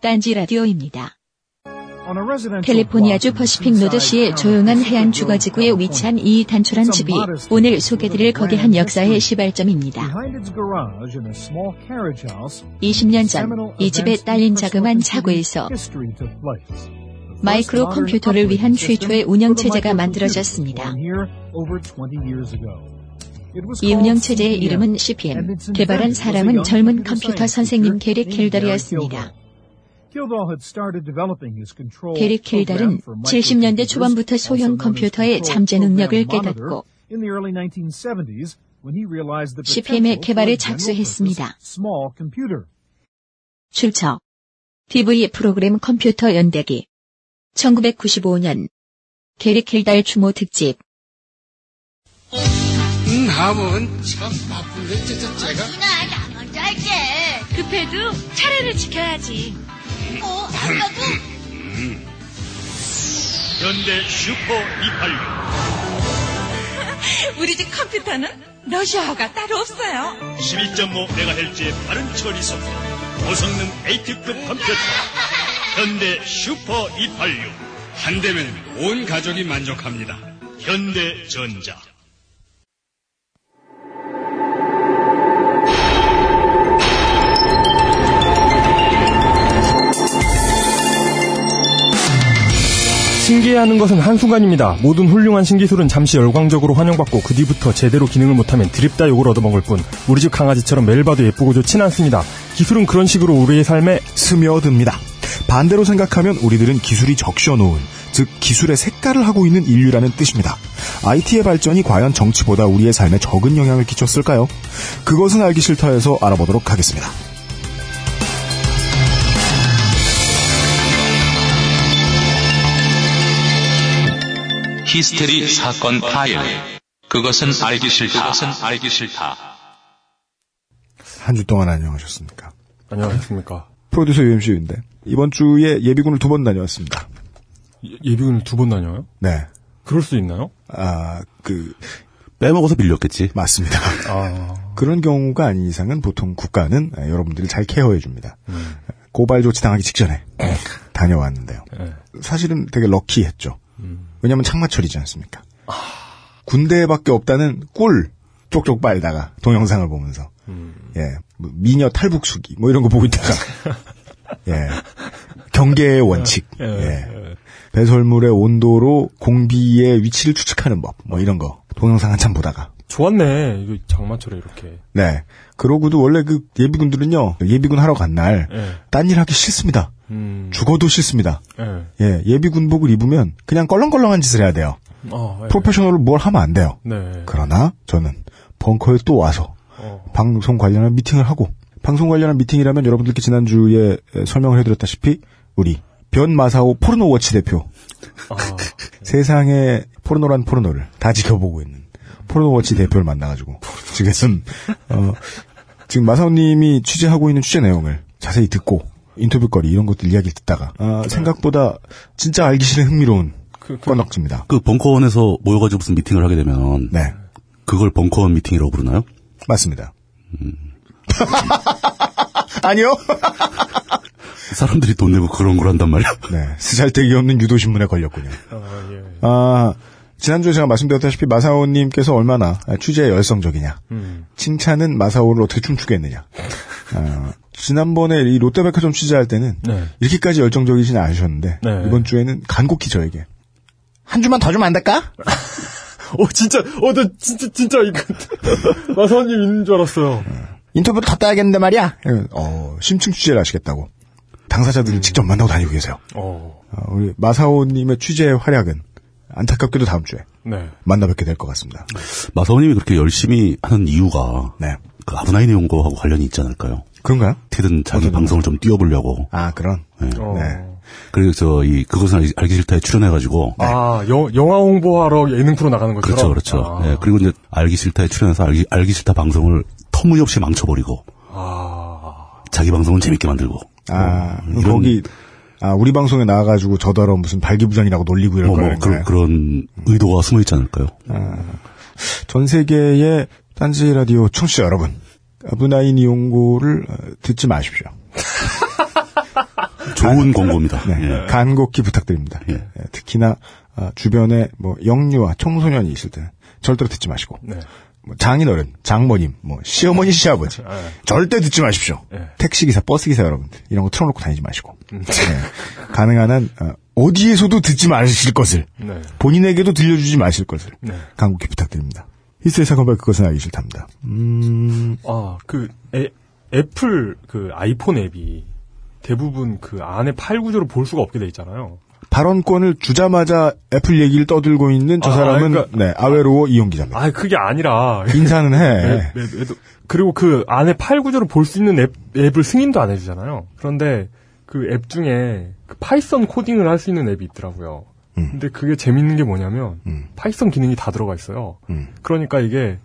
딴지 라디오입니다. 캘리포니아주 퍼시픽 노드시의 조용한 해안 주거지구에 위치한 이 단촐한 집이 오늘 소개드릴 거대한 역사의 시발점입니다. 20년 전 이 집에 딸린 자그만 차고에서 마이크로 컴퓨터를 위한 최초의 운영체제가 만들어졌습니다. 이 운영체제의 이름은 CPM. 개발한 사람은 젊은 컴퓨터 선생님 게리 킬달이었습니다. 게리 킬달은 70년대 초반부터 소형 컴퓨터의 잠재 능력을 깨닫고 CPM의 개발에 착수했습니다. 출처. DV 프로그램 컴퓨터 연대기. 1995년. 게리 킬달 추모 특집. 음, 남은 참 바쁜데 진짜 제가 누나 나 먼저 할게. 그러니까? 급해도 차례를 지켜야지. 어, 아까도 현대 슈퍼 286 우리 집 컴퓨터는 러시아어가 따로 없어요. 11.5MHz의 빠른 처리 속도 고성능 A급 컴퓨터 현대 슈퍼 286 한 대면 온 가족이 만족합니다. 현대 전자 신기해하는 것은 한순간입니다. 모든 훌륭한 신기술은 잠시 열광적으로 환영받고 그 뒤부터 제대로 기능을 못하면 드립다 욕을 얻어먹을 뿐 우리 집 강아지처럼 매일 봐도 예쁘고 좋진 않습니다. 기술은 그런 식으로 우리의 삶에 스며듭니다. 반대로 생각하면 우리들은 기술이 적셔놓은, 즉 기술의 색깔을 하고 있는 인류라는 뜻입니다. IT의 발전이 과연 정치보다 우리의 삶에 적은 영향을 끼쳤을까요? 그것은 알기 싫다에서 알아보도록 하겠습니다. 히스테리 사건 파일. 그것은 알기 싫다. 그것은 알기 싫다. 한 주 동안 안녕하셨습니까? 안녕하십니까. 프로듀서 UMC인데 이번 주에 예비군을 두 번 다녀왔습니다. 예, 비군을 두 번 다녀요? 네, 그럴 수 있나요? 아, 그 빼먹어서 빌렸겠지. 맞습니다. 아, 그런 경우가 아닌 이상은 보통 국가는 예, 여러분들을 잘 케어해 줍니다. 음. 고발 조치 당하기 직전에 네. 다녀왔는데요. 예. 사실은 되게 럭키했죠. 음. 왜냐하면 창마철이지 않습니까? 아. 군대밖에 없다는 꿀 쪽쪽 빨다가 동영상을 보면서 음. 예, 뭐 미녀 탈북수기 뭐 이런 거 보고 있다가 예, 경계의 원칙 예, 예, 배설물의 온도로 공비의 위치를 추측하는 법 뭐 이런 거 동영상 한참 보다가 좋았네. 이거 장마철에 이렇게. 네. 그러고도 원래 그 예비군들은요, 예비군 하러 간 날, 예. 딴 일 하기 싫습니다. 음, 죽어도 싫습니다. 예. 예, 예비군복을 입으면 그냥 껄렁껄렁한 짓을 해야 돼요. 어, 예. 프로페셔널로 뭘 하면 안 돼요. 네. 그러나 저는 벙커에 또 와서 어, 방송 관련한 미팅을 하고, 방송 관련한 미팅이라면 여러분들께 지난주에 에, 설명을 해드렸다시피, 우리 변마사오 포르노워치 대표, 아, 네. 세상에 포르노란 포르노를 다 지켜보고 있는 포르노워치 대표를 만나가지고 지금 어, 지금 마사오님이 취재하고 있는 취재 내용을 자세히 듣고 인터뷰거리 이런 것들 이야기를 듣다가 아, 생각보다 진짜 알기 싫은 흥미로운 그, 그, 건덕지입니다. 그 벙커원에서 모여가지고 무슨 미팅을 하게 되면 네, 그걸 벙커원 미팅이라고 부르나요? 음. 맞습니다. 아니요. 사람들이 돈 내고 그런 걸 한단 말이야. 네, 쓰잘데기 없는 유도 신문에 걸렸군요. 아, 예, 예. 아, 지난주에 제가 말씀드렸다시피 마사오님께서 얼마나 취재에 열성적이냐. 음, 칭찬은 마사오를 어떻게 춤추겠느냐. 아, 지난번에 이 롯데백화점 취재할 때는 네. 이렇게까지 열정적이진 않으셨는데 네. 이번 주에는 간곡히 저에게 한 주만 더 주면 안 될까? 어, 진짜, 어, 나 진짜, 진짜, 이거, 마사원님 있는 줄 알았어요. 인터뷰를 더 따야겠는데 말이야. 이러면, 어, 심층 취재를 하시겠다고. 당사자들을 직접 만나고 다니고 계세요. 어, 음. 어, 우리 마사오님의 취재의 활약은 안타깝게도 다음 주에 네. 만나 뵙게 될 것 같습니다. 마사오님이 그렇게 열심히 하는 이유가 네. 그 아브나이 내용 거하고 관련이 있지 않을까요? 그런가요? 어떻게든 자기 어떤 방송을 좀 띄워보려고. 아, 그런. 예. 어. 네. 그리고 저, 이, 그것은 알기, 알기 싫다에 출연해가지고. 아, 여- 영화 홍보하러 예능 프로 나가는 것처럼. 그렇죠, 그렇죠. 아, 예, 그리고 이제 알기 싫다에 출연해서 알기, 알기 싫다 방송을 터무니없이 망쳐버리고. 자기 방송은 재밌게 만들고. 아, 뭐, 이런- 거기, 아, 우리 방송에 나와가지고 저더러 무슨 발기부전이라고 놀리고 이럴 뭐, 뭐, 거라는 그, 거예요. 네. 그런 의도가 숨어 있지 않을까요? 전 세계의 딴지 라디오 청취자 여러분, 아브나인 이용고를 어, 듣지 마십시오. 좋은 광고입니다. 네, 예. 간곡히 부탁드립니다. 예. 예, 특히나 아, 주변에 뭐 영유아 청소년이 있을 때는 절대로 듣지 마시고 네. 뭐 장인어른, 장모님, 뭐 시어머니, 시아버지 예. 절대 듣지 마십시오. 택시기사, 버스기사 여러분들 이런 거 틀어놓고 다니지 마시고 음. 예, 가능한 한 어, 어디에서도 듣지 마실 것을 네. 본인에게도 들려주지 마실 것을 간곡히 부탁드립니다. 히스의 사건발 그것은 알기 싫답니다. 음, 아, 그, 애, 애플, 그, 아이폰 앱이 대부분 그 안에 파일 구조를 볼 수가 없게 돼 있잖아요. 발언권을 주자마자 애플 얘기를 떠들고 있는 저 아, 사람은 그러니까- 네, 아외로워 이용 기자입니다. 아, 그게 아니라. 인사는 해. 앱, 앱, 앱도- 네, 그리고 그 안에 파일 구조를 볼 수 있는 앱, 앱을 승인도 안 해주잖아요. 그런데 그 앱 중에 그 파이썬 코딩을 할 수 있는 앱이 있더라고요. 음. 근데 그게 재밌는 게 뭐냐면 음. 파이썬 기능이 다 들어가 있어요. 음. 그러니까 이게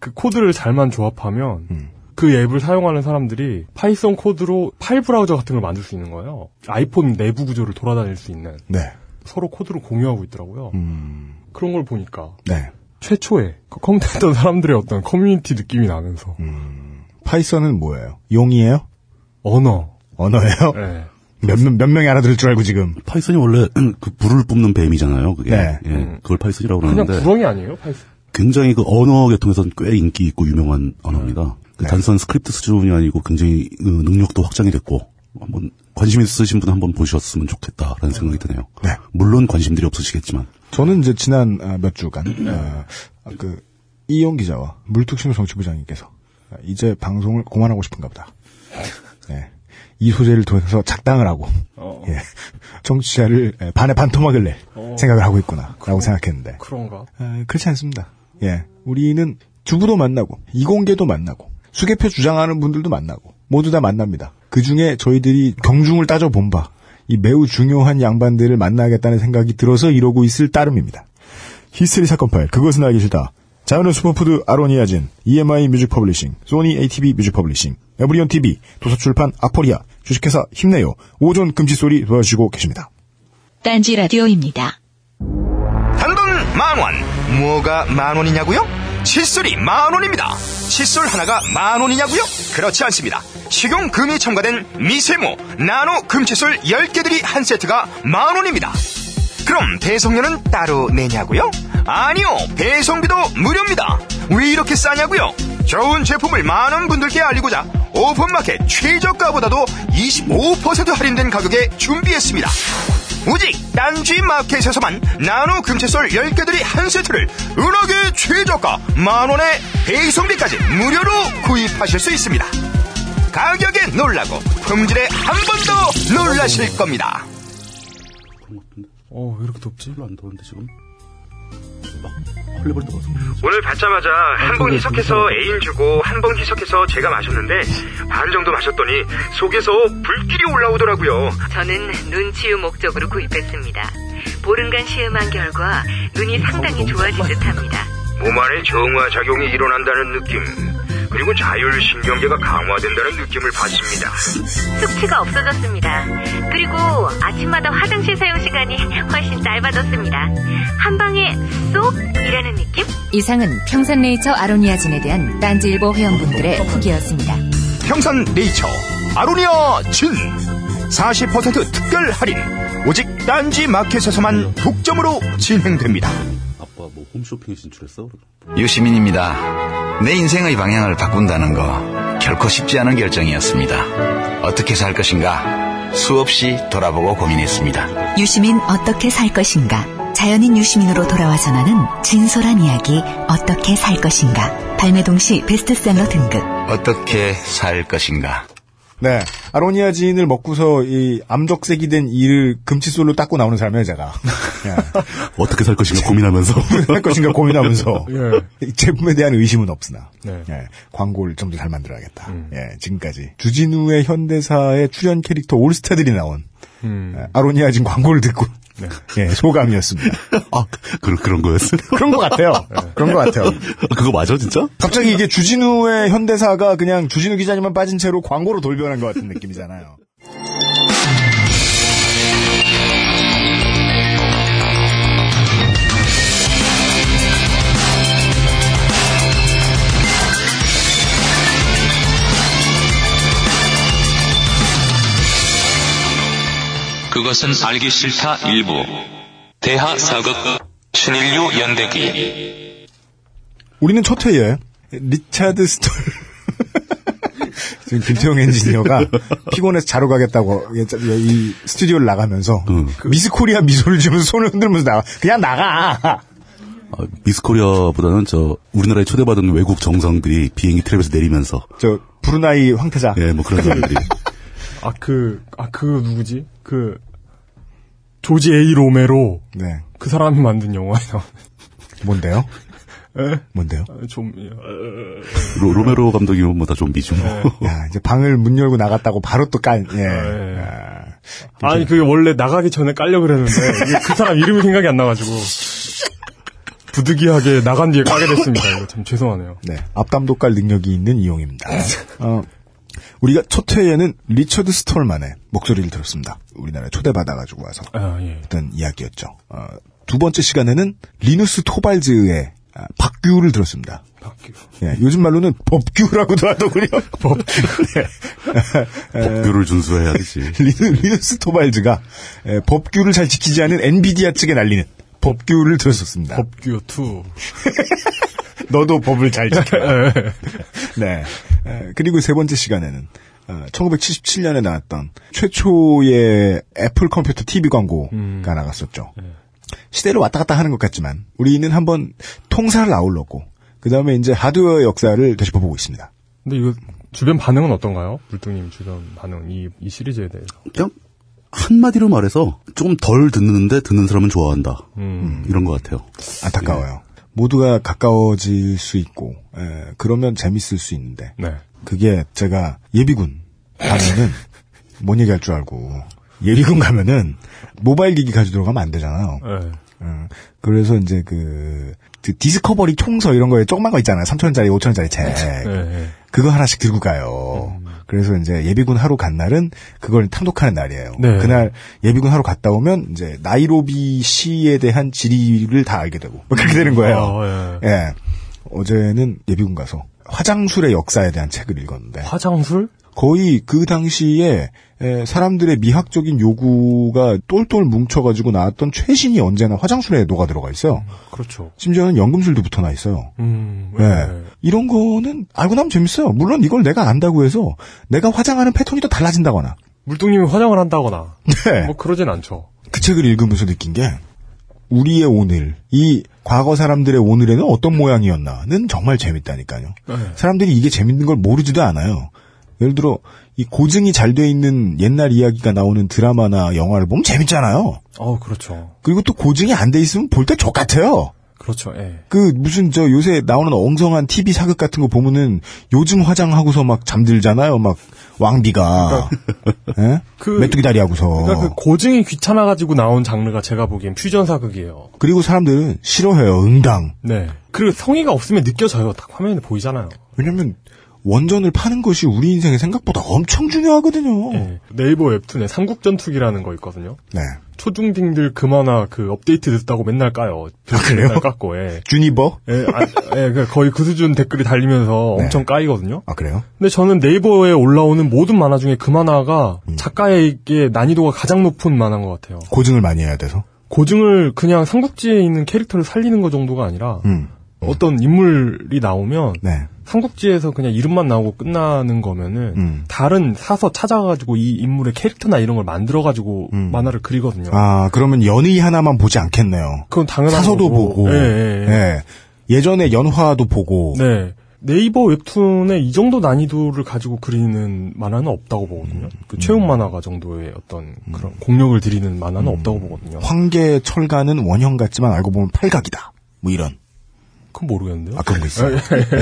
그 코드를 잘만 조합하면 음. 그 앱을 사용하는 사람들이 파이썬 코드로 파일 브라우저 같은 걸 만들 수 있는 거예요. 아이폰 내부 구조를 돌아다닐 수 있는 네. 서로 코드를 공유하고 있더라고요. 음, 그런 걸 보니까 네. 최초의 그 컴퓨터 사람들의 어떤 커뮤니티 느낌이 나면서 파이썬은 뭐예요? 용이에요? 언어. 언어예요? 예. 몇, 명- 몇 명이 알아들을 줄 알고 지금. 파이썬이 원래 그 불을 뿜는 뱀이잖아요. 그게 네. 예, 그걸 파이썬이라고 그냥 그러는데 구렁이 아니에요? 파이썬. 굉장히 그 언어 계통에서는 꽤 인기 있고 유명한 언어입니다. 그 단순한 스크립트 수준이 아니고 굉장히 그 능력도 확장이 됐고 한번 관심 있으신 분 한번 보셨으면 좋겠다라는 생각이 드네요. 네. 물론 관심들이 없으시겠지만 저는 이제 지난 아, 몇 주간, 아, 그, 이용 기자와 물특신호 정치부장님께서 아, 이제 방송을 그만하고 싶은가 보다. 네. 이 소재를 통해서 작당을 하고, 예. 정치자를 에, 반에 반토막을 낼 생각을 하고 있구나, 라고 생각했는데. 그런가? 아, 그렇지 않습니다. 예. 우리는 주부도 만나고, 이공계도 만나고, 수개표 주장하는 분들도 만나고, 모두 다 만납니다. 그 중에 저희들이 경중을 따져본 바, 이 매우 중요한 양반들을 만나겠다는 생각이 들어서 이러고 있을 따름입니다. 히스테리 사건 파일, 그것은 알기 싫다. 자연의 슈퍼푸드 아로니아진, E EMI 뮤직 퍼블리싱, 소니 ATV 뮤직 퍼블리싱, 에브리온 TV, 도서출판 아포리아, 주식회사 힘내요, 오존 금지 소리 도와주시고 계십니다. 딴지 라디오입니다. 단돈 만 원. 뭐가 만 원이냐고요? 칫솔이 만 원입니다. 칫솔 하나가 만 원이냐고요? 그렇지 않습니다. 식용금이 첨가된 미세모, 나노 금칫솔 10개들이 한 세트가 만 원입니다. 그럼 배송료는 따로 내냐고요? 아니요, 배송비도 무료입니다. 왜 이렇게 싸냐고요? 좋은 제품을 많은 분들께 알리고자 오픈마켓 최저가보다도 25% 할인된 가격에 준비했습니다. 오직 딴지 마켓에서만 나노 금채솔 10개들이 한 세트를 은하계 최저가 만원에 배송비까지 무료로 구입하실 수 있습니다. 가격에 놀라고 품질에 한 번 더 놀라실 겁니다. 어, 왜 이렇게 덥지? 별로 안 더운데 지금 막 헐레벌떡 와서 오늘 받자마자 한 번 희석해서 애인 주고 한 번 희석해서 제가 마셨는데 반 정도 마셨더니 속에서 불길이 올라오더라고요. 저는 눈치유 목적으로 구입했습니다. 보름간 시음한 결과 눈이 상당히 좋아진 듯합니다. 몸 안에 정화 작용이 일어난다는 느낌 그리고 자율 신경계가 강화된다는 느낌을 받습니다. 숙취가 없어졌습니다. 그리고 아침마다 화장실 사용 시간이 훨씬 짧아졌습니다. 한 방에 쏙이라는 느낌? 이상은 평산네이처 아로니아진에 대한 딴지일보 회원분들의 후기였습니다. 평산 네이처 아로니아 진 40% 특별 할인 오직 딴지 마켓에서만 독점으로 진행됩니다. 아빠 뭐 홈쇼핑에 진출했어? 유시민입니다. 내 인생의 방향을 바꾼다는 거 결코 쉽지 않은 결정이었습니다. 어떻게 살 것인가 수없이 돌아보고 고민했습니다. 유시민 어떻게 살 것인가? 자연인 유시민으로 돌아와 전하는 진솔한 이야기 어떻게 살 것인가? 발매 동시 베스트셀러 등급. 어떻게 살 것인가? 네. 아로니아 진을 먹고서 이 암적색이 된 이를 금칫솔로 닦고 나오는 사람이에요, 제가. 예. 어떻게 살 것인가 고민하면서 할 것인가 고민하면서. 예. 이 제품에 대한 의심은 없으나. 네. 예, 광고를 좀 더 잘 만들어야겠다. 예, 지금까지. 주진우의 현대사의 출연 캐릭터 올스타들이 나온 음. 예, 아로니아 진 광고를 듣고. 예, 소감이었습니다. 아 그런 그런 거였어? 그런 것 같아요. 네. 그런 것 같아요. 그거 맞아 진짜? 갑자기 이게 주진우의 현대사가 그냥 주진우 기자님만 빠진 채로 광고로 돌변한 것 같은 느낌이잖아요. 그것은 알기 싫다 일부. 대하 사극 신인류 연대기. 우리는 첫 회에 리차드 스톨 지금 김태용 엔지니어가 피곤해서 자러 가겠다고 이 스튜디오를 나가면서 미스코리아 미소를 지으면서 손을 흔들면서 나가 그냥 나가 아, 미스코리아보다는 저 우리나라에 초대받은 외국 정상들이 비행기 트랩에서 내리면서 저 브루나이 황태자 예 뭐 그런 사람들이 아그아그 아, 그 누구지 그 조지 A 로메로 네. 그 사람이 만든 영화예요 뭔데요? 에? 뭔데요? 아, 좀 로, 로메로 감독이면 뭐다 좀비죠. 네. 야, 이제 방을 문 열고 나갔다고 바로 또 깔. 예. 어. 아, 예. 아, 아니 그게 원래 나가기 전에 깔려 그랬는데 그 사람 이름이 생각이 안 나가지고 부득이하게 나간 뒤에 까게 됐습니다. 이거 참 죄송하네요. 네, 앞담도 깔 능력이 있는 이용입니다. 어, 우리가 첫 회에는 리처드 스톨만의 목소리를 들었습니다. 우리나라에 초대받아가지고 와서 아, 예. 했던 이야기였죠. 어, 두 번째 시간에는 리누스 토발즈의 아, 박규를 들었습니다. 박규. 예, 요즘 말로는 법규라고도 하더군요. 법규. 네. 네. 법규를 준수해야지. 리누, 리누스 토발즈가 예, 법규를 잘 지키지 않은 엔비디아 측에 날리는 법규를 들었었습니다. 법규 2. 너도 법을 잘 지켜라. 예. 네. 에, 그리고 세 번째 시간에는 어, 1977년에 나왔던 최초의 애플 컴퓨터 TV 광고가 음. 나갔었죠. 네. 시대를 왔다 갔다 하는 것 같지만 우리는 한번 통사를 아울렀고 그 다음에 이제 하드웨어 역사를 되짚어보고 있습니다. 근데 이거 주변 반응은 어떤가요, 물뚱님 주변 반응 이, 이 시리즈에 대해서? 그냥 한마디로 말해서 좀 덜 듣는데 듣는 사람은 좋아한다 음. 이런 것 같아요. 안타까워요. 예. 모두가 가까워질 수 있고 에, 그러면 재밌을 수 있는데 네. 그게 제가 예비군 가면은 뭔 얘기할 줄 알고 예비군 가면은 모바일 기기 가지고 들어가면 안 되잖아요. 네. 음, 그래서 이제 그, 디스커버리 총서 이런 거에 조그만 거 있잖아요. 3천원짜리, 5천원짜리 책. 예, 네. 그거 하나씩 들고 가요. 음. 그래서 이제 예비군 하루 간 날은 그걸 탐독하는 날이에요. 네. 그날 예비군 하루 갔다 오면 이제 나이로비 시에 대한 지리를 다 알게 되고 뭐 그렇게 되는 아, 거예요. 어, 예. 예. 어제는 예비군 가서 화장술의 역사에 대한 책을 읽었는데 예. 화장술? 거의 그 당시에 사람들의 미학적인 요구가 똘똘 뭉쳐가지고 나왔던 최신이 언제나 화장실에 녹아 들어가 있어요. 그렇죠. 예. 심지어는 연금술도 붙어 나 있어요. 음, 네. 네. 이런 거는 알고 나면 재밌어요. 물론 이걸 내가 안다고 해서 내가 화장하는 패턴이 또 달라진다거나. 물뚱님이 화장을 한다거나. 네. 뭐 그러진 않죠. 그 책을 읽으면서 느낀 게 우리의 오늘, 이 과거 사람들의 오늘에는 어떤 모양이었나는 정말 재밌다니까요. 네. 예. 사람들이 이게 재밌는 걸 모르지도 않아요. 예를 들어 이 고증이 잘 돼 있는 옛날 이야기가 나오는 드라마나 영화를 보면 재밌잖아요. 어, 그렇죠. 그리고 또 고증이 안 돼 있으면 볼 때 족같아요. 그렇죠. 예. 그 무슨 저 요새 나오는 엉성한 TV 사극 같은 거 보면은 요즘 화장하고서 막 잠들잖아요. 막 왕비가 그러니까, 그, 메뚜기 다리 하고서. 그러니까 그 고증이 귀찮아 가지고 나온 장르가 제가 보기엔 퓨전 사극이에요. 그리고 사람들은 싫어해요. 응당. 네. 어. 그리고 성의가 없으면 느껴져요. 딱 화면에 보이잖아요. 왜냐면 원전을 파는 것이 우리 인생에 생각보다 엄청 중요하거든요. 네. 이버 예. 웹툰에 삼국전투기라는 거 있거든요. 네. 초중딩들 그만화 그 업데이트 듣다고 맨날 까요. 아, 그래요? 맨날 깎고, 예. 주니버? 예, 아, 예, 거의 그 수준 댓글이 달리면서 네. 엄청 까이거든요. 아, 그래요? 근데 저는 네이버에 올라오는 모든 만화 중에 그 만화가 음. 작가에게 난이도가 가장 높은 만화인 것 같아요. 고증을 많이 해야 돼서? 고증을 그냥 삼국지에 있는 캐릭터를 살리는 것 정도가 아니라, 음. 어떤 인물이 나오면 네. 삼국지에서 그냥 이름만 나오고 끝나는 거면은 음. 다른 사서 찾아가지고 이 인물의 캐릭터나 이런 걸 만들어가지고 음. 만화를 그리거든요. 아 그러면 연의 하나만 보지 않겠네요. 그건 당연한 사서도 거고. 보고 예, 예. 전에 연화도 보고 네. 네이버 웹툰에 이 정도 난이도를 가지고 그리는 만화는 없다고 보거든요. 음. 그 체험 만화가 정도의 어떤 그런 공력을 들이는 만화는 없다고 보거든요. 황계 철가는 원형 같지만 알고 보면 팔각이다. 뭐 이런. 그건 모르겠는데요. 예, 아, 그런 거 있어요. 네.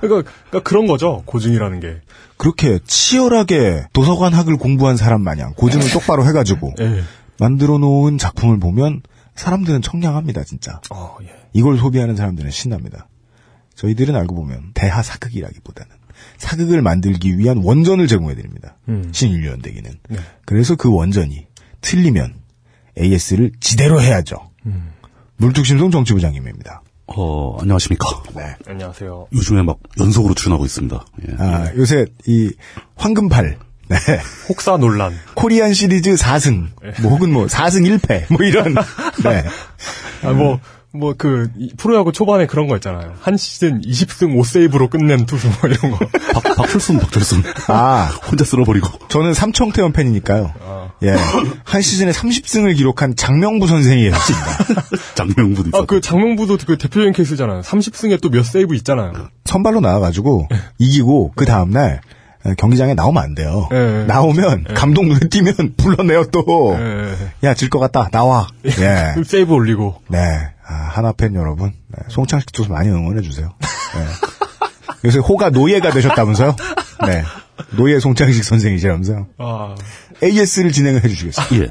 그러니까, 그러니까, 그런 거죠. 고증이라는 게. 그렇게 치열하게 도서관 학을 공부한 사람 마냥 고증을 똑바로 해가지고 네. 만들어 놓은 작품을 보면 사람들은 청량합니다, 진짜. 어, 예. 이걸 소비하는 사람들은 신납니다. 저희들은 알고 보면 대하 사극이라기보다는 사극을 만들기 위한 원전을 제공해드립니다. 음. 신인류연대기는. 네. 그래서 그 원전이 틀리면 AS를 지대로 해야죠. 음. 물뚝심송 정치부장님입니다. 어, 안녕하십니까. 네. 안녕하세요. 네. 요즘에 막 연속으로 출연하고 있습니다. 예. 아, 요새 이 황금팔. 네. 혹사 논란. 코리안 시리즈 4승. 뭐 혹은 뭐 4승 1패. 뭐 이런. 네. 아, 뭐, 뭐, 그, 이- 프로야구 초반에 그런 거 있잖아요. 한 시즌 20승 5세이브로 끝낸 투수, 뭐 이런 거. 박, 박철순, 박철순. 아. 혼자 쓸어버리고. 저는 삼청태원 팬이니까요. 예. 한 시즌에 30승을 기록한 장명부 선생이 있습니다. 장명부도 아, 그 장명부도 그 대표적인 케이스잖아요. 30승에 또 몇 세이브 있잖아요. 선발로 나와가지고 네. 이기고 그 다음날 경기장에 나오면 안 돼요. 예. 나오면 예. 감독 눈에 띄면 불러내요 또. 네. 야 질 것 같다 나와. 예. 그 세이브 올리고. 네. 아, 하나 팬 여러분 네. 송창식 투수 많이 응원해 주세요. 네. 요새 호가 노예가 되셨다면서요? 네. 노예 송창식 선생이시라면서요? 아, AS를 진행을 해주시겠어요? 예.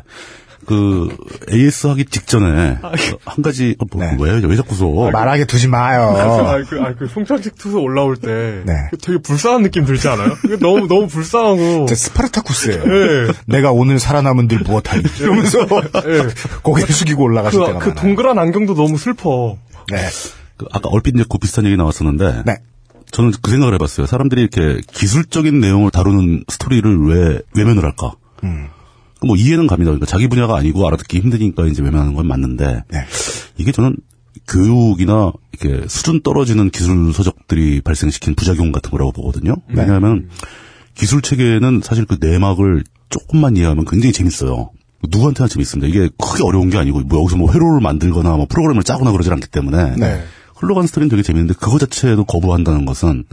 그, AS 하기 직전에, 한 가지, 어, 뭐, 왜, 왜 자꾸서. 말하게 두지 마요. 아, 그, 아, 그 송창식 투수 올라올 때. 네. 그 되게 불쌍한 느낌 들지 않아요? 이거 너무, 너무 불쌍하고. 진짜 스파르타쿠스예요. 예. 내가 오늘 살아남은 들 무엇하니? 이러면서 고개 숙이고 올라갔을 예. 그, 때가 그 많아요. 동그란 안경도 너무 슬퍼. 네. 그 아까 얼핏 이제 그 비슷한 얘기 나왔었는데. 저는 그 생각을 해봤어요. 사람들이 이렇게 기술적인 내용을 다루는 스토리를 왜 외면을 할까? 그뭐 이해는 갑니다. 그러니까 자기 분야가 아니고 알아듣기 힘드니까 이제 외면하는 건 맞는데 이게 저는 교육이나 이렇게 수준 떨어지는 기술 서적들이 발생시킨 부작용 같은 거라고 보거든요. 왜냐하면 기술 체계는 사실 그 내막을 조금만 이해하면 굉장히 재밌어요. 누구한테나 재밌습니다. 이게 크게 어려운 게 아니고 뭐 여기서 뭐 회로를 만들거나 뭐 프로그램을 짜거나 그러질 않기 때문에 흘러간 스토리는 되게 재밌는데 그거 자체에도 거부한다는 것은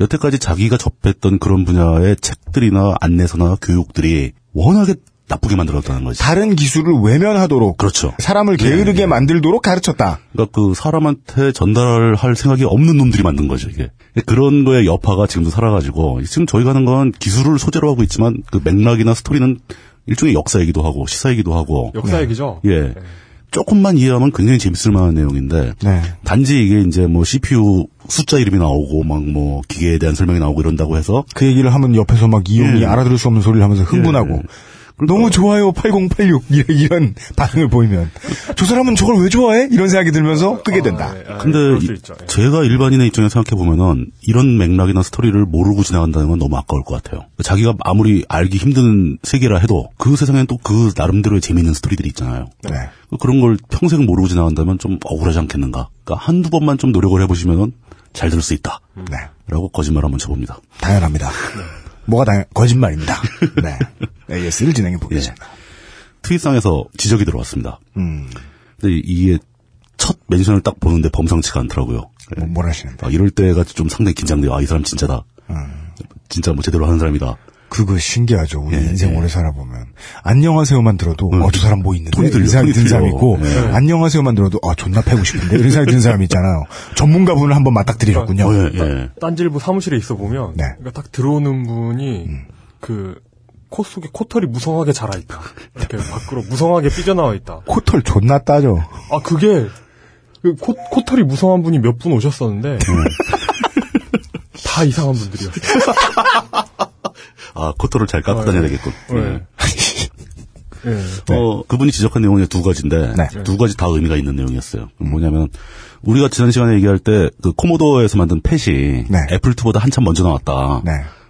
여태까지 자기가 접했던 그런 분야의 책들이나 안내서나 교육들이 워낙에 나쁘게 만들었다는 거지. 다른 기술을 외면하도록 그렇죠. 사람을 게으르게 만들도록 가르쳤다. 그러니까 그 사람한테 전달할 생각이 없는 놈들이 만든 거죠 이게. 근데 그런 거의 여파가 지금도 살아가지고 지금 저희가 하는 건 기술을 소재로 하고 있지만 그 맥락이나 스토리는 일종의 역사이기도 하고 시사이기도 하고. 네. 역사 얘기죠? 예. 조금만 이해하면 굉장히 재밌을 만한 내용인데 단지 이게 이제 뭐 CPU 숫자 이름이 나오고 막 뭐 기계에 대한 설명이 나오고 이런다고 해서 그 얘기를 하면 옆에서 막 이용이 예. 알아들을 수 없는 소리를 하면서 흥분하고 너무 좋아요 8086 이런- 이런 반응을 보이면 저 사람은 저걸 왜 좋아해? 이런 생각이 들면서 끄게 아, 된다. 예, 근데 이- 제가 일반인의 입장에 서 생각해 보면은 이런 맥락이나 스토리를 모르고 지나간다는 건 너무 아까울 것 같아요. 자기가 아무리 알기 힘든 세계라 해도 그 세상엔 또 그 나름대로의 재미있는 스토리들이 있잖아요. 네. 그런 걸 평생 모르고 지나간다면 좀 억울하지 않겠는가? 그러니까 한두 번만 좀 노력을 해보시면은 잘 들을 수 있다. 라고 거짓말 한번 쳐봅니다. 네. 당연합니다. 뭐가 당연 거짓말입니다. 네. AS를 진행해 보겠습니다. 예. 음, 트윗상에서 지적이 들어왔습니다. 근데 이게 첫 멘션을 딱 보는데 범상치가 않더라고요. 아, 뭐, 라시는데 이럴 때가 좀 상당히 긴장돼요. 아, 이 사람 진짜다. 진짜 뭐 제대로 하는 사람이다. 그거 신기하죠. 예, 우리 인생 오래 살아보면 안녕하세요만 들어도 어 저 사람 뭐 있는데 톤이 음. 들려, 이런 생각이 톤이 든 들려. 사람 있고 네. 안녕하세요만 들어도 아 존나 패고 싶은데 이런 생각이 든 사람 있잖아요. 전문가분을 한번 맞닥뜨리셨군요. 어, 예. 딴질부 사무실에 있어 보면 네. 그러니까 딱 들어오는 분이 음. 그 코 속에 코털이 무성하게 자라 있다. 이렇게 밖으로 무성하게 삐져나와 있다. 코털 존나 따져. 아 그게 그 코, 코털이 무성한 분이 몇 분 오셨었는데 음. 다 이상한 분들이었어요. 아, 코털을 잘 깎고 예. 다녀야 되겠군. 어, 예. 네. 네. 어, 그분이 지적한 내용이 두 가지인데, 두 가지 다 의미가 있는 내용이었어요. 뭐냐면, 우리가 지난 시간에 얘기할 때, 그, 코모도에서 만든 펫이, 네. 애플2보다 한참 먼저 나왔다.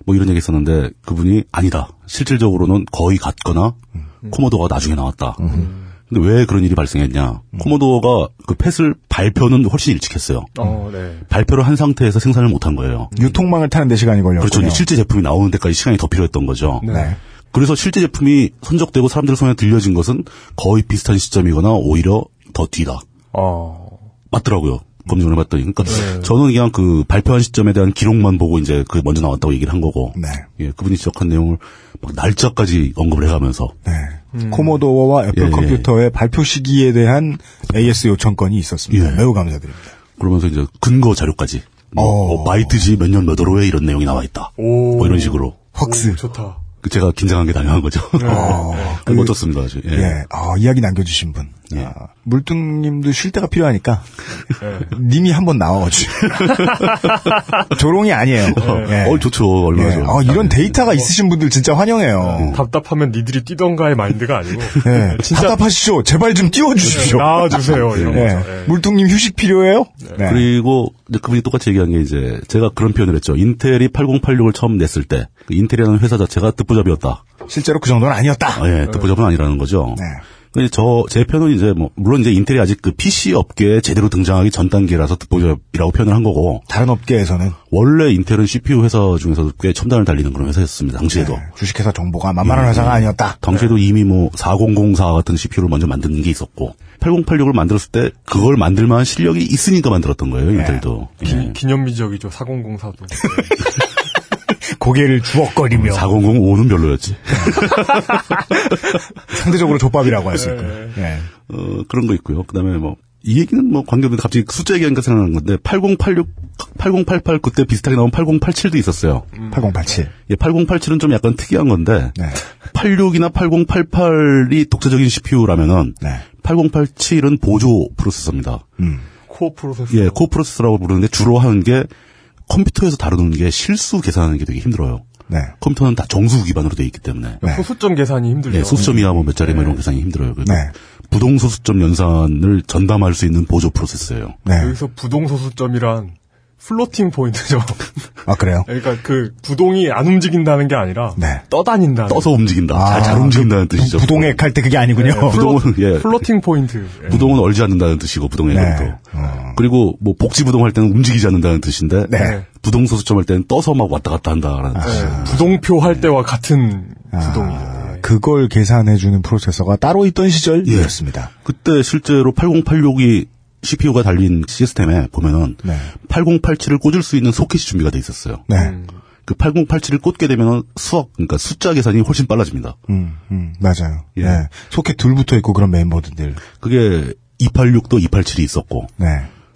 뭐 이런 얘기 했었는데, 그분이, 아니다. 실질적으로는 거의 같거나, 음. 코모도가 나중에 나왔다. 근데 왜 그런 일이 발생했냐. 음. 코모도가 그 펫을 발표는 훨씬 일찍 했어요. 어, 네. 발표를 한 상태에서 생산을 못한 거예요. 네. 유통망을 타는데 시간이 걸렸군요. 그렇죠. 이제 실제 제품이 나오는 데까지 시간이 더 필요했던 거죠. 네. 그래서 실제 제품이 선적되고 사람들 손에 들려진 것은 거의 비슷한 시점이거나 오히려 더 뒤다. 아. 맞더라고요. 검증을 해봤더니. 그러니까 네. 저는 그냥 그 발표한 시점에 대한 기록만 보고 이제 그게 먼저 나왔다고 얘기를 한 거고. 네. 예, 그분이 지적한 내용을 막 날짜까지 언급을 해가면서. 네. 코모도어와 애플 예, 예. 컴퓨터의 발표 시기에 대한 AS 요청건이 예. 있었습니다. 매우 감사드립니다. 그러면서 이제 근거 자료까지. 어. 뭐, 뭐 마이트지 몇 년 몇월호에 이런 내용이 나와 있다. 뭐 이런 식으로. 헉스. 좋다. 제가 긴장한 게 당연한 거죠. 어, 아. 멋졌습니다, 아주. 예. 예. 아, 이야기 남겨주신 분. 예. 아, 물뚱님도 쉴 때가 필요하니까 님이 한번 나와가지고 조롱이 아니에요. 예. 어, 좋죠. 얼마나 예. 좋아. 아, 이런 데이터가 있으신 분들 진짜 환영해요. 답답하면 니들이 뛰던가의 마인드가 아니고. 예. 답답하시죠? 제발 좀 띄워주십시오. 네, 나와주세요, 이런 예. 거죠. 예. 물뚱님 휴식 필요해요? 네. 그리고 이제 그분이 똑같이 얘기한 게 이제 제가 그런 표현을 했죠. 인텔이 8086을 처음 냈을 때그 인텔이라는 회사 자체가 듣보잡이었다. 실제로 그 정도는 아니었다. 네. 아, 예, 듣보잡은 아니라는 거죠. 근데 저, 제 편은 이제 뭐, 물론 이제 인텔이 아직 그 PC 업계에 제대로 등장하기 전 단계라서 듣보잡이라고 표현을 한 거고. 다른 업계에서는? 네. 원래 인텔은 CPU 회사 중에서도 꽤 첨단을 달리는 그런 회사였습니다. 당시에도. 네. 주식회사 정보가 만만한 회사가 아니었다. 당시에도 이미 뭐, 4004 같은 CPU를 먼저 만드는 게 있었고. 8086을 만들었을 때 그걸 만들 만한 실력이 있으니까 만들었던 거예요, 인텔도. 기, 기념비적이죠, 4004도. 고개를 음, 주먹거리며. 4005는 예. 별로였지. 상대적으로 족밥이라고 했을 거예요. 어, 그런 거 있고요. 그 다음에 뭐, 이 얘기는 뭐 관계없는데 갑자기 숫자 얘기하니까 생각나는 건데, 8086, 8088 그때 비슷하게 나온 8087도 있었어요. 8087. 예, 8087은 좀 약간 특이한 건데, 네. 86이나 8088이 독자적인 CPU라면은, 네. 8087은 보조 프로세서입니다. 코어 프로세스. 예, 코어 프로세서라고 부르는데 주로 하는 게 컴퓨터에서 다루는 게 실수 계산하는 게 되게 힘들어요. 네. 컴퓨터는 다 정수 기반으로 돼 있기 때문에. 소수점 계산이 힘들죠. 예, 소수점이야 뭐 몇 자리 뭐 이런 계산이 힘들어요. 그래서 부동 소수점 연산을 전담할 수 있는 보조 프로세스예요. 네. 여기서 부동 소수점이란 플로팅 포인트죠. 아 그래요? 그러니까 그 부동이 안 움직인다는 게 아니라 떠다닌다. 떠서 움직인다. 잘, 잘 움직인다는 뜻이죠. 아, 부동액 할 때 그게 아니군요. 부동은 예. 플로팅 포인트. 예. 부동은 얼지 않는다는 뜻이고 부동액도. 네. 어. 그리고 뭐 복지 부동 할 때는 움직이지 않는다는 뜻인데 네. 부동 소수점 할 때는 떠서 막 왔다 갔다 한다라는 아. 예, 뜻이에요. 부동표 할 때와 같은 부동이죠. 예. 그걸 계산해주는 프로세서가 따로 있던 시절이었습니다. 그때 실제로 8086이 CPU가 달린 시스템에 보면은 8087을 꽂을 수 있는 소켓이 준비가 돼 있었어요. 네. 그 8087을 꽂게 되면 수학 그러니까 숫자 계산이 훨씬 빨라집니다. 음, 음, 맞아요. 예. 네. 속에 둘 붙어 있고 그런 멤버들. 그게 286도 287이 있었고 네.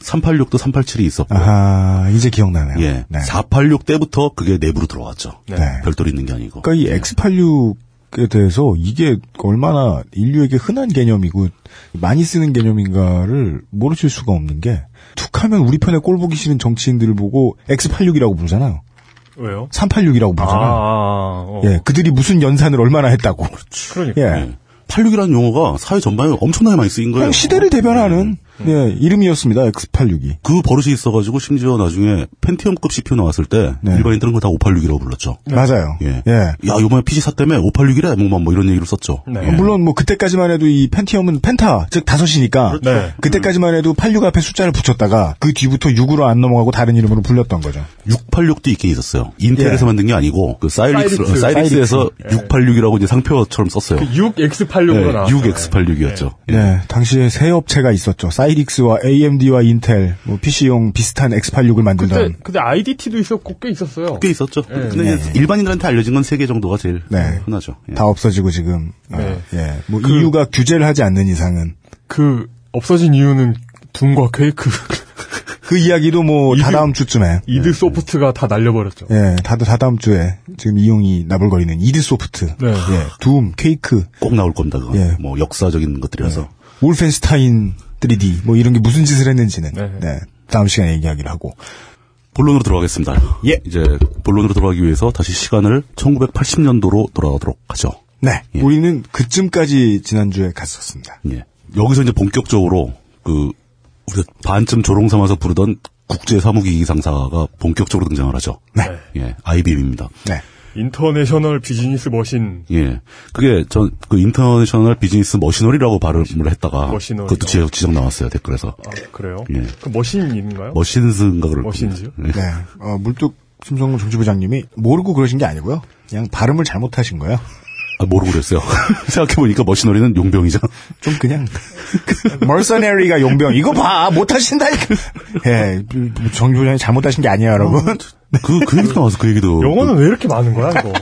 386도 387이 있었고 아하, 이제 기억나네요. 네. 예. 486 때부터 그게 내부로 들어왔죠. 별도로 있는 게 아니고. 그러니까 이 X86에 대해서 이게 얼마나 인류에게 흔한 개념이고 많이 쓰는 개념인가를 모르실 수가 없는 게 툭하면 우리 편에 꼴 보기 싫은 정치인들을 보고 X86이라고 부르잖아요. 왜요? 386이라고 아, 부르잖아요. 어. 예, 그들이 무슨 연산을 얼마나 했다고. 그러니까. 예. 86이라는 용어가 사회 전반에 엄청나게 많이 쓰인 거예요. 네. 그냥 시대를 대변하는 예, 이름이었습니다. X86이. 그 버릇이 있어가지고 심지어 나중에 펜티엄급 CPU 나왔을 때 네. 일반인들은 그걸 다 586이라고 불렀죠. 맞아요. 예. 야, 요번에 PC 사 때문에 586이래? 뭐, 뭐 이런 얘기를 썼죠. 네. 어, 물론 뭐 그때까지만 해도 이 펜티엄은 펜타 즉 다섯이니까 네. 그때까지만 해도 86 앞에 숫자를 붙였다가 그 뒤부터 6으로 안 넘어가고 다른 이름으로 불렸던 거죠. 686도 있긴 있었어요. 인텔에서 예. 만든 게 아니고 그 사이릭스, 사이릭스. 에서 사이릭스. 686이라고 이제 상표처럼 썼어요. 예, 그 6X86으로 나왔어요. 예. 6X86이었죠. 네, 당시에 세 업체가 있었죠. 사이릭스와 AMD와 인텔, 뭐 PC용 비슷한 X86을 만들던. 근데, 근데 IDT도 있었고 꽤 있었어요. 꽤 있었죠. 예. 근데 이제 일반인들한테 알려진 건 세 개 정도가 제일 흔하죠. 예. 다 없어지고 지금 어, 네. 예, 뭐 EU가 규제를 하지 않는 이상은 그 없어진 이유는 둠과 퀘이크 그 이야기도 뭐 다다음 주쯤에 이드 소프트가 다 날려버렸죠. 예, 다들 다다음 주에 지금 이용이 나불거리는 이드소프트, 네. 예, 둠, 케이크 꼭 나올 겁니다. 그건. 예. 뭐 역사적인 것들이라서. 예. 울펜스타인 3D 뭐 이런 게 무슨 짓을 했는지는 네. 네, 다음 시간에 얘기하기로 하고 본론으로 들어가겠습니다. 이제 본론으로 들어가기 위해서 다시 시간을 1980년도로 돌아가도록 하죠. 네, 우리는 그쯤까지 지난주에 갔었습니다. 예. 여기서 이제 본격적으로 그 우리가 반쯤 조롱 삼아서 부르던 국제 사무기기 상사가 본격적으로 등장을 하죠. 네. 예, IBM입니다. 네. 인터내셔널 비즈니스 머신. 예. 그게 전 그 인터내셔널 비즈니스 머신홀이라고 발음을 했다가 머신홀이요? 그것도 지적, 지적 나왔어요, 댓글에서. 아, 그래요? 예. 그 머신인가요? 머신스인가 그럴 머신즈요? 겁니다. 예. 네, 어, 물뚝 심성근 정치부장님이 모르고 그러신 게 아니고요. 그냥 발음을 잘못하신 거예요. 아, 모르고 그랬어요. 생각해보니까 머신홀이는 용병이죠. 좀 그냥 멀서네리가 용병 이거 봐 못하신다니까. 예, 정부장이 잘못하신 게 아니에요, 여러분. 그, 그 얘기도 나와서 그 얘기도. 네. 영어는 왜 이렇게 많은 거야, 이거?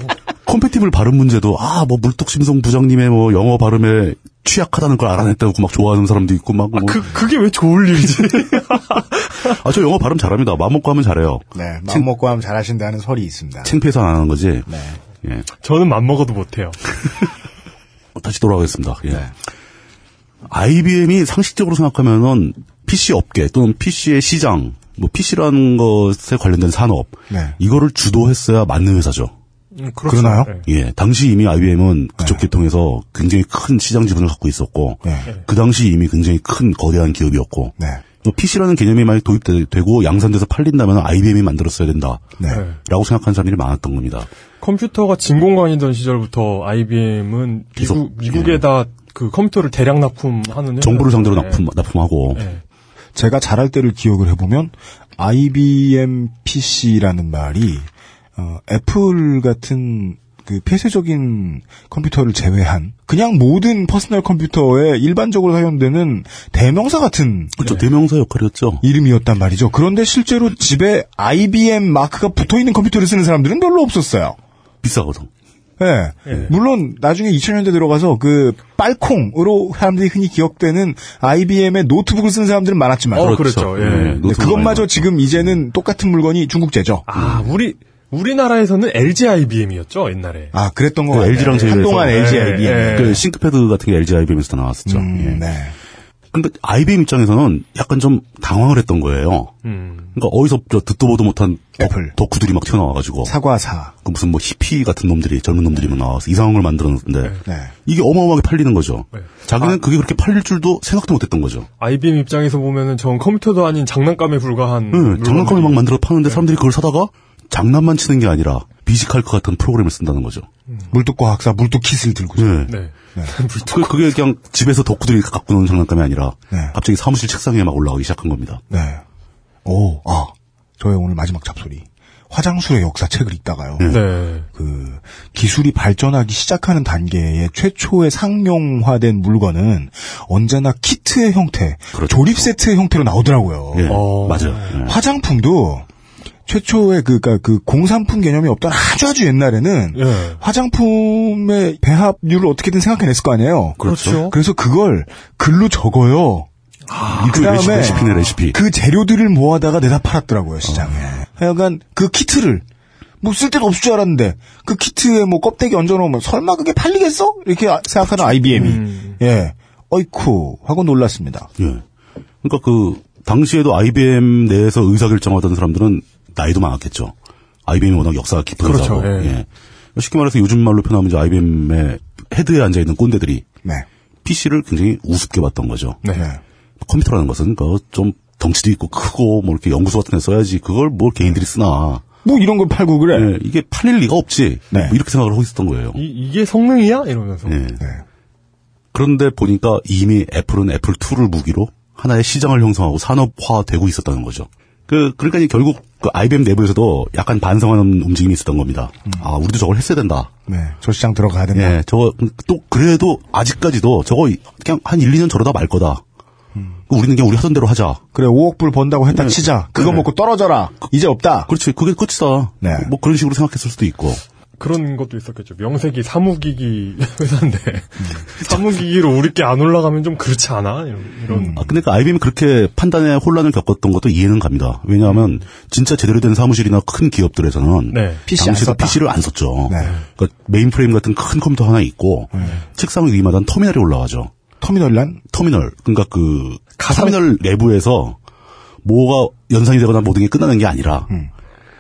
컴패티블 발음 문제도 아 뭐 물뚝심성 부장님의 뭐 영어 발음에 취약하다는 걸 알아냈다고 막 좋아하는 사람도 있고 막 뭐. 그, 그게 왜 좋을 일이지? 아 저 영어 발음 잘합니다. 마음 먹고 하면 잘해요. 네, 마음 먹고 하면 잘하신다는 설이 있습니다. 창피해서 안 하는 거지. 예. 어, 저는 맘먹어도 못해요. 다시 돌아가겠습니다. 예. 네. IBM이 상식적으로 생각하면은 PC 업계 또는 PC의 시장, 뭐 PC라는 것에 관련된 산업, 네. 이거를 주도했어야 맞는 회사죠. 음, 그렇죠. 그러나요 네. 예, 당시 이미 IBM은 그쪽 계통에서 굉장히 큰 시장 지분을 갖고 있었고, 네. 그 당시 이미 굉장히 큰 거대한 기업이었고, PC라는 뭐 개념이 많이 도입되고 양산돼서 팔린다면 IBM이 만들었어야 된다라고 네. 생각하는 사람들이 많았던 겁니다. 컴퓨터가 진공관이던 시절부터 IBM은 미국, 미국에다 그 컴퓨터를 대량 납품하는 예. 정부를 회사였는데 네. 상대로 납품 납품하고 제가 잘할 때를 기억을 해보면 IBM PC라는 말이 어, 애플 같은 그 폐쇄적인 컴퓨터를 제외한 그냥 모든 퍼스널 컴퓨터에 일반적으로 사용되는 대명사 같은 그렇죠 대명사 역할이었죠 이름이었단 말이죠. 그런데 실제로 집에 IBM 마크가 붙어 있는 컴퓨터를 쓰는 사람들은 별로 없었어요. 비싸거든. 예. 물론 나중에 2000년대 들어가서 그 빨콩으로 사람들이 흔히 기억되는 IBM의 노트북을 쓰는 사람들은 많았지만 어, 그렇죠. 네. 예. 근데 노트북 네, 그것마저 지금 이제는 똑같은 물건이 중국제죠. 아, 우리 우리나라에서는 LG IBM이었죠 옛날에. 아, 그랬던 거 그 LG랑 제휴해서 한동안 LG 예, IBM. 예. 그 싱크패드 같은 게 LG IBM에서 다 나왔었죠. 예. 음. 네. 근데 IBM 입장에서는 약간 좀 당황을 했던 거예요. 음. 음. 그러니까 어디서 저 듣도 보도 못한 애플 덕후들이 막 튀어나와가지고 사과사 그 무슨 뭐 히피 같은 놈들이 젊은 놈들이 막 나와서 이상한 걸 만들었는데 네. 이게 어마어마하게 팔리는 거죠. 자기는 그게 그렇게 팔릴 줄도 생각도 못했던 거죠. IBM 입장에서 보면은 전 컴퓨터도 아닌 장난감에 불과한. 음, 예, 장난감을 막 만들어 파는데 네. 사람들이 그걸 사다가 장난만 치는 게 아니라 비식할 것 같은 프로그램을 쓴다는 거죠. 물뚝과학사 물뚝킷을 들고. 네. 그, 그게 그냥 집에서 덕후들이 갖고 노는 장난감이 아니라 갑자기 사무실 책상에 막 올라오기 시작한 겁니다. 네. 오, 아, 저의 오늘 마지막 잡소리. 화장술의 역사책을 읽다가요. 네. 네, 그 기술이 발전하기 시작하는 단계에 최초의 상용화된 물건은 언제나 키트의 형태, 조립 세트의 형태로 나오더라고요. 그렇죠. 예, 맞아요. 예. 화장품도 최초의 그, 그니까 그 공산품 개념이 없던 아주 아주 옛날에는 네. 화장품의 배합률을 어떻게든 생각해냈을 거 아니에요. 그렇죠. 그래서 그걸 글로 적어요. 아, 일종의 그 레시- 레시피네, 레시피. 그 재료들을 모아다가 내다 팔았더라고요 시장에. 어. 하여간 그 키트를 뭐 쓸데도 없을 줄 알았는데 그 키트에 뭐 껍데기 얹어놓으면 설마 그게 팔리겠어? 이렇게 아- 그렇죠. 생각하는 IBM이 음. 예, 어이쿠 하고 놀랐습니다. 예. 그러니까 그 당시에도 IBM 내에서 의사결정하던 사람들은 나이도 많았겠죠. IBM이 워낙 역사가 깊은 그렇죠, 회사고. 예. 예. 쉽게 말해서 요즘 말로 표현하면 이제 IBM의 헤드에 앉아 있는 꼰대들이 네. PC를 굉장히 우습게 봤던 거죠. 컴퓨터라는 것은 그좀 덩치도 있고 크고 뭐 이렇게 연구소 같은 데 써야지 그걸 뭘 개인들이 쓰나. 예. 뭐 이런 걸 팔고 그래. 이게 팔릴 리가 없지. 뭐 네. 이렇게 생각을 하고 있었던 거예요. 네. 이, 이게 성능이야 이러면서. 예. 그런데 보니까 이미 애플은 애플 2를 무기로 하나의 시장을 형성하고 산업화되고 있었다는 거죠. 그 그러니까 이제 결국 그 IBM 내부에서도 약간 반성하는 움직임이 있었던 겁니다. 아, 우리도 저걸 했어야 된다. 음. 네, 저 시장 들어가야 된다. 예, 저거 또 그래도 아직까지도 저거 그냥 한 1, 2년 저러다 말 거다. 음. 그 우리는 그냥 우리 하던 대로 하자. 그래 5억 불 번다고 했다 치자. 그거 먹고 떨어져라. 이제 없다. 네. 그렇지. 그게 끝이다. 네. 음. 뭐 그런 식으로 생각했을 수도 있고. 그런 것도 있었겠죠. 명색이 사무기기 회사인데 사무기기로 우리 게 안 올라가면 좀 그렇지 않아? 이런. 이런. 아, 근데 그 IBM이 그렇게 판단에 혼란을 겪었던 것도 이해는 갑니다. 왜냐하면 진짜 제대로 된 사무실이나 큰 기업들에서는 네. PC 안 당시도 썼다. 네. PC를 안 썼죠. 그러니까 메인프레임 같은 큰 컴퓨터 하나 있고 책상 위마다 터미널이 올라가죠. 터미널란? 터미널. 그러니까 그 터미널 내부에서 뭐가 연상이 되거나 모든 게 끝나는 게 아니라 음.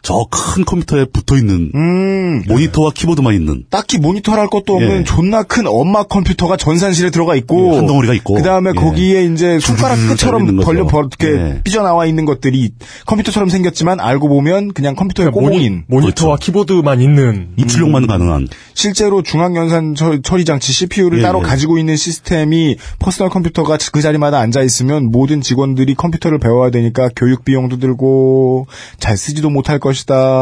저 큰 컴퓨터에 붙어 있는 네. 모니터와 키보드만 있는 딱히 모니터할 것도 없는 예. 존나 큰 엄마 컴퓨터가 전산실에 들어가 있고 예, 한 덩어리가 있고. 그 다음에 예. 거기에 이제 손가락 줄줄 끝처럼 달리는 거죠. 벌려 이렇게 예. 삐져나와 있는 것들이 컴퓨터처럼 생겼지만 알고 보면 그냥 컴퓨터의 꼬봉인 그러니까 모니터와 키보드만 있는 음. 입출력만 가능한 실제로 중앙연산 처- 처리 장치 CPU를 예, 따로 예. 가지고 있는 시스템이 퍼스널 컴퓨터가 그 자리마다 앉아 있으면 모든 직원들이 컴퓨터를 배워야 되니까 교육 비용도 들고 잘 쓰지도 못할 것이다.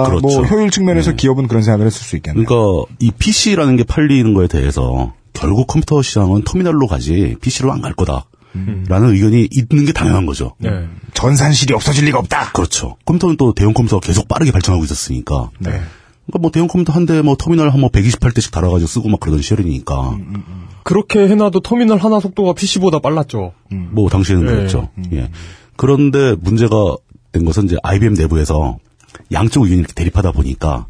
그렇죠. 뭐 효율 측면에서 기업은 그런 생각을 했을 수 있겠네요. 그러니까 이 PC라는 게 팔리는 거에 대해서 결국 컴퓨터 시장은 터미널로 가지 PC로 안 갈 거다. 음. 라는 의견이 있는 게 당연한 거죠. 네. 전산실이 없어질 리가 없다. 그렇죠. 컴퓨터는 또 대형 컴퓨터가 계속 빠르게 발전하고 있었으니까. 네. 그러니까 뭐 대형 컴퓨터 한 대 뭐 터미널 한 뭐 128대씩 달아가지고 쓰고 막 그러던 시절이니까. 음, 그렇게 해놔도 터미널 하나 속도가 PC보다 빨랐죠. 음. 뭐 당시에는 예. 그랬죠. 예. 음. 그런데 문제가 된 것은 이제 IBM 내부에서 양쪽 의견이 이렇게 대립하다 보니까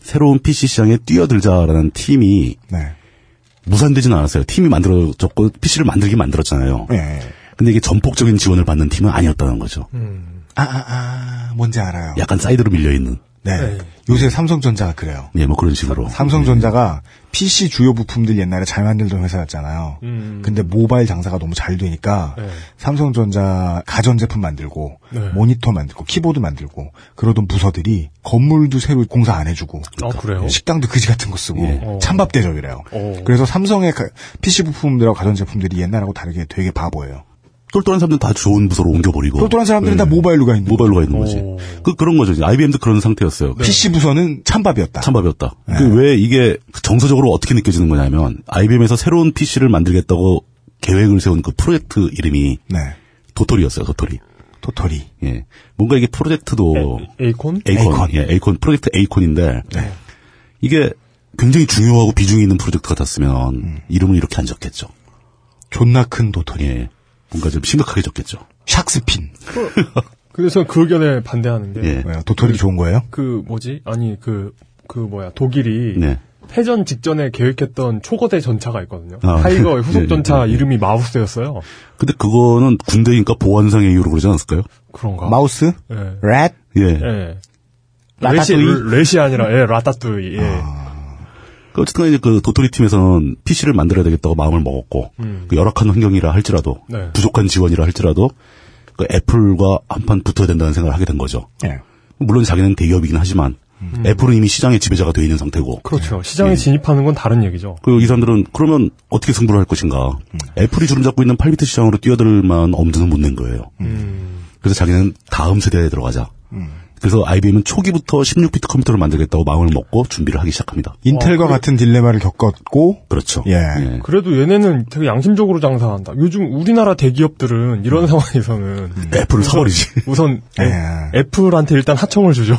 새로운 PC 시장에 뛰어들자라는 팀이 네. 무산되진 않았어요. 팀이 만들어졌고 PC를 만들긴 만들었잖아요. 예, 근데 이게 전폭적인 지원을 받는 팀은 아니었다는 거죠. 음. 아, 아, 아, 뭔지 알아요. 약간 사이드로 밀려있는. 네. 네. 요새 삼성전자가 그래요. 예, 뭐 그런 식으로. 삼성전자가 PC 주요 부품들 옛날에 잘 만들던 회사였잖아요. 음. 근데 모바일 장사가 너무 잘 되니까 네. 삼성전자 가전제품 만들고 네. 모니터 만들고 키보드 만들고 그러던 부서들이 건물도 새로 공사 안 해주고 그러니까. 아, 식당도 어, 그지 같은 거 쓰고 예. 찬밥 대접이래요. 어. 그래서 삼성의 가, PC 부품들하고 가전제품들이 옛날하고 다르게 되게 바보예요. 똘똘한 사람들은 다 좋은 부서로 옮겨버리고. 똘똘한 사람들은 네. 다 모바일로 가 있는 모바일로 가 있는 거지. 오. 그, 그런 거죠. IBM도 그런 상태였어요. 네. PC 부서는 찬밥이었다. 찬밥이었다. 네. 그왜 이게 정서적으로 어떻게 느껴지는 거냐면, IBM에서 새로운 PC를 만들겠다고 계획을 세운 그 프로젝트 이름이. 네. 도토리였어요, 도토리. 도토리. 예. 뭔가 이게 프로젝트도. 에, 에이콘? 네. 에이콘? 에이콘. 네. 예, 에이콘. 프로젝트 에이콘인데. 이게 굉장히 중요하고 비중이 있는 프로젝트 같았으면, 음. 이름을 이렇게 안 적겠죠. 존나 큰 도토리. 예. 뭔가 좀 심각하게 적겠죠. 샥스핀. 그래서 그 의견에 반대하는 게 네. 예. 뭐야, 도토리 그, 좋은 거예요? 그 뭐지? 아니 그그 그 뭐야 독일이 네. 패전 직전에 계획했던 초거대 전차가 있거든요. 아, 타이거의 후속 전차 예, 예, 이름이 마우스였어요. 근데 그거는 군대니까 보안상의 이유로 그러지 않았을까요? 그런가? 마우스? 예. 렛? 예. 레시 레시 아니라 예 라따뚜이. 예. 아. 어쨌든 이제 그 도토리 팀에서는 PC를 만들어야 되겠다고 마음을 먹었고 음. 그 열악한 환경이라 할지라도 네. 부족한 지원이라 할지라도 그 애플과 한판 붙어야 된다는 생각을 하게 된 거죠. 예. 네. 물론 자기는 대기업이긴 하지만 음. 애플은 이미 시장의 지배자가 되어 있는 상태고 그렇죠. 시장에 예. 진입하는 건 다른 얘기죠. 그리고 이 사람들은 그러면 어떻게 승부를 할 것인가? 음. 애플이 주름 잡고 있는 8비트 시장으로 뛰어들 만한 엄두는 못 낸 거예요. 그래서 자기는 음. 다음 세대에 들어가자. 그래서 IBM은 초기부터 16비트 컴퓨터를 만들겠다고 마음을 먹고 준비를 하기 시작합니다. 인텔과 아, 같은 딜레마를 겪었고 그렇죠. 예. 예. 그래도 얘네는 되게 양심적으로 장사한다. 요즘 우리나라 대기업들은 이런 상황에서는 애플을 우선, 사버리지. 우선 음. 예. 애플한테 일단 하청을 주죠.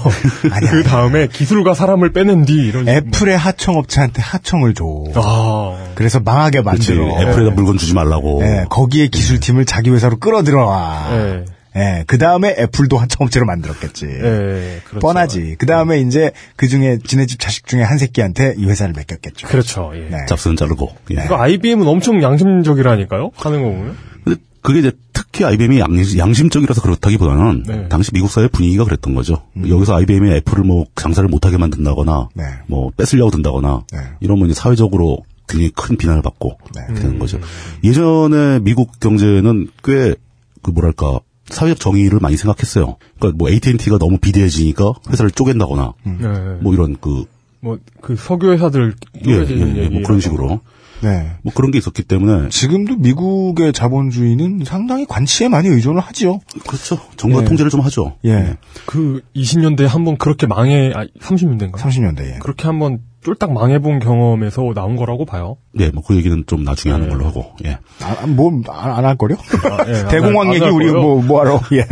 그 다음에 기술과 사람을 빼낸 뒤 이런 애플의 하청업체한테 하청을 줘. 아. 그래서 망하게 만들어. 예, 그치. 애플에다 물건 주지 말라고. 거기에 기술팀을 자기 회사로 아, 끌어들여와. 예, 그 다음에 애플도 한차업체로 만들었겠지. 예, 그렇죠. 뻔하지. 그 다음에 예. 이제 그 중에 지네 집 자식 중에 한 새끼한테 이 회사를 맡겼겠죠. 그렇죠. 예. 네. 잡스는 자르고. 예. 그러니까 IBM은 엄청 양심적이라니까요. 하는 거 보면. 근데 그게 이제 특히 IBM이 양심, 적이라서 그렇다기보다는 네. 당시 미국 사회 분위기가 그랬던 거죠. 음. 여기서 IBM이 애플을 뭐 장사를 못하게 만든다거나 네. 뭐 뺏으려고 든다거나 네. 이러면 이제 사회적으로 굉장히 큰 비난을 받고 되는 거죠. 음. 예전에 미국 경제는 꽤 그 뭐랄까 사회적 정의를 많이 생각했어요. 그러니까 뭐 AT&T가 너무 비대해지니까 회사를 쪼갠다거나 네. 뭐 이런 그 뭐 그 석유 회사들 쪼개지는 예, 예, 예, 뭐 그런 식으로. 네. 뭐 그런 게 있었기 때문에 지금도 미국의 자본주의는 상당히 관치에 많이 의존을 하지요. 그렇죠. 정부가 네. 예. 통제를 좀 하죠. 예. 예. 그 20년대에 한번 그렇게 망해 아 30년대인가? 30년대에. 그렇게 한번 쫄딱 망해본 경험에서 나온 거라고 봐요. 네, 뭐 그 얘기는 좀 나중에 네. 하는 걸로 하고. 예. 아, 뭐안할 거려? 아, 대공황 얘기 우리 뭐뭐 뭐 하러. 예.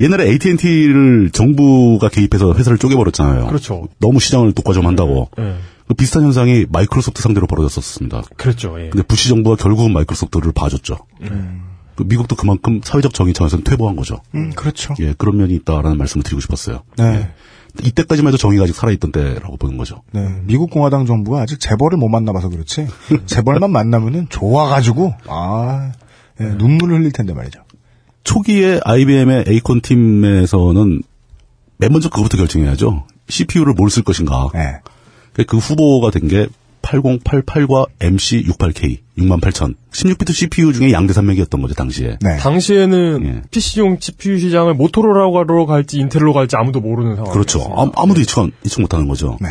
옛날에 AT&T를 정부가 개입해서 회사를 쪼개버렸잖아요. 그렇죠. 네. 너무 시장을 독과점한다고. 그 비슷한 현상이 마이크로소프트 상대로 벌어졌었습니다. 그렇죠. 예. 근데 부시 정부가 결국은 마이크로소프트를 봐줬죠. 네. 음. 그 미국도 그만큼 사회적 정의 차원에서는 퇴보한 거죠. 음, 그렇죠. 예, 그런 면이 있다라는 말씀을 드리고 싶었어요. 네. 예. 이때까지만 해도 정의가 아직 살아있던 때라고 보는 거죠. 네. 미국 공화당 정부가 아직 재벌을 못 만나봐서 그렇지, 재벌만 만나면은 좋아가지고, 아, 예, 눈물을 흘릴 텐데 말이죠. 초기에 IBM의 에이콘 팀에서는 맨 먼저 그거부터 결정해야죠. CPU를 뭘 쓸 것인가. 네. 그 후보가 된 게 8088과 MC68K 68000 16비트 CPU 중에 양대 산맥이었던 거죠 당시에. 네. 당시에는 예. PC용 CPU 시장을 모토로라로 갈지 인텔로 갈지 아무도 모르는 상황. 그렇죠. 아, 무도 예측 예측 못하는 거죠. 네.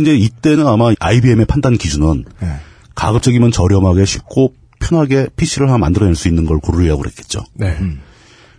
이제 이때는 아마 IBM의 판단 기준은 예. 네. 가급적이면 저렴하게 쉽고 편하게 PC를 하나 만들어낼 수 있는 걸 고르려고 그랬겠죠. 네. 음.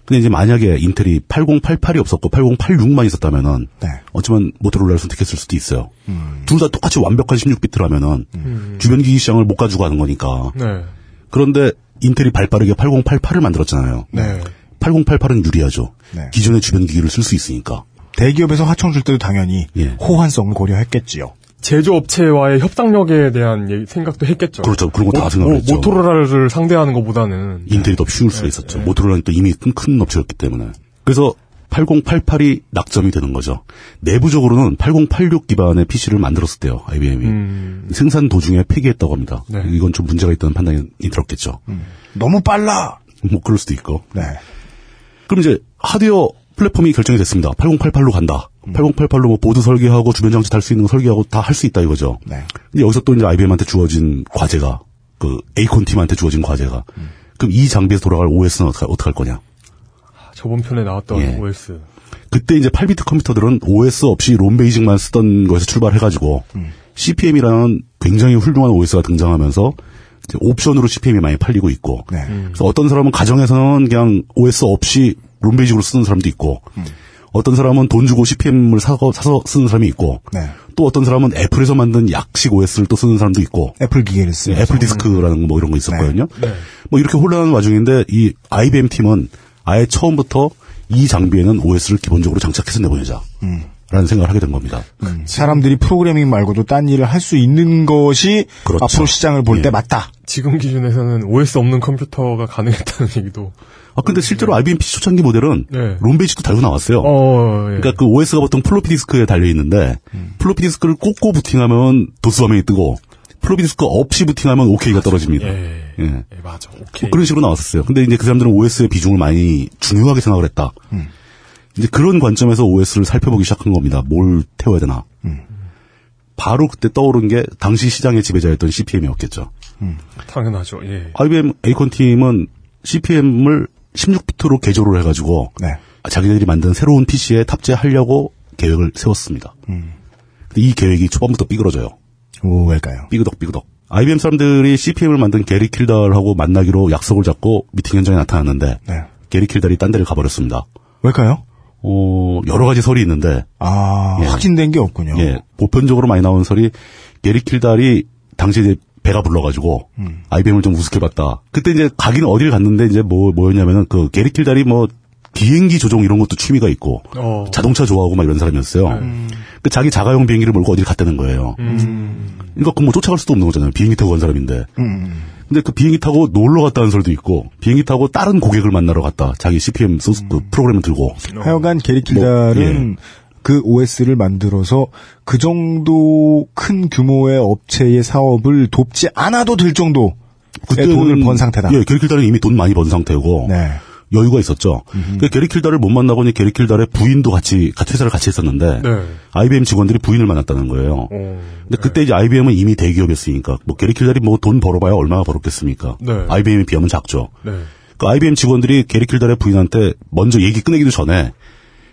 근데 이제 만약에 인텔이 8088이 없었고 8086만 있었다면은 네. 어쩌면 모토로라를 선택했을 수도 있어요. 음. 둘다 똑같이 완벽한 16비트라면은 음. 주변 기기 시장을 못 가지고 가는 거니까. 네. 그런데 인텔이 발빠르게 8088을 만들었잖아요. 네. 8088은 유리하죠. 기존의 주변 기기를 쓸 수 있으니까. 대기업에서 하청 줄 때도 당연히 예. 호환성을 고려했겠지요. 제조업체와의 협상력에 대한 얘기, 생각도 했겠죠. 그렇죠. 그런 거 다 생각했죠. 모, 토로라를 상대하는 것보다는 네. 인텔이 더 쉬울 수가 네, 있었죠. 네. 모토로라는 또 이미 큰, 큰 업체였기 때문에. 그래서 8088이 낙점이 되는 거죠. 내부적으로는 8086 기반의 PC를 만들었을 때요, IBM이. 음. 생산 도중에 폐기했다고 합니다. 네. 이건 좀 문제가 있다는 판단이 들었겠죠. 음. 너무 빨라! 뭐, 그럴 수도 있고. 네. 그럼 이제 하드웨어 플랫폼이 결정이 됐습니다. 8088로 간다. 음. 8088로 뭐 보드 설계하고 주변 장치 달 수 있는 거 설계하고 다 할 수 있다 이거죠. 네. 근데 여기서 또 이제 IBM한테 주어진 과제가, 그 에이콘 팀한테 주어진 과제가, 그럼 이 장비에서 돌아갈 OS는 어떻게, 어떻게 할 거냐? 아, 저번 편에 나왔던 예. OS. 그때 이제 8비트 컴퓨터들은 OS 없이 롬 베이징만 쓰던 거에서 출발해가지고 음. CPM이라는 굉장히 훌륭한 OS가 등장하면서 옵션으로 CPM이 많이 팔리고 있고 네. 음. 그래서 어떤 사람은 가정에서는 그냥 OS 없이 롬 베이징으로 쓰는 사람도 있고 음. 어떤 사람은 돈 주고 CPM을 사고 사서 쓰는 사람이 있고 네. 또 어떤 사람은 애플에서 만든 약식 OS를 또 쓰는 사람도 있고 애플 기계를 쓰 네, 애플 디스크라는 뭐 이런 거 있었거든요. 뭐 이렇게 혼란한 와중인데 이 IBM 팀은 아예 처음부터 이 장비에는 OS를 기본적으로 장착해서 내보내자. 음. 라는 생각을 하게 된 겁니다. 음. 사람들이 프로그래밍 말고도 딴 일을 할 수 있는 것이 그렇죠. 앞으로 시장을 볼때 예. 맞다. 지금 기준에서는 OS 없는 컴퓨터가 가능했다는 얘기도. 아 근데 실제로 IBM PC 초창기 모델은 네. 롬베이지도 달고 나왔어요. 어, 예. 그러니까 그 OS가 보통 플로피 디스크에 달려 있는데 음. 플로피 디스크를 꽂고 부팅하면 도스 화면이 뜨고 플로피 디스크 없이 부팅하면 OK가 떨어집니다. 예. 예. 예. 맞아. 오케이. 그런 식으로 나왔었어요. 근데 이제 그 사람들은 OS의 비중을 많이 중요하게 생각을 했다. 음. 이제 그런 관점에서 OS를 살펴보기 시작한 겁니다. 뭘 태워야 되나. 음. 바로 그때 떠오른 게 당시 시장의 지배자였던 CPM이었겠죠. 예. 음. 당연하죠. 예. IBM 에이콘 팀은 CPM을 16비트로 개조를 해가지고 네. 자기들이 만든 새로운 PC에 탑재하려고 계획을 세웠습니다. 음. 근데 이 계획이 초반부터 삐그러져요. 오, 왜일까요? 삐그덕 삐그덕. IBM 사람들이 CPM을 만든 게리 킬달하고 만나기로 약속을 잡고 미팅 현장에 나타났는데 네. 게리 킬달이 딴 데를 가버렸습니다. 왜일까요? 어, 여러 가지 설이 있는데 아, 예. 확진된 게 없군요. 예, 보편적으로 많이 나온 설이 게리 킬달이 당시에 이제 배가 불러가지고 음. IBM을 좀 우습게 봤다. 그때 이제 가기는 어디를 갔는데 이제 뭐 뭐였냐면은 그 게리 킬달이 뭐 비행기 조종 이런 것도 취미가 있고 어. 자동차 좋아하고 막 이런 사람이었어요. 음. 그 자기 자가용 비행기를 몰고 어디를 갔다는 거예요. 음. 그러니까 그뭐 쫓아갈 수도 없는 거잖아요. 비행기 타고 간 사람인데. 음. 근데 그 비행기 타고 놀러 갔다는 설도 있고 비행기 타고 다른 고객을 만나러 갔다. 자기 CPM 소스 음. 그 프로그램을 들고. 어. 하여간 게리킬달은 뭐, 예. 그 OS를 만들어서 그 정도 큰 규모의 업체의 사업을 돕지 않아도 될 정도. 그때 돈을 번 상태다. 예, 게리킬달은 이미 돈 많이 번 상태고. 네. 여유가 있었죠. 그 게리킬다를 못 만나고 이제 게리킬다의 부인도 같이 같이 회사를 같이 했었는데 네. IBM 직원들이 부인을 만났다는 거예요. 어, 오, 어, 근데 네. 그때 이제 IBM은 이미 대기업이었으니까 뭐 게리킬다이 뭐 돈 벌어봐야 얼마나 벌었겠습니까? 네. IBM에 비하면 작죠. 네. 그 IBM 직원들이 게리킬다의 부인한테 먼저 얘기 끝내기도 전에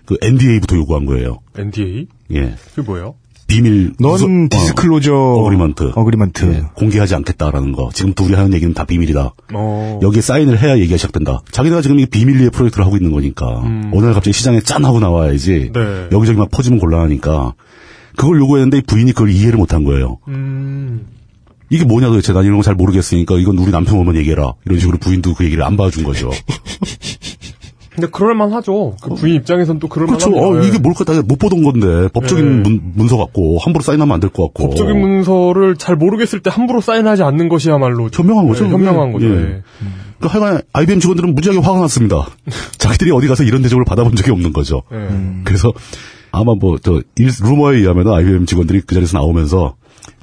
그 NDA부터 요구한 거예요. NDA? 예. 그게 뭐예요? 비밀 넌 디스클로저 어, 그리먼트 어그리먼트 예, 공개하지 않겠다라는 거 지금 둘이 하는 얘기는 다 비밀이다 어. 여기에 사인을 해야 얘기가 시작된다 자기네가 지금 이 비밀리에 프로젝트를 하고 있는 거니까 음. 어느 날 갑자기 시장에 짠 하고 나와야지 네. 여기저기 막 퍼지면 곤란하니까 그걸 요구했는데 부인이 그걸 이해를 못한 거예요 음. 이게 뭐냐 도대체 난 이런 거 잘 모르겠으니까 이건 우리 남편 오면 얘기해라 이런 식으로 부인도 그 얘기를 안 봐준 거죠 근데 그럴만 하죠. 그 부인 입장에선 또 예. 그럴만 하죠. 그렇죠. 어, 이게 뭘까? 다못 보던 건데 법적인 네. 문, 서 같고 함부로 사인하면 안 될 것 같고. 법적인 문서를 잘 모르겠을 때 함부로 사인하지 않는 것이야말로 현명한 거죠. 네, 현명한 거죠. 예. 음. 그 하여간 IBM 직원들은 무지하게 화가 났습니다. 자기들이 어디 가서 이런 대접을 받아본 적이 없는 거죠. 네. 음. 그래서 아마 뭐저 루머에 의하면 IBM 직원들이 그 자리에서 나오면서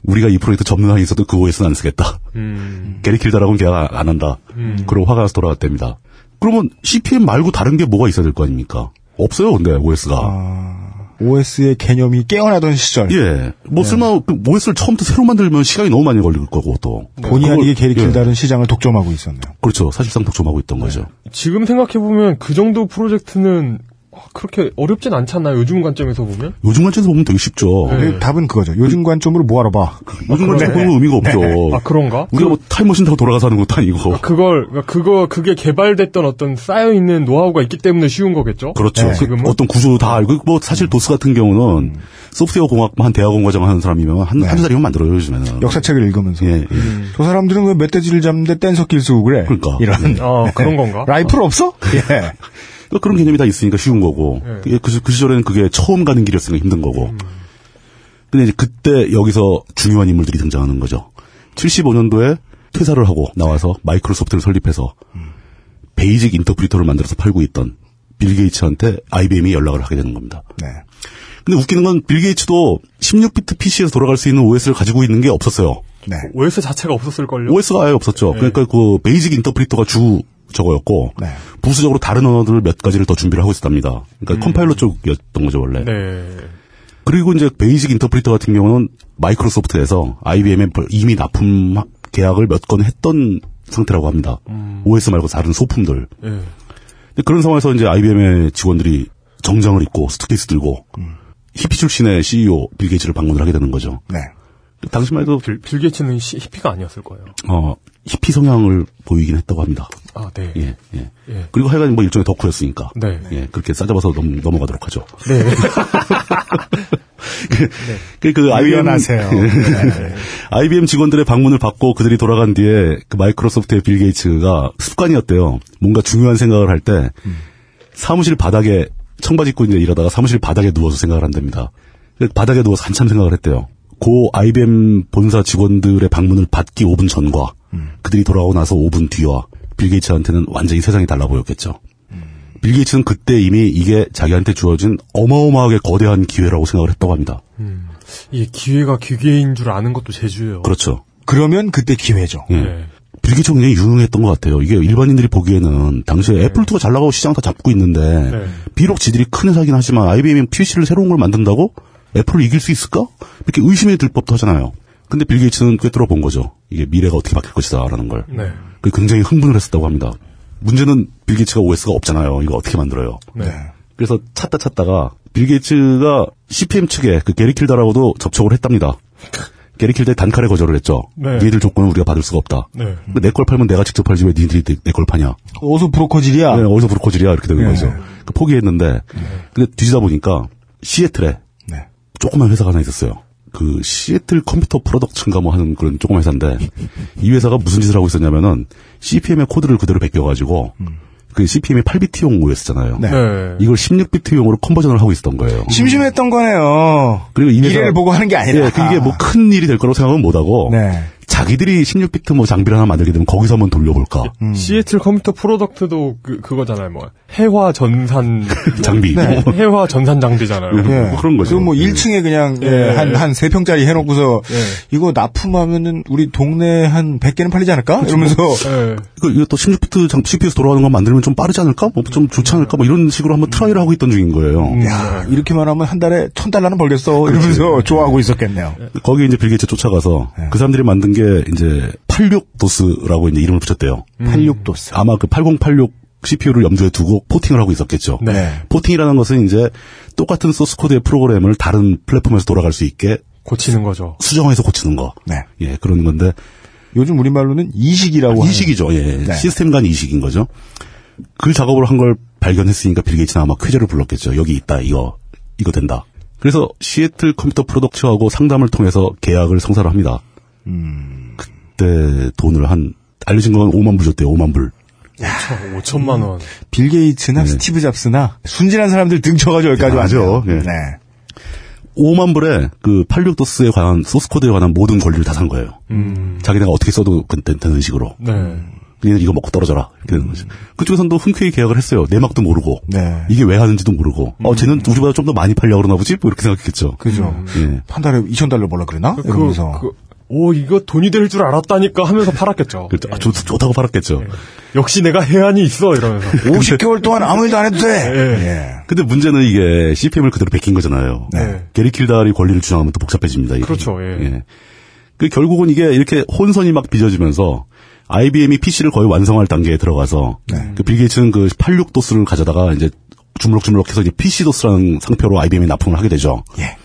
우리가 이 프로젝트 전문항에 있어도 그 OS는 안 쓰겠다. 음. 게리킬다라고는 계약 안 한다. 그러고 화가 나서 돌아왔답니다. 그러면 CPM 말고 다른 게 뭐가 있어야 될 거 아닙니까? 없어요, 근데 OS가. 아, OS의 개념이 깨어나던 시절. 예. 뭐 설마 네. OS를 처음부터 새로 만들면 시간이 너무 많이 걸릴 거고 또. 네. 본의 아니게 게리킬 다른 예. 시장을 독점하고 있었네요. 그렇죠. 사실상 독점하고 있던 네. 거죠. 지금 생각해 보면 그 정도 프로젝트는 아, 그렇게 어렵진 않잖아요. 요즘 관점에서 보면. 요즘 관점에서 보면 되게 쉽죠. 네. 답은 그거죠. 요즘 관점으로 뭐 알아봐. 요즘 관점 보는 의미가 없죠. 네. 아 그런가? 우리가 뭐 타임머신 타고 돌아가서 하는 것도 아니고. 아, 그걸 그거 그게 개발됐던 어떤 쌓여 있는 노하우가 있기 때문에 쉬운 거겠죠. 그렇죠. 네. 지금 어떤 구조 다 알고 뭐 사실 도스 같은 경우는 음. 소프트웨어 공학만 대학원 과정 하는 사람이면 한 한 자리만 만들어요 요즘에는. 역사책을 읽으면서. 예. 음. 저 사람들은 왜 멧돼지를 잡는데 뗀석 길수 그래? 그러니까. 이런. 아 그런 건가? 라이플 없어? 예. 그러니까 그런 개념이 다 있으니까 쉬운 거고 네. 그, 그, 시절에는 그게 처음 가는 길이었으니까 힘든 거고 음. 근데 이제 그때 여기서 중요한 인물들이 등장하는 거죠 75년도에 퇴사를 하고 나와서 마이크로소프트를 설립해서 음. 베이직 인터프리터를 만들어서 팔고 있던 빌 게이츠한테 IBM이 연락을 하게 되는 겁니다. 네. 근데 웃기는 건 빌 게이츠도 16비트 PC에서 돌아갈 수 있는 OS를 가지고 있는 게 없었어요. 네. OS 자체가 없었을걸요? OS가 아예 네. 없었죠. 그러니까 그 베이직 인터프리터가 주 저거였고 네. 부수적으로 다른 언어들 몇 가지를 더 준비를 하고 있었답니다. 그러니까 음. 컴파일러 쪽이었던 거죠 원래. 네. 그리고 이제 베이직 인터프리터 같은 경우는 마이크로소프트에서 IBM에 이미 납품 계약을 몇 건 했던 상태라고 합니다. 음. OS 말고 다른 소품들. 예. 근데 그런 상황에서 이제 IBM의 직원들이 정장을 입고 스투케이스 들고 음. 히피 출신의 CEO 빌 게이츠를 방문을 하게 되는 거죠. 네. 당시만 해도 빌, 빌 게이츠는 시- 히피가 아니었을 거예요. 어, 히피 성향을 보이긴 했다고 합니다. 아, 네. 예, 예. 예. 그리고 하여간 뭐 일종의 덕후였으니까. 네. 예, 그렇게 싸잡아서 넘, 넘어가도록 하죠. 네. 그, 그, IBM. 네. 유연하세요. 예. 네. IBM 직원들의 방문을 받고 그들이 돌아간 뒤에 그 마이크로소프트의 빌 게이츠가 습관이었대요. 뭔가 중요한 생각을 할 때 음. 사무실 바닥에 청바지 입고 이제 일하다가 사무실 바닥에 누워서 생각을 한답니다. 그래서 바닥에 누워서 한참 생각을 했대요. 고 IBM 본사 직원들의 방문을 받기 5분 전과 음. 그들이 돌아오고 나서 5분 뒤와 빌 게이츠한테는 완전히 세상이 달라 보였겠죠. 빌 게이츠는 그때 이미 이게 자기한테 주어진 어마어마하게 거대한 기회라고 생각을 했다고 합니다. 이게 기회가 기계인 줄 아는 것도 재주예요. 네. 그렇죠. 그러면 그때 기회죠. 예. 빌 게이츠가 굉장히 유능했던 것 같아요. 이게 일반인들이 보기에는 당시에 애플2가 잘 나가고 시장 다 잡고 있는데 네. 비록 지들이 큰 회사긴 하지만 IBM이 PC를 새로운 걸 만든다고 애플을 이길 수 있을까? 이렇게 의심이 들 법도 하잖아요. 근데 빌 게이츠는 꿰뚫어 본 거죠. 이게 미래가 어떻게 바뀔 것이다라는 걸. 네. 그 굉장히 흥분을 했었다고 합니다. 문제는 빌 게이츠가 OS가 없잖아요. 이거 어떻게 만들어요? 네. 그래서 찾다 찾다가 빌 게이츠가 CPM 측에 그 게리 킬다라고도 접촉을 했답니다. 게리 킬다의 단칼에 거절을 했죠. 네. 얘들 조건은 우리가 받을 수가 없다. 네. 내 걸 팔면 내가 직접 팔지 왜 니들이 내 걸 파냐. 어디서 브로커질이야? 네, 어디서 브로커질이야 이렇게 되는 아. 네. 거죠. 그 포기했는데 근데 뒤지다 보니까 시애틀에 네. 조그만 회사가 하나 있었어요. 그 시애틀 컴퓨터 프로덕츠인가 뭐 하는 그런 조그만 회사인데 이 회사가 무슨 짓을 하고 있었냐면은 CPM의 코드를 그대로 베껴가지고 그 CPM이 8비트용 OS잖아요. 네. 네. 이걸 16비트용으로 컨버전을 하고 있었던 거예요. 심심했던 거예요. 그리고 이 회사- 미래를 보고 하는 게 아니라. 네. 예, 그 이게 뭐 큰 일이 될 거라고 생각은 못 하고 자기들이 16비트 뭐 장비를 하나 만들게 되면 거기서 한번 돌려볼까. 음. 시애틀 컴퓨터 프로덕트도 그, 그거잖아요, 뭐. 해화 전산. 그 장비. 뭐 네. 해화 전산 장비잖아요. 음. 예. 그럼 뭐 1층에 그냥 예. 예, 한, 한 3평짜리 해놓고서 이거 납품하면은 우리 동네 한 100개는 팔리지 않을까? 이러면서. 네. 그 이거 또 16비트 장, CPU에서 돌아가는 거 만들면 좀 빠르지 않을까? 뭐 좀 좋지 않을까? 뭐 이런 식으로 한번 트라이를 하고 있던 중인 거예요. 야, 이렇게만 하면 한 달에 천 달러는 벌겠어. 이러면서 좋아하고 있었겠네요. 예. 거기 이제 빌게이츠 쫓아가서 예. 그 사람들이 만든 게 이제 86도스라고 이제 이름을 붙였대요. 음. 86도스. 아마 그 8086 CPU를 염두에 두고 포팅을 하고 있었겠죠. 네. 포팅이라는 것은 이제 똑같은 소스 코드의 프로그램을 다른 플랫폼에서 돌아갈 수 있게 고치는 거죠. 수정해서 고치는 거. 네. 예, 그런 건데 요즘 우리말로는 이식이라고 이식이죠. 예. 네. 시스템 간 이식인 거죠. 그 작업을 한 걸 발견했으니까 빌 게이츠는 아마 쾌재를 불렀겠죠. 여기 있다. 이거 이거 된다. 그래서 시애틀 컴퓨터 프로덕츠하고 상담을 통해서 계약을 성사를 합니다. 음. 그때 돈을 한 알려진 건 5만 불 줬대요. 5만 불. 5천만 원. 빌 게이츠나 예. 스티브 잡스나 순진한 사람들 등쳐가지고 여기까지 왔죠. 예. 네. 5만 불에 그 86도스에 관한 소스 코드에 관한 모든 권리를 다 산 거예요. 음. 자기네가 어떻게 써도 그- 된- 되는 식으로. 음, 네. 얘는 이거 먹고 떨어져라. 이렇게 되는 거죠. 그쪽에서도 흔쾌히 계약을 했어요. 내막도 모르고. 네. 이게 왜 하는지도 모르고. 어, 쟤는 우리보다 좀 더 많이 팔려고 그러나 보지? 뭐 이렇게 생각했겠죠. 그죠. 예. 한 달에 2천 달러 벌라 그러나? 네, 그, 이러면서. 그, 오, 이거 돈이 될 줄 알았다니까 하면서 팔았겠죠. 그렇죠. 아, 좋, 좋다고 팔았겠죠. 역시 내가 해안이 있어, 이러면서. 그그 50개월 동안 아무 일도 안 해도 돼! 예. 근데 문제는 이게 CPM을 그대로 베낀 거잖아요. 네. 게리 킬다리 권리를 주장하면 또 복잡해집니다. 이게. 그렇죠, 예. 그 결국은 이게 이렇게 혼선이 막 빚어지면서 IBM이 PC를 거의 완성할 단계에 들어가서 네. 그 빌게이츠는 그 86도스를 가져다가 이제 주물럭주물럭해서 이제 PC도스라는 상표로 IBM에 납품을 하게 되죠. 예.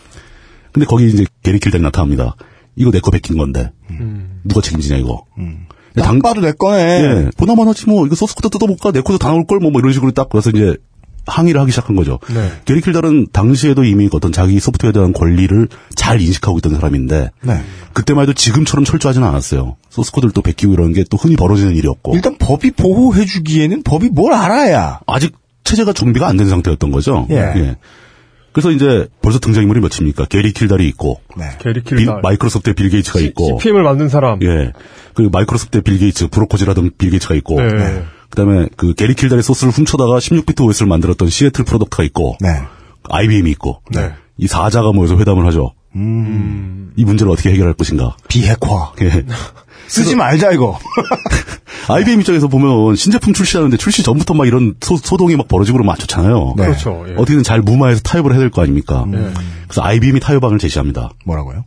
근데 거기 이제 게리 킬다리 나타납니다. 이거 내 거 베낀 건데 음. 누가 책임지냐 이거. 근데 당- 딱 봐도 내 거네. 예. 보나마나지 뭐 이거 소스 코드 뜯어볼까 내 코드 다 나올 걸뭐 뭐 이런 식으로 딱 그래서 이제 항의를 하기 시작한 거죠. 네. 게리 킬달은 당시에도 이미 어떤 자기 소프트웨어에 대한 권리를 잘 인식하고 있던 사람인데 네. 그때만 해도 지금처럼 철저하지는 않았어요. 소스 코드를 또 베끼고 이러는 게 또 흔히 벌어지는 일이었고 일단 법이 보호해주기에는 법이 뭘 알아야. 아직 체제가 준비가 안 된 상태였던 거죠. 예. 그래서 이제 벌써 등장인물이 몇입니까? 게리 킬달이 있고 네. 게리 빌- 킬달. 마이크로소프트의 빌 게이츠가 있고 CPM을 만든 사람. 예. 그리고 마이크로소프트의 빌 게이츠, 브로커지라던 빌 게이츠가 있고. 네. 그다음에 그 게리 킬달의 소스를 훔쳐다가 16비트 OS를 만들었던 시애틀 프로덕트가 있고 네. IBM이 있고 이 사자가 모여서 회담을 하죠. 음. 이 문제를 어떻게 해결할 것인가. 비핵화. 예. 쓰지 말자 이거. IBM 입장에서 보면 신제품 출시하는데 출시 전부터 막 이런 소, 동이막 벌어지고 그러면 안 좋잖아요. 네. 그렇죠, 예. 어떻게든 잘 무마해서 타협을 해야 될 거 아닙니까? 음. 그래서 IBM이 타협안을 제시합니다. 뭐라고요?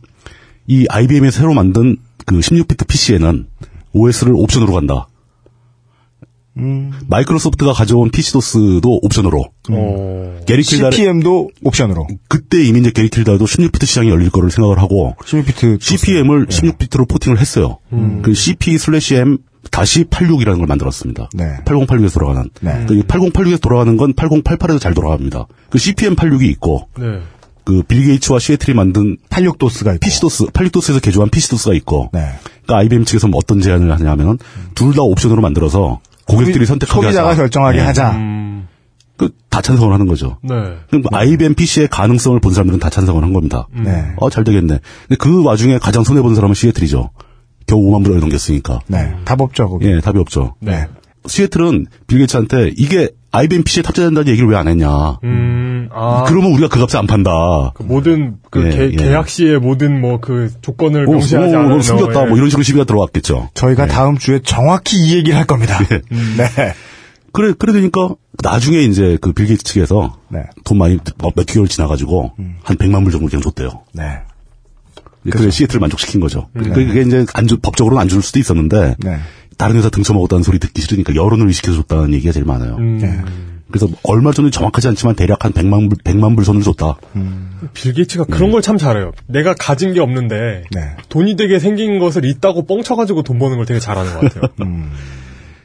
이 IBM이 새로 만든 그 16비트 PC에는 OS를 옵션으로 간다. 음. 마이크로소프트가 가져온 PC도스도 옵션으로. 음. 게리 킬달의- CPM도 옵션으로. 그때 이미 이제 게리 킬달도 16비트 시장이 열릴 거를 생각을 하고 16비트 CPM을 16비트로 포팅을 했어요. 음. 그 CP 슬래시 M 다시 86이라는 걸 만들었습니다. 네. 8086에서 돌아가는. 그 8086에서 돌아가는 건 8088에도 잘 돌아갑니다. 그 CPM 86이 있고 네. 그 빌 게이츠와 시애틀이 만든 86도스가 있고 네. PC도스 86도스에서 개조한 PC도스가 있고 그러니까 IBM 측에서 어떤 제안을 하냐면은 둘 다 옵션으로 만들어서 고객들이 우리 선택하게 그 소비자가 예. 음. 하자. 예. 결정하게 하자. 그다 찬성을 하는 거죠. 네. 그럼 IBM PC의 가능성을 본 사람들은 다 찬성을 한 겁니다. 네. 어, 잘 되겠네. 근데 그 와중에 가장 손해본 사람은 시애틀이죠. 겨우 5만 불을 넘겼으니까. 네. 답 없죠, 거기. 예, 답이 없죠. 네. 시애틀은 빌게츠한테 이게 IBM PC에 탑재된다는 얘기를 왜 안 했냐. 음, 아. 그러면 우리가 그 값에 안 판다. 모든 그 예, 개, 예. 계약 시의 모든 뭐 그 조건을 오, 명시하지 오, 않은 오, 숨겼다. 네. 어, 예. 뭐 이런 식으로 시비가 들어왔겠죠. 저희가 다음 주에 정확히 이 얘기를 할 겁니다. 네. 그래, 그래 되니까 나중에 이제 그 빌게츠 측에서 돈 많이 어, 몇, 몇 개월 지나가지고 한 100만 불 정도 그냥 줬대요. 네. 그래 시애틀을 만족시킨 거죠. 네. 그게 그게 이제 안 주- 법적으로는 안 줄 수도 있었는데 네. 다른 회사 등쳐먹었다는 소리 듣기 싫으니까 여론을 의식해줬다는 얘기가 제일 많아요. 네. 그래서 얼마 전에 정확하지 않지만 대략 한 100만 불, 100만 불 선을 줬다. 빌 게이츠가 그런 예. 걸 참 잘해요. 내가 가진 게 없는데 네. 돈이 되게 생긴 것을 있다고 뻥쳐가지고 돈 버는 걸 되게 잘하는 것 같아요. 음.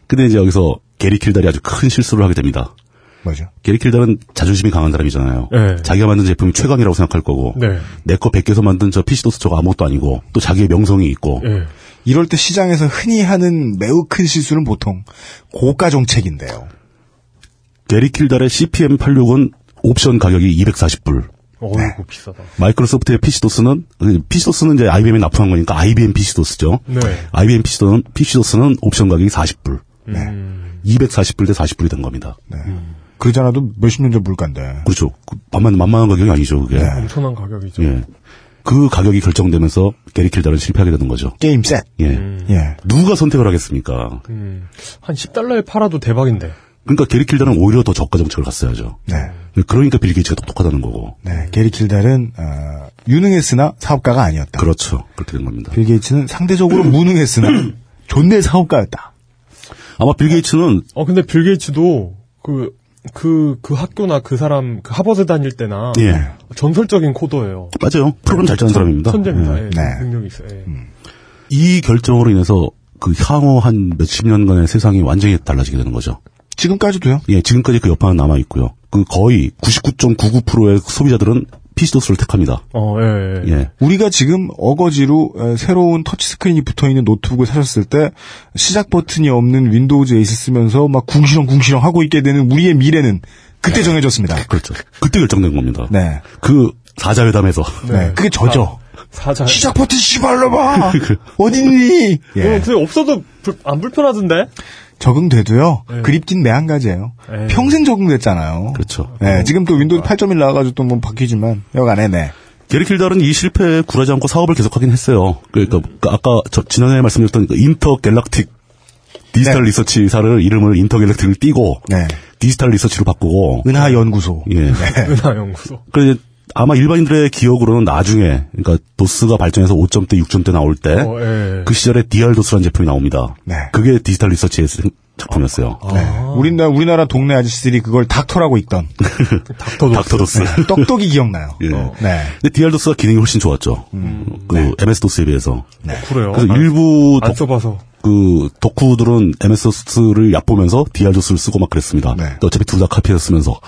근데 이제 여기서 게리 킬달이 아주 큰 실수를 하게 됩니다. 맞아. 게리 킬달은 자존심이 강한 사람이잖아요. 네. 자기가 만든 제품이 최강이라고 생각할 거고 네. 내 거 100개에서 만든 저 PC도스 저거 아무것도 아니고 또 자기의 명성이 네. 있고 예. 이럴 때 시장에서 흔히 하는 매우 큰 실수는 보통 고가 정책인데요. 게리 킬달의 CPM86은 옵션 가격이 240불. 어이구 네. 비싸다. 마이크로소프트의 PC도스는 PC도스는 이제 IBM이 납품한 거니까 IBM PC도스죠. 네. IBM PC도는 PC도스는 옵션 가격이 40불. 240불 대 40불이 된 겁니다. 그러잖아도 몇십 년 전 물가인데. 그렇죠. 그 만만 만만한 가격이 아니죠, 그게. 엄청난 가격이죠. 예. 그 가격이 결정되면서 게리 킬달은 실패하게 되는 거죠. 게임 셋. 예. 음. 누가 선택을 하겠습니까? 음, 한 10달러에 팔아도 대박인데. 그러니까 게리 킬달은 오히려 더 저가 정책을 갔어야죠. 네. 그러니까 빌 게이츠가 똑똑하다는 거고. 네, 게리 킬달은 어, 유능했으나 사업가가 아니었다. 그렇죠. 그렇게 된 겁니다. 빌 게이츠는 상대적으로 무능했으나 존내 사업가였다. 아마 빌 게이츠는 어 근데 빌 게이츠도 그 그 그 학교나 그 사람 그 하버드 다닐 때나 예. 전설적인 코더예요. 맞아요. 프로그램 잘 짜는 어. 천- 사람입니다. 천재입니다. 예. 음. 예, 능력이 있어요. 예. 이 결정으로 인해서 그 향후 한 몇십 년간의 세상이 완전히 달라지게 되는 거죠. 지금까지도요? 예, 지금까지 그 여파는 남아 있고요. 그 거의 99.99%의 소비자들은 피시도스를 택합니다. 어, 예, 예. 예. 우리가 지금 어거지로 에, 새로운 터치 스크린이 붙어 있는 노트북을 사셨을 때 시작 버튼이 없는 윈도우즈 에이스 쓰면서 막 궁시렁궁시렁 하고 있게 되는 우리의 미래는 그때 정해졌습니다. 그렇죠. 그때 결정된 겁니다. 네. 그 사자회담에서. 어. 네. 그게 저죠. 사자. 시작 버튼 씨발로 봐. 어딨니? 예. 어, 예. 근데 없어도 불- 안 불편하던데? 적응돼도요. 그립긴 매한 가지예요. 에이. 평생 적응됐잖아요. 네. 그렇죠. 네, 지금 또 윈도우 8.1 나와가지고 또 뭐 바뀌지만 여간에 네. 게리 킬달은 이 실패에 굴하지 않고 사업을 계속하긴 했어요. 그러니까 그 아까 저 지난해 말씀드렸던 그 인터 갤럭틱 디지털 네. 리서치사를 이름을 인터 갤럭틱을 띄고 디지털 리서치로 바꾸고 은하 연구소. 예. 네. 네. 은하 연구소. 그래 이제 아마 일반인들의 기억으로는 나중에 그러니까 도스가 발전해서 5점대, 6점대 나올 때 그 어, 예. 시절에 디알 도스라는 제품이 나옵니다. 그게 디지털 리서치의 생- 네. 작품이었어요. 우리나라 우리나라 동네 아저씨들이 그걸 닥터라고 읽던 닥터 닥터도스. 네. 떡떡이 기억나요. 예. 네. 근데 디알 도스가 기능이 훨씬 좋았죠. 그 MS 도스에 비해서. 어, 그래요. 네. 그래서 안- 일부 안 독- 써봐서. 그 덕후들은 MSOS를 얕보면서 DR조스를 쓰고 막 그랬습니다. 근데 어차피 둘 다 카피해서 쓰면서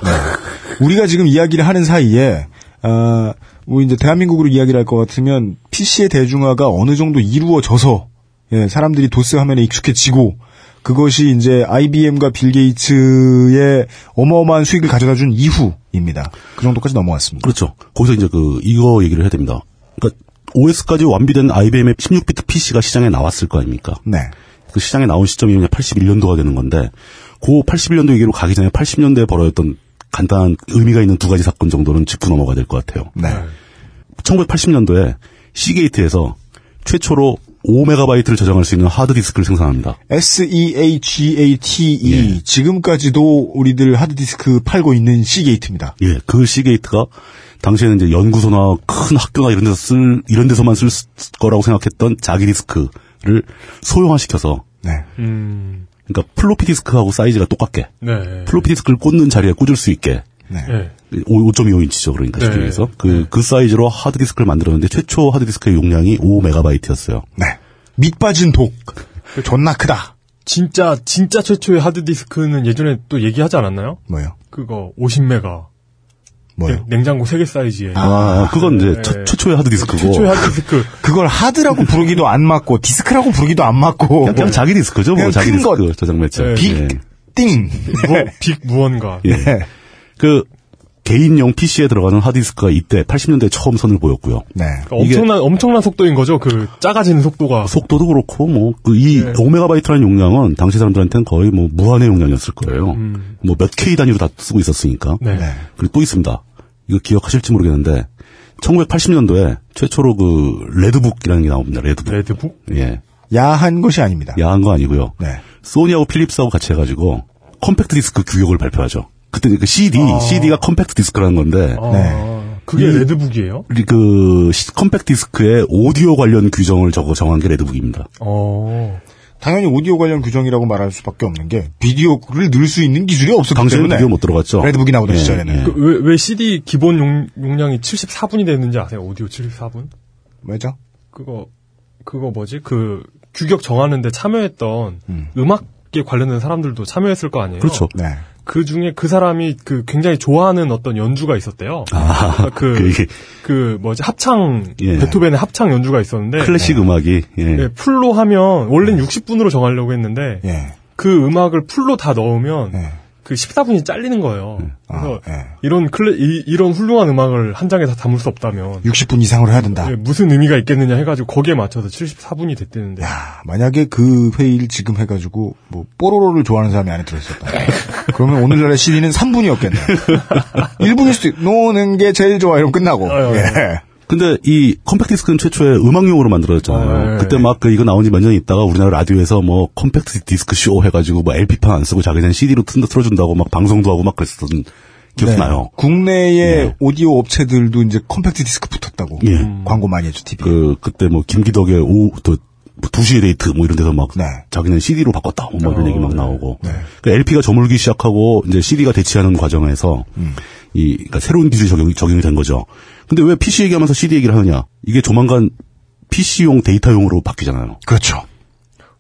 우리가 지금 이야기를 하는 사이에 아, 뭐 이제 대한민국으로 이야기를 할 것 같으면 PC의 대중화가 어느 정도 이루어져서 예, 사람들이 도스 화면에 익숙해지고 그것이 이제 IBM과 빌 게이츠의 어마어마한 수익을 가져다 준 이후입니다. 그 정도까지 넘어왔습니다. 그렇죠. 거기서 이제 그 이거 얘기를 해야 됩니다. 그러니까 OS까지 완비된 IBM의 16비트 PC가 시장에 나왔을 거 아닙니까? 네. 그 시장에 나온 시점이 그냥 81년도가 되는 건데 고 81년도 얘기로 가기 전에 80년대에 벌어졌던 간단한 의미가 있는 두 가지 사건 정도는 짚고 넘어가야 될 것 같아요. 네. 1980년도에 시게이트에서 최초로 5메가바이트를 저장할 수 있는 하드디스크를 생산합니다. E S-E-H-A-T-E. E 지금까지도 우리들 하드디스크 팔고 있는 시게이트입니다. 예, 그 시게이트가 당시에는 이제 연구소나 큰 학교나 이런 데서 쓸 이런 데서만 쓸 수- 거라고 생각했던 자기 디스크를 소형화시켜서 네. 그러니까 플로피 디스크하고 사이즈가 똑같게 네. 플로피 디스크를 꽂는 자리에 꽂을 수 있게 네. 5.25인치죠 그러니까 쉽게 네. 얘기해서 그, 그 사이즈로 하드디스크를 만들었는데 최초 하드디스크의 용량이 5메가바이트였어요. 네. 밑빠진 독. 존나 크다. 진짜 진짜 최초의 하드디스크는 예전에 또 얘기하지 않았나요? 뭐요? 그거 50메가. 예, 뭐요? 냉- 냉장고 세 개 사이즈에. 아, 그건 이제 네. 첫- 최초의 하드디스크고. 최초의 하드디스크. 그걸 하드라고 부르기도 안 맞고 디스크라고 부르기도 안 맞고 그냥, 그냥 자기 디스크죠, 뭐 그냥 자기 큰 디스크 저장 매체. 네. 예. 네. 띵. 뭐, 빅 무언가. 예. 그 개인용 PC에 들어가는 하드디스크가 이때 80년대 처음 선을 보였고요. 네. 그러니까 엄청난 엄청난 속도인 거죠. 그 작아지는 속도가. 속도도 그렇고 뭐 그 이 5메가바이트라는 용량은 당시 사람들한테는 거의 뭐 무한의 용량이었을 거예요. 뭐 몇 K 단위로 다 쓰고 있었으니까. 네. 그리고 또 있습니다. 이거 기억하실지 모르겠는데 1980년도에 최초로 그 레드북이라는 게 나옵니다. 레드북. 레드북? 예. 야한 것이 아닙니다. 야한 거 아니고요. 네. 소니하고 필립스하고 같이 해가지고 컴팩트 디스크 규격을 발표하죠. 그때 그 CD, 아. CD가 컴팩트 디스크라는 건데 아, 그게 네. 이- 레드북이에요? 우리 그 시- 컴팩트 디스크에 오디오 관련 규정을 적어 정한 게 레드북입니다. 어. 당연히 오디오 관련 규정이라고 말할 수밖에 없는 게 비디오를 넣을 수 있는 기술이 없었기 당시에는 때문에 비디오 못 들어갔죠. 레드북이 나오던 예, 시절에는 예. 그 왜, 왜 CD 기본 용, 용량이 74분이 됐는지 아세요? 오디오 74분? 뭐죠? 그거, 그거 뭐지? 그, 규격 정하는데 참여했던 음. 악에 관련된 사람들도 참여했을 거 아니에요? 그렇죠. 네. 그 중에 그 사람이 그 굉장히 좋아하는 어떤 연주가 있었대요. 아, 그, 그 이게- 그 뭐지? 합창, 예. 베토벤의 합창 연주가 있었는데. 클래식 음악이 예. 예, 풀로 하면, 원래는 60분으로 정하려고 했는데, 예. 그 음악을 풀로 다 넣으면, 그 14분이 잘리는 거예요. 음. 아, 그래서 이런 클래, 이, 런 훌륭한 음악을 한 장에 다 담을 수 없다면 60분 이상으로 해야 된다. 예, 무슨 의미가 있겠느냐 해가지고 거기에 맞춰서 74분이 됐대는데 만약에 그 회의를 지금 해가지고 뭐 뽀로로를 좋아하는 사람이 안에 들어있었다. 그러면 오늘날의 CD는 3분이었겠네. 1분일 수도 있, 노는 게 제일 좋아 이러면 끝나고. 예. 근데 이 컴팩트 디스크는 최초에 음악용으로 만들어졌잖아요. 그때 막 그 이거 나온 지 몇 년 있다가 우리나라 라디오에서 뭐 컴팩트 디스크 쇼 해가지고 뭐 LP판 안 쓰고 자기는 CD로 튼 틀어준다고 막 방송도 하고 막 그랬었던 기억 네. 나요. 국내의 오디오 업체들도 이제 컴팩트 디스크 붙었다고 예. 광고 많이 해줘 TV. 그 그때 뭐 김기덕의 오후 또 2시의 데이트 뭐 이런 데서 막 자기는 CD로 바꿨다 뭐 이런 얘기 막 나오고 그 LP가 저물기 시작하고 이제 CD가 대체하는 과정에서 이 그러니까 새로운 기술이 적용이, 적용이 된 거죠. 근데 왜 PC 얘기하면서 CD 얘기를 하느냐? 이게 조만간 PC용 데이터용으로 바뀌잖아요. 그렇죠.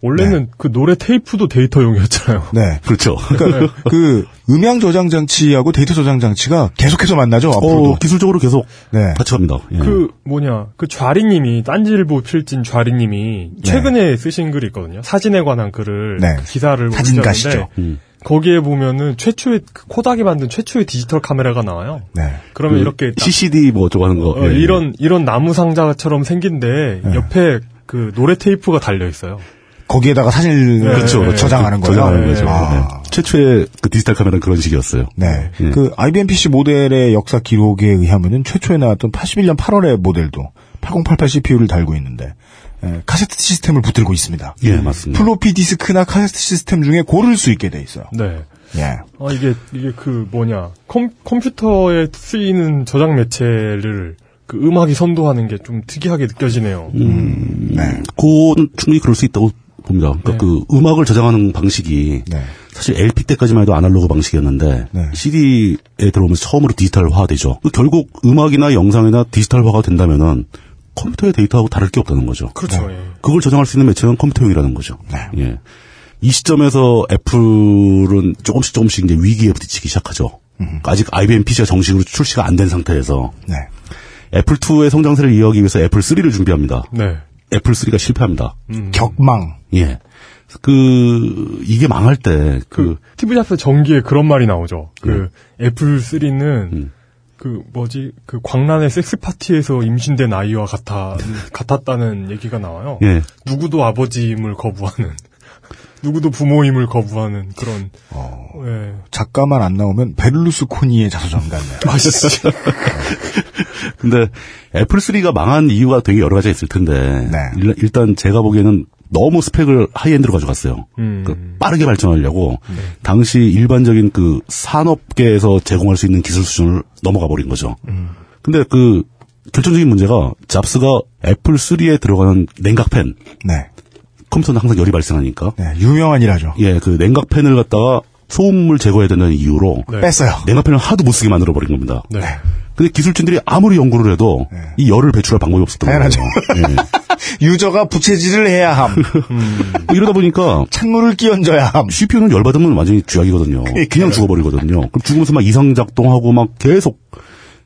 원래는 그 노래 테이프도 데이터용이었잖아요. 네. 그렇죠. 그러니까 그 음향 저장 장치하고 데이터 저장 장치가 계속해서 만나죠 앞으로도. 어, 기술적으로 계속 네. 같이 갑니다. 예. 그 뭐냐 그 좌리님이 딴지일보 필진 좌리님이 최근에 쓰신 글이 있거든요. 사진에 관한 글을 네. 그 기사를 사진가시죠. 음. 올리셨는데 거기에 보면은 최초의 그 코닥이 만든 최초의 디지털 카메라가 나와요. 네. 그러면 그 이렇게 딱- CCD 뭐 어쩌고 하는 거 어, 예. 이런 이런 나무 상자처럼 생긴데 네. 옆에 그 노래 테이프가 달려 있어요. 거기에다가 사진을 그렇죠, 그렇죠. 네. 저장하는 거예요. 저장하는 거죠. 아. 네. 최초의 그 디지털 카메라는 그런 식이었어요. 네. 그 IBM PC 모델의 역사 기록에 의하면은 최초에 나왔던 81년 8월의 모델도 8088 CPU를 달고 있는데 에, 카세트 시스템을 붙들고 있습니다. 예, 맞습니다. 플로피 디스크나 카세트 시스템 중에 고를 수 있게 돼 있어요. 네. 예. 아 이게 이게 그 뭐냐 컴, 컴퓨터에 쓰이는 저장 매체를 그 음악이 선도하는 게 좀 특이하게 느껴지네요. 음, 그건 충분히 그럴 수 있다고 봅니다. 네. 그러니까 그 음악을 저장하는 방식이 네. 사실 LP 때까지만 해도 아날로그 방식이었는데 네. CD에 들어오면서 처음으로 디지털화되죠. 그 결국 음악이나 영상이나 디지털화가 된다면은 컴퓨터의 데이터하고 다를 게 없다는 거죠. 그렇죠. 네. 그걸 저장할 수 있는 매체는 컴퓨터용이라는 거죠. 예. 이 시점에서 애플은 조금씩 조금씩 이제 위기에 부딪히기 시작하죠. 아직 IBM PC가 정식으로 출시가 안 된 상태에서 네. 애플 2의 성장세를 이어가기 위해서 애플 3를 준비합니다. 네. 애플 3가 실패합니다. 격망. 예. 그 이게 망할 때 그 TV 잡스 전기에 그런 말이 나오죠. 그 네. 애플 3는 음. 그 뭐지 그 광란의 섹스 파티에서 임신된 아이와 같아 같았다는 얘기가 나와요. 예. 누구도 아버지임을 거부하는. 누구도 부모임을 거부하는 그런 어, 예. 작가만 안 나오면 베를루스코니의 자서전 같네요. 근데 애플 3가 망한 이유가 되게 여러 가지가 있을 네. 텐데 일- 일단 제가 보기에는 너무 스펙을 하이엔드로 가져갔어요. 음. 그 빠르게 발전하려고 네. 당시 일반적인 그 산업계에서 제공할 수 있는 기술 수준을 넘어가 버린 거죠. 음. 근데 그 결정적인 문제가 잡스가 애플 3에 들어가는 냉각팬. 컴퓨터는 항상 열이 발생하니까. 네. 유명한 일하죠. 예, 그 냉각팬을 갖다가 소음을 제거해야 된다는 이유로 네. 뺐어요. 냉각팬을 하도 못 쓰게 만들어 버린 겁니다. 네. 근데 그 기술진들이 아무리 연구를 해도 이 열을 배출할 방법이 없었던 거예요. 네. 당연하죠. 유저가 부채질을 해야 함. 뭐 이러다 보니까 창문을 끼얹어야 함. CPU는 열받으면 완전히 쥐약이거든요. 그냥 죽어버리거든요. 그럼 죽으면서 막 이상 작동하고 막 계속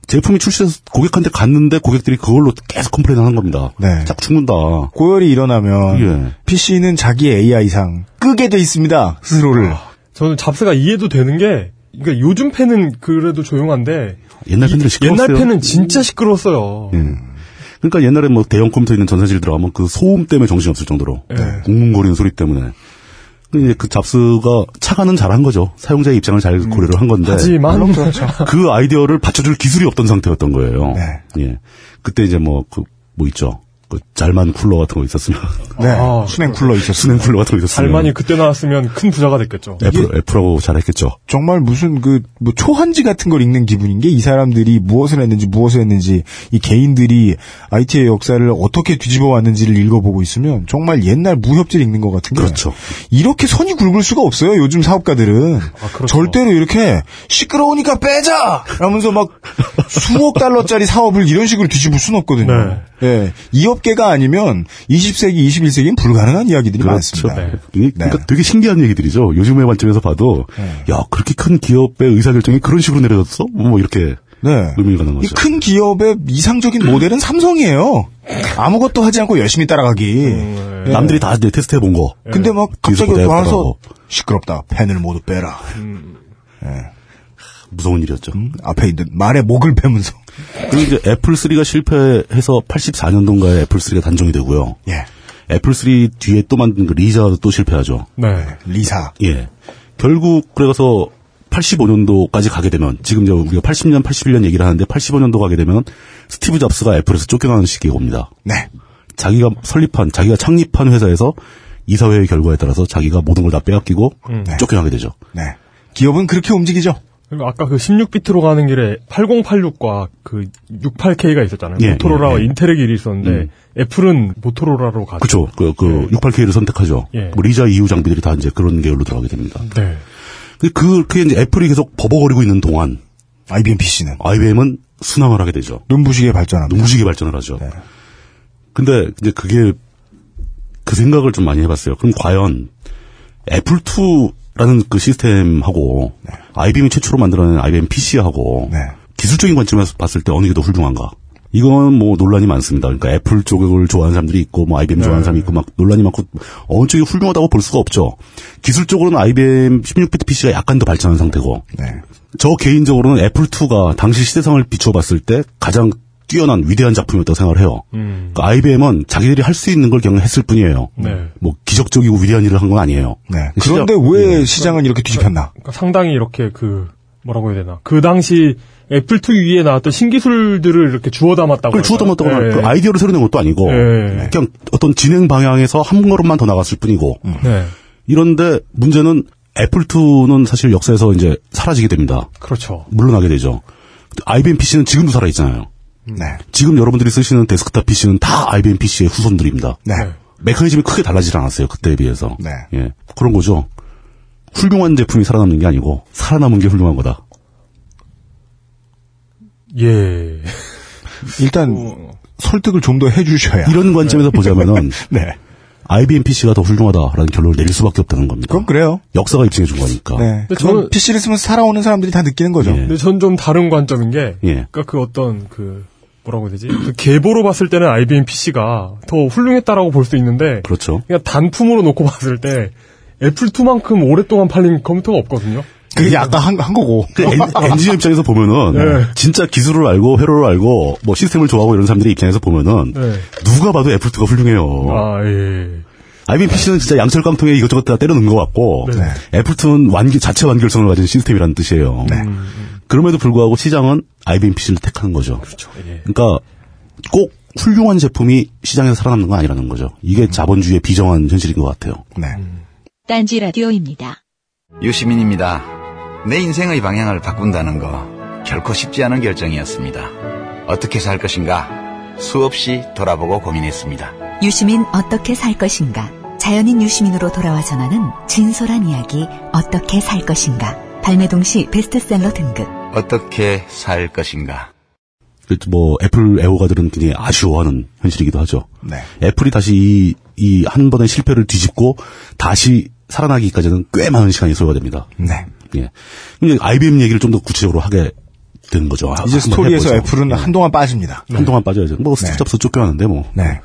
제품이 출시돼서 고객한테 갔는데 고객들이 그걸로 계속 컴플레인하는 겁니다. 네. 자꾸 죽는다. 고열이 일어나면 PC는 자기 AI상 끄게 돼 있습니다. 아, 스스로를. 아, 저는 잡스가 이해도 되는 게 그러니까 요즘 팬은 그래도 조용한데 옛날 네, 팬들은 시끄러웠어요. 예. 옛날 팬은 진짜 시끄러웠어요. 그러니까 옛날에 뭐 대형 컴퓨터 있는 전세실 들어가면 그 소음 때문에 정신없을 정도로 네. 웅웅거리는 소리 때문에. 근데 이제 그 잡스가 차가는 잘한 거죠. 사용자의 입장을 잘 고려를 한 건데. 하지만 물론 그렇죠. 그 아이디어를 받쳐줄 기술이 없던 상태였던 거예요. 네. 예. 그때 이제 뭐, 그, 뭐 있죠. 그 잘만 쿨러 같은 거 있었으면. 네. 수냉 쿨러 있었어요. 수냉 쿨러 같은 거 있었으면. 아, 알만이 그때 나왔으면 큰 부자가 됐겠죠. 애플, 애플하고 잘했겠죠. 정말 무슨 그 뭐 초한지 같은 걸 읽는 기분인 게 이 사람들이 무엇을 했는지 무엇을 했는지 이 개인들이 IT의 역사를 어떻게 뒤집어 왔는지를 읽어보고 있으면 정말 옛날 무협지를 읽는 것 같은 게 그렇죠. 이렇게 선이 굵을 수가 없어요. 요즘 사업가들은 아, 그렇죠. 절대로 이렇게 시끄러우니까 빼자 하면서 막 수억 달러짜리 사업을 이런 식으로 뒤집을 순 없거든요. 네. 예. 이 업계가 아니면 20세기, 21세기는 불가능한 이야기들이 그렇죠. 많습니다. 네. 이게 그러니까 되게 신기한 얘기들이죠. 요즘의 관점에서 봐도, 네. 야, 그렇게 큰 기업의 의사결정이 그런 식으로 내려졌어? 뭐, 이렇게. 의미가 나는 네. 이 거죠. 큰 기업의 이상적인 모델은 삼성이에요. 아무것도 하지 않고 열심히 따라가기. 예. 남들이 다 이제 테스트 해본 거. 근데 막 음, 네. 뒤에서 갑자기 보다 와서 해보라고. 시끄럽다. 펜을 모두 빼라. 무서운 일이었죠. 앞에 있는 말에 목을 베면서. 그리고 이제 애플 3가 실패해서 84년도인가에 애플 3가 단종이 되고요. 예. 애플 3 뒤에 또 만든 그 리자도 또 실패하죠. 네. 리사. 예. 결국 그래서 85년도까지 가게 되면 지금 이제 우리가 80년, 81년 얘기를 하는데 85년도 가게 되면 스티브 잡스가 애플에서 쫓겨나는 시기가 옵니다. 네. 자기가 설립한, 자기가 창립한 회사에서 이사회의 결과에 따라서 자기가 모든 걸 다 빼앗기고 음. 네. 쫓겨나게 되죠. 네. 기업은 그렇게 움직이죠. 그리고 아까 그 16비트로 가는 길에 8086과 그 68K가 있었잖아요. 예, 모토로라와 예, 예. 인텔의 길이 있었는데 음. 애플은 모토로라로 가죠. 그렇죠. 그, 그 68K를 선택하죠. 예. 뭐 리자 이후 장비들이 다 이제 그런 계열로 들어가게 됩니다. 네. 근데 그, 그게 이제 애플이 계속 버벅거리고 있는 동안 IBM PC는 IBM은 순항을 하게 되죠. 눈부시게 발전합니다. 눈부시게 발전을 하죠. 근데 이제 그게 그 생각을 좀 많이 해봤어요. 그럼 과연 애플 2라는 그 시스템하고 IBM이 최초로 만들어낸 IBM PC하고 네. 기술적인 관점에서 봤을 때 어느 게 더 훌륭한가? 이건 뭐 논란이 많습니다. 그러니까 애플 쪽을 좋아하는 사람들이 있고, 뭐 IBM 좋아하는 사람이 있고, 막 논란이 많고, 어느 쪽이 훌륭하다고 볼 수가 없죠. 기술적으로는 IBM 16비트 PC가 약간 더 발전한 상태고, 네, 저 개인적으로는 애플 2가 당시 시대상을 비춰봤을 때 가장 뛰어난 위대한 작품이었다고 생각을 해요. 음. IBM은 자기들이 할 수 있는 걸 그냥 했을 뿐이에요. 네. 뭐 기적적이고 위대한 일을 한 건 아니에요. 네. 시작- 그런데 왜 시장은 이렇게 뒤집혔나? 그러니까 상당히 이렇게 그 뭐라고 해야 되나. 그 당시 애플 2 위에 나왔던 신기술들을 이렇게 주워 담았다고. 그걸 주워 담았다고 할까요? 그 아, 예. 아이디어를 새로 낸 것도 아니고 예. 그냥 어떤 진행 방향에서 한 걸음만 더 나갔을 뿐이고 네. 이런데 문제는 애플 2는 사실 역사에서 이제 사라지게 됩니다. 그렇죠. 물러나게 되죠. IBM PC는 지금도 살아 있잖아요. 네. 지금 여러분들이 쓰시는 데스크탑 PC는 다 IBM PC의 후손들입니다. 네. 메커니즘이 크게 달라지지 않았어요. 그때에 비해서. 네. 예. 그런 거죠. 훌륭한 제품이 살아남는 게 아니고 살아남은 게 훌륭한 거다. 예. 일단 설득을 좀 더 해주셔야. 뭐, 이런 관점에서 보자면은 네. IBM PC가 더 훌륭하다라는 결론을 내릴 수밖에 없다는 겁니다. 그럼 그래요? 역사가 입증해 준 거니까. 네. 근데 그건 저는- PC를 쓰면서 살아오는 사람들이 다 느끼는 거죠. 근데 전 좀 다른 관점인 게, 예. 그러니까 그 어떤 그 뭐라고 해야 되지? 그 계보로 봤을 때는 IBM PC가 더 훌륭했다라고 볼 수 있는데, 그렇죠. 그냥 그러니까 단품으로 놓고 봤을 때 애플 2만큼 오랫동안 팔린 컴퓨터가 없거든요. 그게 아까 한, 한 거고. 그 엔- 엔지니어 입장에서 보면은 네. 진짜 기술을 알고 회로를 알고 뭐 시스템을 좋아하고 이런 사람들의 입장에서 보면은 네. 뭐. 누가 봐도 애플2가 훌륭해요. 아 예. IBPC는 진짜 양철 깡통에 이것저것 다 때려 넣은 것 같고 네. 애플턴 완기 자체 완결성을 가진 시스템이라는 뜻이에요. 음, 그럼에도 불구하고 시장은 IBMPC를 택하는 거죠. 그렇죠. 예. 그러니까 꼭 훌륭한 제품이 시장에서 살아남는 건 아니라는 거죠. 음. 이게 자본주의의 비정한 현실인 것 같아요. 네. 딴지 라디오입니다. 유시민입니다. 내 인생의 방향을 바꾼다는 거 결코 쉽지 않은 결정이었습니다. 어떻게 살 것인가 수없이 돌아보고 고민했습니다. 유시민 어떻게 살 것인가? 자연인 유시민으로 돌아와 전하는 진솔한 이야기 어떻게 살 것인가? 발매 동시 베스트셀러 등급. 어떻게 살 것인가? 그 뭐 애플 애호가들은 굉장히 아쉬워하는 현실이기도 하죠. 네. 애플이 다시 이 이 한 번의 실패를 뒤집고 다시 살아나기까지는 꽤 많은 시간이 소요됩니다. 네. 예. 근데 IBM 얘기를 좀 더 구체적으로 하게 되는 거죠. 이제 한번 스토리에서 해보죠. 애플은 예. 한동안 빠집니다. 한동안 빠져야죠. 뭐 스티브 네. 잡스 쫓겨나는데 뭐. 네.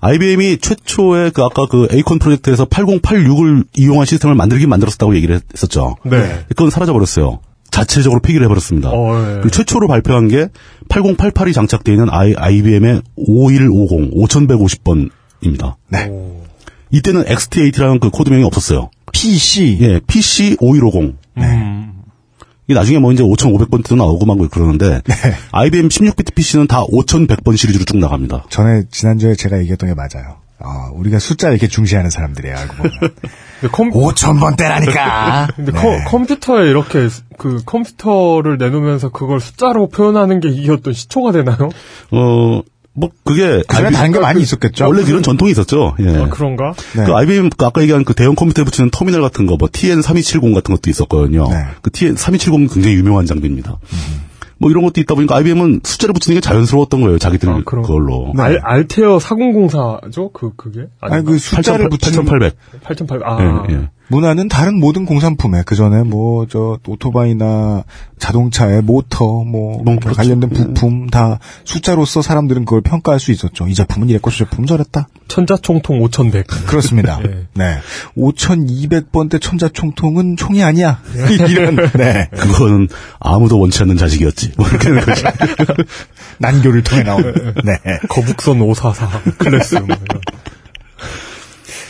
IBM이 최초에 그 아까 그 에이콘 프로젝트에서 8086을 이용한 시스템을 만들긴 만들었다고 얘기를 했었죠. 네. 그건 사라져버렸어요. 자체적으로 폐기를 해버렸습니다. 어, 예. 그리고 최초로 발표한 게 8088이 장착되어 있는 I, IBM의 5150, 5150번입니다. 네. 이때는 XT8라는 그 코드명이 없었어요. PC. 예, PC 5150. 네. 이게 나중에 뭐 이제 5500번도 나오고 막 그러는데, 네. IBM 16비트 PC는 다 5100번 시리즈로 쭉 나갑니다. 전에 지난주에 제가 얘기했던 게 맞아요. 아, 우리가 숫자 이렇게 중시하는 사람들이야 알고 보면. 컴... 5천 번대라니까. 근데 네. 컴- 컴퓨터에 이렇게 그 컴퓨터를 내놓으면서 그걸 숫자로 표현하는 게 이게 어떤 시초가 되나요? 어, 뭐, 그게. 그전에 다른 게 많이 있었겠죠? 원래 이런 전통이 있었죠. 예. 네. 아, 그런가? 그 IBM 그 아까 얘기한 그 대형 컴퓨터에 붙이는 터미널 같은 거, 뭐 TN3270 같은 것도 있었거든요. 네. 그 TN3270은 굉장히 유명한 장비입니다. 뭐 이런 것도 있다 보니까 IBM은 숫자를 붙이는 게 자연스러웠던 거예요. 자기들 아, 그걸로. 네. 알, 알테어 4004죠? 그, 그게? 아니, 그 숫자를 네, 예. 붙이는 8800. 8800. 아. 예, 문화는 다른 모든 공산품에 그 전에 뭐 저 오토바이나 자동차의 모터 음, 뭐 그렇죠. 관련된 부품 다 숫자로서 사람들은 그걸 평가할 수 있었죠. 이 제품은 이랬고 저 제품은 저랬다. 천자총통 5100. 그렇습니다. 네. 5200번대 천자총통은 총이 아니야. 이런 네. 그거는 아무도 원치 않는 자식이었지. 뭐 이렇게 되는 거죠. 난교를 통해 나온 네. 거북선 544. 클래스. 뭐 이런.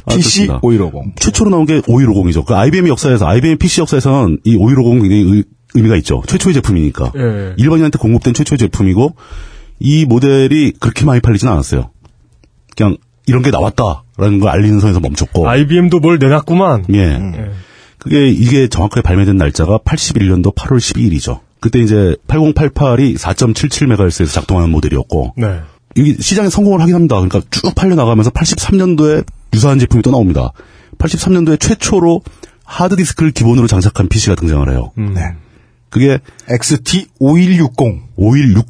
아, PC 그렇습니다. 5150. 최초로 나온 게 5150이죠. 그 IBM 역사에서, IBM PC 역사에서는 이 5150은 굉장히 의, 의미가 있죠. 최초의 제품이니까. 예. 일반인한테 공급된 최초의 제품이고, 이 모델이 그렇게 많이 팔리진 않았어요. 그냥 이런 게 나왔다라는 걸 알리는 선에서 네. 멈췄고. IBM도 뭘 내놨구만. 예. 그게 이게 정확하게 발매된 날짜가 81년도 8월 12일이죠. 그때 이제 8088이 4.77MHz에서 작동하는 모델이었고, 네. 이게 시장에 성공을 하긴 합니다. 그러니까 쭉 팔려나가면서 83년도에 유사한 제품이 또 나옵니다. 83년도에 최초로 하드디스크를 기본으로 장착한 PC가 등장을 해요. 네. 음. 그게 XT5160. 5160.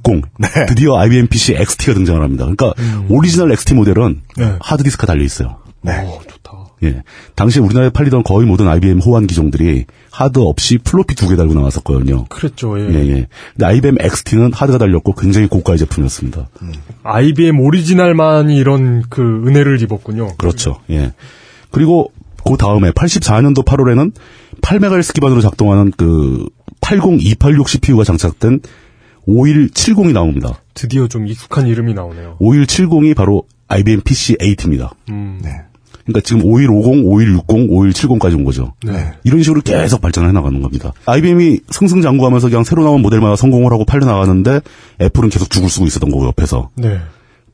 드디어 IBM PC XT가 등장을 합니다. 그러니까 오리지널 XT 모델은 네. 하드디스크가 달려있어요. 네. 예. 당시 우리나라에 팔리던 거의 모든 IBM 호환 기종들이 하드 없이 플로피 두 개 달고 나왔었거든요. 그랬죠, 예. 예, 예. 근데 IBM XT는 하드가 달렸고 굉장히 고가의 제품이었습니다. IBM 오리지널만이 이런 그 은혜를 입었군요. 그렇죠. 예. 그리고 그 다음에 84년도 8월에는 8메가헬스 기반으로 작동하는 그 80286 CPU가 장착된 5170이 나옵니다. 드디어 좀 익숙한 이름이 나오네요. 5170이 바로 IBM PC8입니다. 음. 그러니까 지금 5150, 5160, 5170까지 온 거죠. 네. 이런 식으로 계속 발전해 나가는 겁니다. IBM이 승승장구하면서 그냥 새로 나온 모델마다 성공을 하고 팔려 나가는데 애플은 계속 죽을 쓰고 있었던 거고 옆에서 네.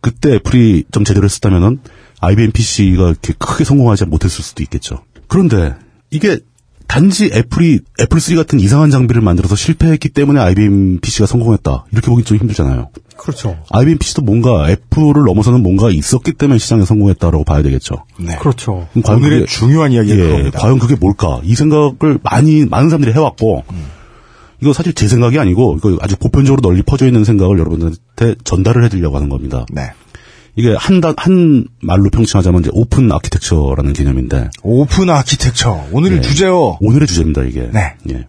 그때 애플이 좀 제대로 했었다면은 IBM PC가 이렇게 크게 성공하지 못했을 수도 있겠죠. 그런데 이게 단지 애플이 애플 3 같은 이상한 장비를 만들어서 실패했기 때문에 IBM PC가 성공했다 이렇게 보기 좀 힘들잖아요. 그렇죠. IBM PC도 뭔가 애플을 넘어서는 뭔가 있었기 때문에 시장에 성공했다라고 봐야 되겠죠. 그렇죠. 그럼 과연 오늘의 그게- 네. 중요한 이야기가 예, 그겁니다. 과연 그게 뭘까? 이 생각을 많이 많은 사람들이 해왔고 이거 사실 제 생각이 아니고 이거 아주 보편적으로 널리 퍼져 있는 생각을 여러분들한테 전달을 해드리려고 하는 겁니다. 네. 이게 한한 한 말로 평칭하자면 이제 오픈 아키텍처라는 개념인데 오픈 아키텍처. 오늘의 예, 주제요. 오늘의 주제입니다 이게. 네. 예.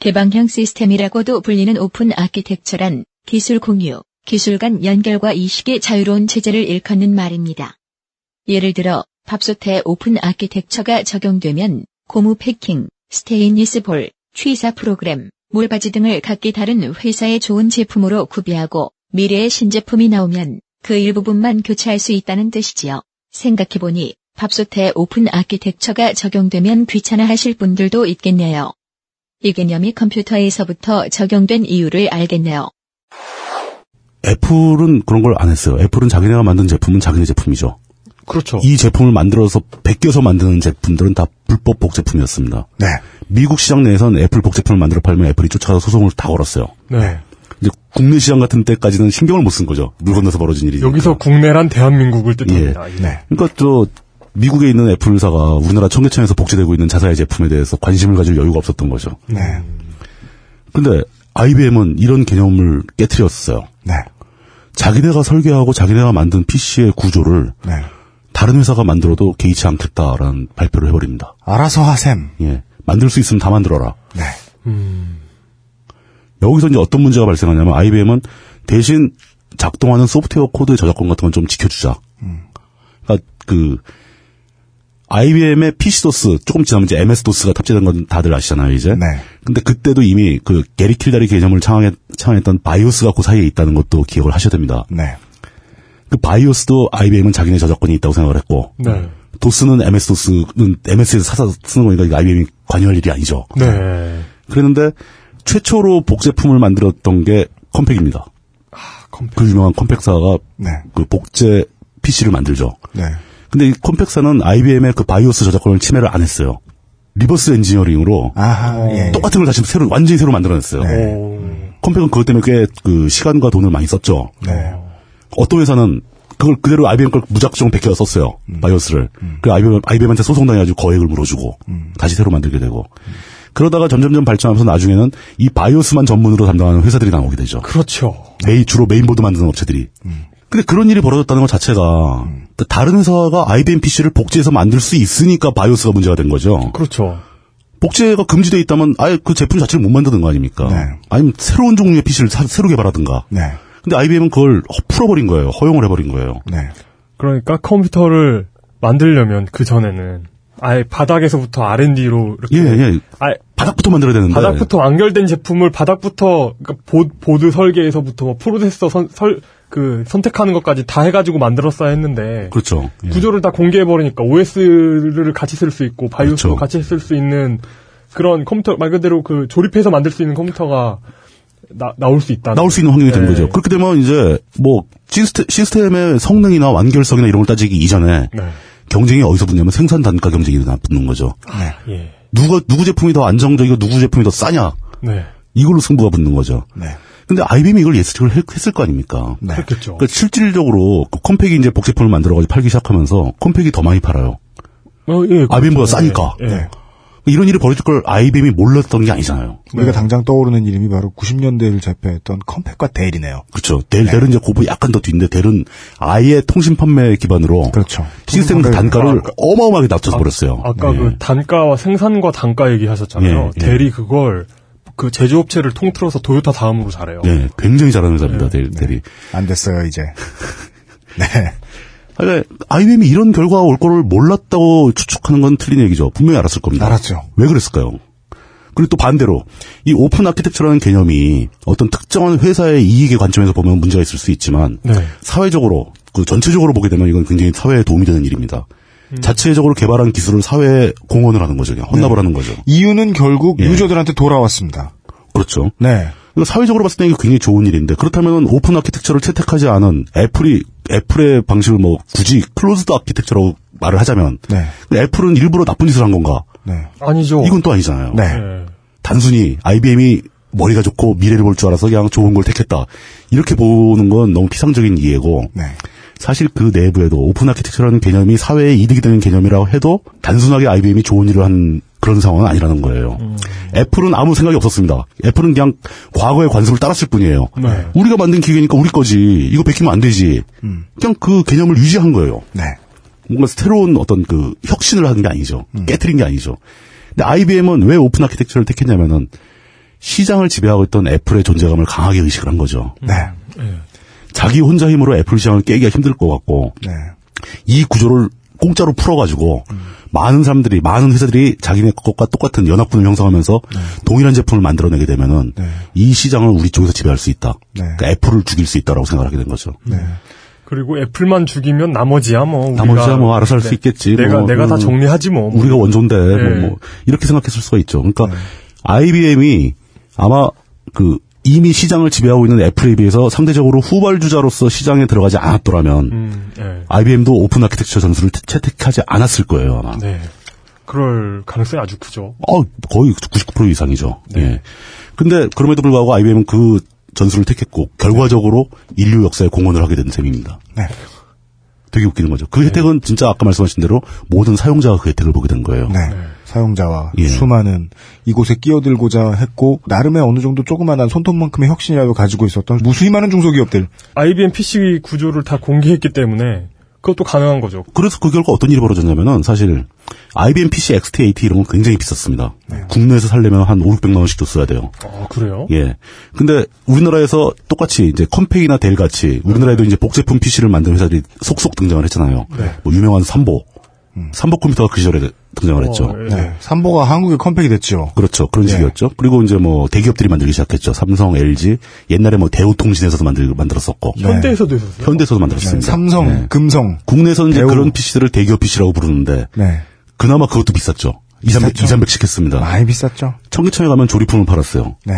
개방형 시스템이라고도 불리는 오픈 아키텍처란 기술 공유, 기술 간 연결과 이식의 자유로운 체제를 일컫는 말입니다. 예를 들어, 밥솥에 오픈 아키텍처가 적용되면 고무 패킹, 스테인리스 볼, 취사 프로그램, 물바지 등을 각기 다른 회사의 좋은 제품으로 구비하고 미래의 신제품이 나오면 그 일부분만 교체할 수 있다는 뜻이지요. 생각해보니 밥솥에 오픈 아키텍처가 적용되면 귀찮아하실 분들도 있겠네요. 이 개념이 컴퓨터에서부터 적용된 이유를 알겠네요. 애플은 그런 걸 안 했어요. 애플은 자기네가 만든 제품은 자기네 제품이죠. 그렇죠. 이 제품을 만들어서 베껴서 만드는 제품들은 다 불법 복제품이었습니다. 네. 미국 시장 내에서는 애플 복제품을 만들어 팔면 애플이 쫓아가서 소송을 다 걸었어요. 네. 이제 국내 시장 같은 때까지는 신경을 못 쓴 거죠. 물건 넣어서 벌어진 일이. 여기서 국내란 대한민국을 뜻합니다. 예. 네. 그러니까 저 미국에 있는 애플사가 우리나라 청계천에서 복제되고 있는 자사의 제품에 대해서 관심을 가질 여유가 없었던 거죠. 네. 근데 IBM은 이런 개념을 깨뜨렸어요. 네. 자기네가 설계하고 자기네가 만든 PC의 구조를 네. 다른 회사가 만들어도 개의치 않겠다라는 발표를 해버립니다. 알아서 하셈. 예. 만들 수 있으면 다 만들어라. 네. 여기서 이제 어떤 문제가 발생하냐면 IBM은 대신 작동하는 소프트웨어 코드의 저작권 같은 건 좀 지켜주자. 그러니까 그 IBM의 PC 도스 조금 지나면 이제 MS 도스가 탑재된 건 다들 아시잖아요 이제. 근데 그때도 이미 그 게리 킬다리 개념을 창항했, 창항했던 바이오스가 그 사이에 있다는 것도 기억을 하셔야 됩니다. 네. 그 바이오스도 IBM은 자기네 저작권이 있다고 생각을 했고 네. 도스는 MS 도스는 MS에서 사서 쓰는 거니까 이거 IBM이 관여할 일이 아니죠. 네. 그랬는데 최초로 복제품을 만들었던 게 컴팩입니다. 그 유명한 컴팩사가 네. 그 복제 PC를 만들죠. 네. 근데 이 컴팩사는 IBM의 그 바이오스 저작권을 침해를 안 했어요. 리버스 엔지니어링으로 아하, 예. 네. 똑같은 걸 다시 새로 완전히 새로 만들어냈어요. 컴팩은 그것 때문에 꽤 그 시간과 돈을 많이 썼죠. 네. 어떤 회사는 그걸 그대로 IBM 걸 무작정 베껴 썼어요. 음. 바이오스를. 그 IBM, IBM한테 소송당해가지고 거액을 물어주고 음. 다시 새로 만들게 되고 그러다가 점점점 발전하면서 나중에는 이 바이오스만 전문으로 담당하는 회사들이 나오게 되죠. 그렇죠. 음. 메인, 주로 메인보드 만드는 업체들이. 근데 그런 일이 벌어졌다는 것 자체가 다른 회사가 IBM PC를 복제해서 만들 수 있으니까 바이오스가 문제가 된 거죠. 그렇죠. 복제가 금지돼 있다면 아예 그 제품 자체를 못 만드는 거 아닙니까? 네. 아니면 새로운 종류의 PC를 새로 개발하든가. 네. 근데 IBM은 그걸 허- 풀어버린 거예요. 허용을 해버린 거예요. 네. 그러니까 컴퓨터를 만들려면 그 전에는 아예 바닥에서부터 R&D로 이렇게 예, 예. 아예 바닥부터 만들어야 되는데. 네. 바닥부터 완결된 제품을 바닥부터 그러니까 보, 드 설계에서부터 뭐 프로세서 선, 설, 그 선택하는 것까지 다 해가지고 만들었어야 했는데 그렇죠. 예. 구조를 다 공개해버리니까 OS를 같이 쓸 수 있고 그렇죠. 바이오스도 같이 쓸 수 있는 그런 컴퓨터 말 그대로 그 조립해서 만들 수 있는 컴퓨터가 나, 나올 수 있다. 나올 수 있는 환경이 된 네. 거죠. 그렇게 되면 이제 뭐 시스템, 시스템의 성능이나 완결성이나 이런 걸 따지기 이전에 네. 경쟁이 어디서 붙냐면 생산 단가 경쟁이 나- 붙는 거죠. 예. 누가 누구 제품이 더 안정적이고 누구 제품이 더 싸냐 네. 이걸로 승부가 붙는 거죠. 네. 근데 IBM이 이걸 예측을 했- 했을 거 아닙니까? 그렇겠죠. 그러니까 실질적으로 그 컴팩이 이제 복제품을 만들어가지고 팔기 시작하면서 컴팩이 더 많이 팔아요. 어, 예, IBM보다 싸니까. 네. 네. 이런 일이 벌어질 걸 IBM이 몰랐던 게 아니잖아요. 우리가 당장 떠오르는 이름이 바로 90년대를 제패했던 컴팩과 델이네요. 그렇죠. 델, 델은 이제 고보 약간 더 뒤인데 델은 아예 통신 판매 기반으로 시스템 그렇죠. 통신 판매. 단가를 아, 어마어마하게 낮춰서 버렸어요. 아까 그 단가와 생산과 단가 얘기하셨잖아요. 네. 예, 예. 대리 그걸 그 제조업체를 통틀어서 도요타 다음으로 잘해요. 네, 굉장히 잘하는 회사입니다. 델, 델이. 안 됐어요 이제. 네. 그러니까 IBM이 이런 결과가 올 거를 몰랐다고 추측하는 건 틀린 얘기죠. 분명히 알았을 겁니다. 알았죠. 왜 그랬을까요? 그리고 또 반대로 이 오픈 아키텍처라는 개념이 어떤 특정한 회사의 이익의 관점에서 보면 문제가 있을 수 있지만 네. 사회적으로 그 전체적으로 보게 되면 이건 굉장히 사회에 도움이 되는 일입니다. 음. 자체적으로 개발한 기술을 사회에 공헌을 하는 거죠. 그냥 네. 헌납을 하는 거죠. 이유는 예. 결국 유저들한테 돌아왔습니다. 그렇죠. 네. 그러니까 사회적으로 봤을 때 이게 굉장히 좋은 일인데 그렇다면 오픈 아키텍처를 채택하지 않은 애플이 애플의 방식을 뭐 굳이 클로즈드 아키텍처라고 말을 하자면 네. 근데 애플은 일부러 나쁜 짓을 한 건가? 네. 아니죠. 이건 또 아니잖아요. 네. 단순히 IBM이 머리가 좋고 미래를 볼 줄 알아서 그냥 좋은 걸 택했다. 이렇게 보는 건 너무 피상적인 이해고 네. 사실 그 내부에도 오픈 아키텍처라는 개념이 사회에 이득이 되는 개념이라고 해도 단순하게 IBM이 좋은 일을 한 그런 상황은 아니라는 거예요. 애플은 아무 생각이 없었습니다. 애플은 그냥 과거의 관습을 따랐을 뿐이에요. 네. 우리가 만든 기계니까 우리 거지. 이거 베끼면 안 되지. 그냥 그 개념을 유지한 거예요. 네. 뭔가 새로운 어떤 그 혁신을 하는 게 아니죠. 깨트린 게 아니죠. 근데 IBM은 왜 오픈 아키텍처를 택했냐면은 시장을 지배하고 있던 애플의 존재감을 강하게 의식을 한 거죠. 네. 자기 혼자 힘으로 애플 시장을 깨기가 힘들 것 같고 네. 이 구조를 공짜로 풀어가지고 많은 사람들이 많은 회사들이 자기네 것과 똑같은 연합군을 형성하면서 네. 동일한 제품을 만들어내게 되면은 이 시장을 우리 쪽에서 지배할 수 있다. 네. 그러니까 애플을 죽일 수 있다라고 생각하게 된 거죠. 네. 그리고 애플만 죽이면 나머지야 뭐 우리가 네. 나머지야 뭐 알아서 할 수 내- 있겠지. 내가 뭐, 내가 다 음, 정리하지 뭐. 우리가 원조인데 뭐, 네. 뭐 이렇게 생각했을 수가 있죠. 그러니까 네. IBM이 아마 그 이미 시장을 지배하고 있는 애플에 비해서 상대적으로 후발주자로서 시장에 들어가지 않았더라면 음. 예. IBM도 오픈 아키텍처 점수를 채- 채택하지 않았을 거예요 아마. 네. 그럴 가능성이 아주 크죠. 어, 거의 99% 이상이죠. 예. 근데 그럼에도 불구하고 IBM은 그 전술을 택했고 결과적으로 인류 역사에 공헌을 하게 된 셈입니다. 네. 되게 웃기는 거죠. 그 혜택은 진짜 아까 말씀하신 대로 모든 사용자가 그 혜택을 보게 된 거예요. 네. 사용자와 예. 수많은 이곳에 끼어들고자 했고 나름의 어느 정도 조그만한 손톱만큼의 혁신이라도 가지고 있었던 무수히 많은 중소기업들 IBM PC 구조를 다 공개했기 때문에 그것도 가능한 거죠. 그래서 그 결과 어떤 일이 벌어졌냐면은 사실 IBM PC XT80 이런 건 굉장히 비쌌습니다. 국내에서 살려면 한 5, 600만 원씩 도 써야 돼요. 아 어? 그래요? 예. 근데 우리나라에서 똑같이 이제 컴페이나 델 같이 우리나라에도 이제 복제품 PC를 만든 회사들이 속속 등장을 했잖아요. 네. 음. 뭐 유명한 삼보. 삼보 컴퓨터가 그 시절에 등장을 했죠. 네. 삼보가 한국의 컴팩이 됐죠. 그렇죠. 그런 예. 식이었죠. 그리고 이제 뭐 대기업들이 만들기 시작했죠. 삼성, LG. 옛날에 뭐 대우통신에서도 만들, 만들었었고. 예. 현대에서도 했었어요. 현대에서도 만들었습니다. 네. 삼성, 네. 금성. 국내에서는 이제 대우. 그런 PC들을 대기업 PC라고 부르는데. 네. 그나마 그것도 비쌌죠. 2, 300, 2, 300씩 했습니다. 많이 비쌌죠. 청계천에 가면 조리품을 팔았어요. 네.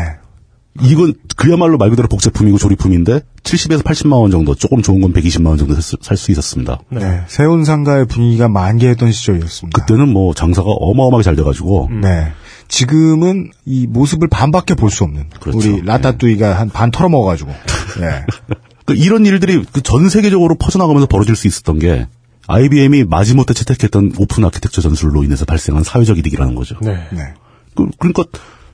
이건 그야말로 말 그대로 복제품이고 조리품인데 70에서 80만 원 정도, 조금 좋은 건 120만 원 정도 살 수 있었습니다. 네. 세운 상가의 분위기가 만개했던 시절이었습니다. 그때는 뭐 장사가 어마어마하게 잘 돼가지고 네. 지금은 이 모습을 반밖에 볼 수 없는 그렇죠. 우리 라따뚜이가 한 반 털어먹어가지고 네. 그 이런 일들이 그전 세계적으로 퍼져나가면서 벌어질 수 있었던 게 IBM이 마지못해 채택했던 오픈 아키텍처 전술로 인해서 발생한 사회적 이득이라는 거죠. 네. 그, 그러니까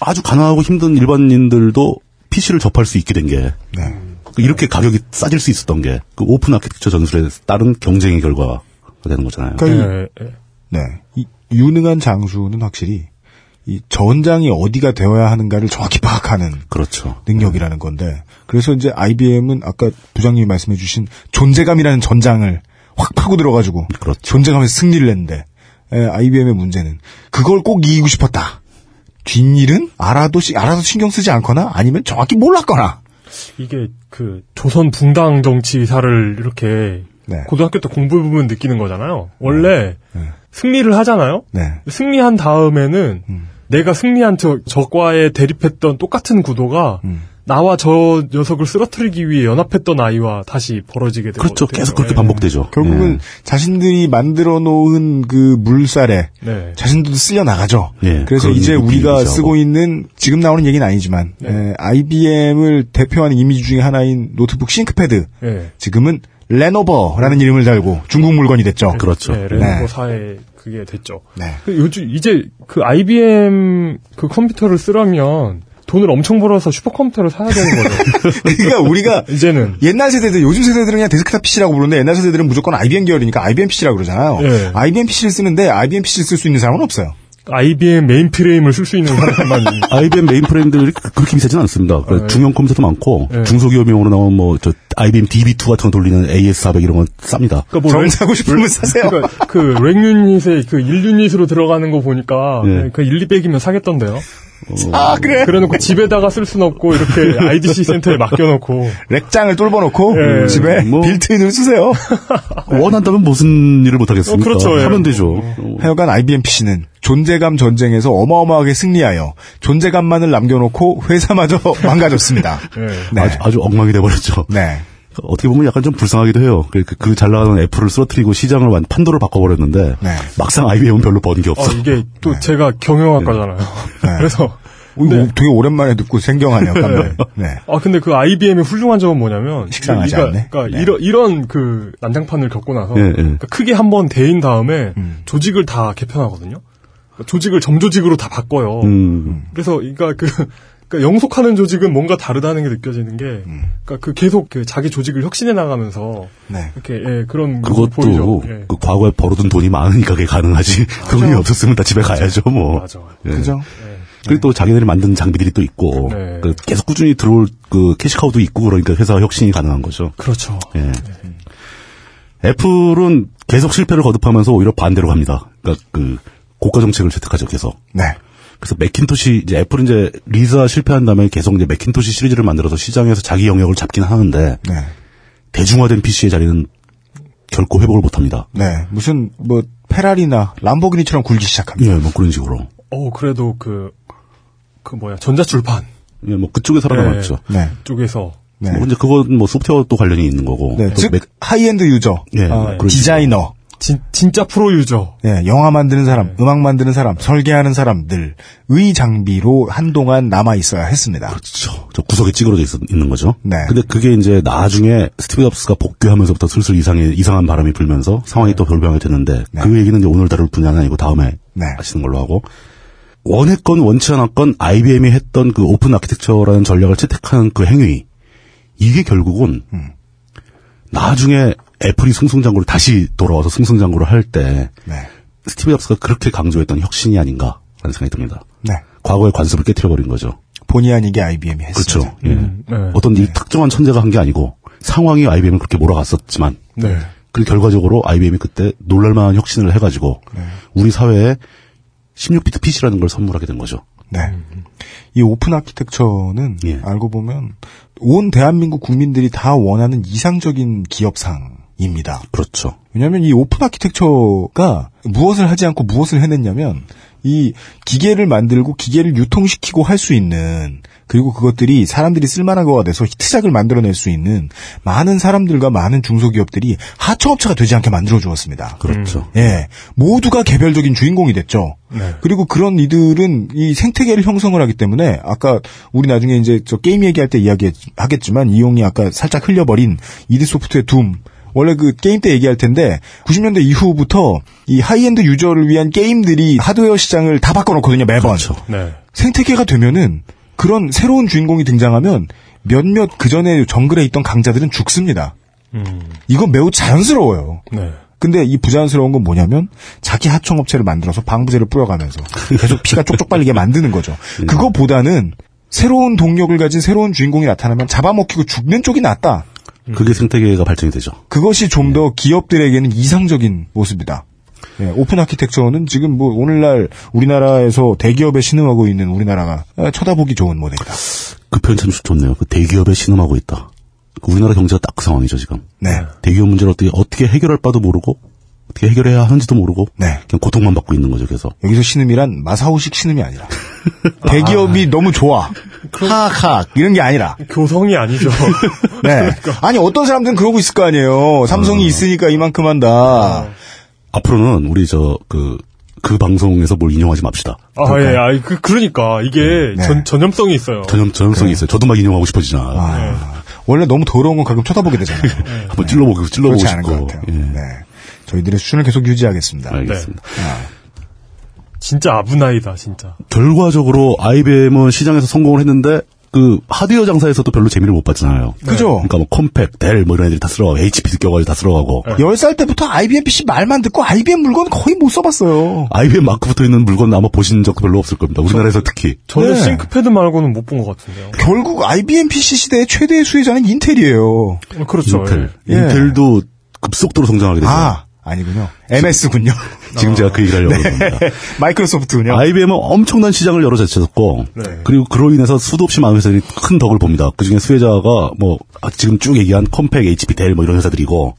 아주 가난하고 힘든 일반인들도 PC를 접할 수 있게 된 게. 그 이렇게 가격이 싸질 수 있었던 게 그 오픈 아키텍처 전술에 따른 경쟁의 결과가 되는 거잖아요. 예, 그러니까 네. 이 유능한 장수는 확실히 이 전장이 어디가 되어야 하는가를 정확히 파악하는 그렇죠. 능력이라는 건데 그래서 이제 IBM은 아까 부장님이 말씀해주신 존재감이라는 전장을 확 파고 들어가지고 존재감에서 승리를 했는데 에, IBM의 문제는 그걸 꼭 이기고 싶었다. 뒷일은 알아도 시- 알아서 신경 쓰지 않거나 아니면 정확히 몰랐거나 이게 그 조선 붕당 정치사를 이렇게 네. 고등학교 때 공부해 보면 느끼는 거잖아요. 원래 승리를 하잖아요. 네. 승리한 다음에는 내가 승리한 저 적과의 대립했던 똑같은 구도가 음. 나와 저 녀석을 쓰러뜨리기 위해 연합했던 아이와 다시 벌어지게 되고 네. 그렇죠. 계속 그렇게 반복되죠. 뭐 예. 결국은 자신들이 만들어 놓은 그 물살에 네. 자신들도 쓸려 나가죠. 예, 그래서 그런 이제 일도 우리가 비일비재하고. 쓰고 있는 지금 나오는 얘기는 아니지만 네. 예, 에, IBM을 대표하는 이미지 중에 하나인 노트북 싱크패드 예. 지금은 레노버라는 이름을 달고 중국 물건이 됐죠. 네. 그렇죠. 네, 레노버 사에 그게 됐죠. 그 요즘 이제 그 IBM 그 컴퓨터를 쓰려면 돈을 엄청 벌어서 슈퍼컴퓨터를 사야 되는 거죠. 그러니까 우리가 이제는 옛날 세대들 요즘 세대들은 그냥 데스크탑 PC라고 부르는데 옛날 세대들은 무조건 IBM 계열이니까 IBM PC라고 그러잖아요. 예. IBM PC를 쓰는데 IBM PC를 쓸 수 있는 사람은 없어요. IBM 메인프레임을 쓸 수 있는 사람만 IBM 예, 메인프레임들이 그- 그렇게 비싸진 않습니다. 아, 그 예. 중형 컴퓨터도 많고 네. 중소기업용으로 나온 뭐 저 IBM DB2 같은 거 돌리는 AS400 이런 건 쌉니다. 뭐 그러니까 그 렉유닛에 그 1유닛으로 들어가는 거 보니까 네. 그 1, 200이면 사겠던데요. 아, 그래? 그래놓고 집에다가 쓸 수는 없고 이렇게 IDC 센터에 맡겨놓고 렉장을 뚫어놓고 예. 집에 뭐. 빌트인으로 쓰세요. 원한다면 무슨 일을 못하겠습니까? 아, 예. 어, 그렇죠, 예. 하면 되죠. 어, 하여간 IBM PC는 존재감 전쟁에서 어마어마하게 승리하여 존재감만을 남겨놓고 회사마저 망가졌습니다. 네. 아주, 아주 엉망이 돼버렸죠. 네. 어떻게 보면 약간 좀 불쌍하기도 해요. 그, 그, 그 잘 나가는 애플을 쓰러뜨리고 시장을 완- 판도를 바꿔버렸는데 네. 막상 IBM은 별로 번 게 아, 없어. 이게 또 제가 경영학과잖아요. 네. 그래서 오, 이거 되게 오랜만에 듣고 생경하네요. 깜빡이. 네. 아 근데 그 IBM의 훌륭한 점은 뭐냐면 식상하지 우리가- 않네. 네, 그러니까 이런 이런 그 난장판을 겪고 나서 예, 예. 그러니까 크게 한 번 대인 다음에 조직을 다 개편하거든요. 그러니까 조직을 점조직으로 다 바꿔요. 음. 그래서 그러니까 그 그러니까 영속하는 조직은 뭔가 다르다는 게 느껴지는 게 그러니까 그 계속 그 자기 조직을 혁신해 나가면서 네. 이렇게 예, 그런 모습이 보이죠. 그것도 예. 음. 그 과거에 벌어둔 돈이 많으니까 그게 가능하지. 그 돈이 없었으면 다 집에 가야죠, 뭐. 맞아. 그죠? 그리고 또 자기들이 만든 장비들이 또 있고 네. 그 계속 꾸준히 들어올 그 캐시카우도 있고 그러니까 회사 혁신이 가능한 거죠. 그렇죠. 네. 예. 애플은 계속 실패를 거듭하면서 오히려 반대로 갑니다. 그러니까 그 고가 정책을 채택하죠 계속. 네. 그래서 매킨토시 이제 애플은 이제 네. 리사 실패한 다음에 계속 이제 매킨토시 시리즈를 만들어서 시장에서 자기 영역을 잡긴 하는데 대중화된 PC의 자리는 결코 회복을 못합니다. 네, 무슨 뭐 페라리나 람보기니처럼 굴기 시작합니다. 예, 뭐 그런 식으로. 어, 그래도 그, 그 뭐야, 전자출판. 예, 뭐 그쪽에 살아남았죠. 네. 네. 쪽에서. 네. 뭐 이제 그건 뭐 소프트웨어 또뭐 그렇죠. 관련이 있는 거고. 네. 즉, 맥... 하이엔드 유저. 예, 어, 디자이너. 진, 진짜 프로 유저. 예, 영화 만드는 사람, 음악 만드는 사람, 설계하는 사람들의 장비로 한동안 남아 있어야 했습니다. 그렇죠. 저 구석에 찌그러져 있, 는 거죠. 네. 근데 그게 이제 나중에 스티브 잡스가 복귀하면서부터 슬슬 이상해, 이상한 바람이 불면서 상황이 네. 또 돌변이 되는데 네. 그 얘기는 이제 오늘 다룰 분야는 아니고 다음에 네. 하시는 걸로 하고 원했건 원치 않았건 IBM이 했던 그 오픈 아키텍처라는 전략을 채택한 그 행위 이게 결국은 음. 나중에 애플이 승승장구를 다시 돌아와서 승승장구를 할때 네. 스티브 잡스가 그렇게 강조했던 혁신이 아닌가라는 생각이 듭니다. 네. 과거의 관습을 깨뜨려버린 거죠. 본의 아니게 IBM이 했죠. 그렇죠. 음, 예. 네. 어떤 일 특정한 천재가 한 게 아니고 상황이 IBM을 그렇게 몰아갔었지만 네. 그 결과적으로 IBM이 그때 놀랄만한 혁신을 해가지고 우리 사회에 16비트 PC라는 걸 선물하게 된 거죠. 네. 이 오픈 아키텍처는 예. 알고 보면 온 대한민국 국민들이 다 원하는 이상적인 기업상입니다. 그렇죠. 왜냐하면 이 오픈 아키텍처가 무엇을 하지 않고 무엇을 해냈냐면 이 기계를 만들고 기계를 유통시키고 할 수 있는 그리고 그것들이 사람들이 쓸만한 거가 돼서 히트작을 만들어낼 수 있는 많은 사람들과 많은 중소기업들이 하청업체가 되지 않게 만들어 주었습니다. 그렇죠. 음. 예, 모두가 개별적인 주인공이 됐죠. 네. 그리고 그런 이들은 이 생태계를 형성을 하기 때문에 아까 우리 나중에 이제 저 게임 얘기할 때 이야기하겠지만 이용이 아까 살짝 흘려버린 이드 소프트의 둠. 원래 그 게임 때 얘기할 텐데 90년대 이후부터 이 하이엔드 유저를 위한 게임들이 하드웨어 시장을 다 바꿔놓거든요 매번. 그렇죠. 네. 생태계가 되면은 그런 새로운 주인공이 등장하면 몇몇 그 전에 정글에 있던 강자들은 죽습니다. 음. 이건 매우 자연스러워요. 네. 근데 이 부자연스러운 건 뭐냐면 자기 하청업체를 만들어서 방부제를 뿌려가면서 계속 피가 쪽쪽 빨리게 만드는 거죠. 음. 그거보다는 새로운 동력을 가진 새로운 주인공이 나타나면 잡아먹히고 죽는 쪽이 낫다. 음. 그게 생태계가 발전이 되죠. 그것이 좀더 네. 기업들에게는 이상적인 모습이다. 네, 오픈 아키텍처는 지금 뭐 오늘날 우리나라에서 대기업에 신음하고 있는 우리나라가 아, 쳐다보기 좋은 모델이다. 그 표현 참 좋네요. 그 대기업에 신음하고 있다. 우리나라 경제가 딱 그 상황이죠 지금. 네. 대기업 문제를 어떻게 어떻게 해결할 바도 모르고 어떻게 해결해야 하는지도 모르고 네. 그냥 고통만 받고 있는 거죠. 그래서 여기서 신음이란 마사오식 신음이 아니라 대기업이 아. 너무 좋아 하악 이런 게 아니라 교성이 아니죠. 네. 그러니까. 아니 어떤 사람들은 그러고 있을 거 아니에요. 삼성이 아. 있으니까 이만큼 한다. 아. 앞으로는 우리 저그그 그 방송에서 뭘 인용하지 맙시다. 아, 그러니까. 예, 아이, 그, 그러니까. 이게 음, 네. 전, 전염성이 있어요. 전염, 전염성이 그래. 있어요. 저도 막 인용하고 싶어지나. 아, 네. 원래 너무 더러운 건 가끔 쳐다보게 되잖아요. 네. 한번 찔러보고, 찔러보고 싶고. 예. 네. 저희들의 수준을 계속 유지하겠습니다. 알겠습니다. 아. 진짜 아부나이다, 진짜. 결과적으로 IBM은 시장에서 성공을 했는데, 그 하드웨어 장사에서도 별로 재미를 못 봤잖아요. 네. 그죠? 그러니까 뭐 컴팩, 델 뭐 이런 애들이 다 쓸어가고 HP 느껴가지고 다 쓸어가고. 네. 10살 때부터 IBM PC 말만 듣고 IBM 물건 거의 못 써봤어요. IBM 마크 붙어 있는 물건 아마 보신 적 별로 없을 겁니다. 우리나라에서 저, 특히. 저는 네. 싱크패드 말고는 못 본 것 같은데요. 결국 IBM PC 시대의 최대의 수혜자는 인텔이에요. 그렇죠. 인텔. 예. 인텔도 급속도로 성장하게 되죠. 아. 아니군요. MS군요. 지금 제가 그 얘기를 하려고 합니다. 네. 마이크로소프트군요. IBM은 엄청난 시장을 열어제쳤고 네. 그리고 그로 인해서 수도 없이 많은 회사들이 큰 덕을 봅니다. 그중에 수혜자가 뭐 지금 쭉 얘기한 컴팩, HP, 델 뭐 이런 회사들이고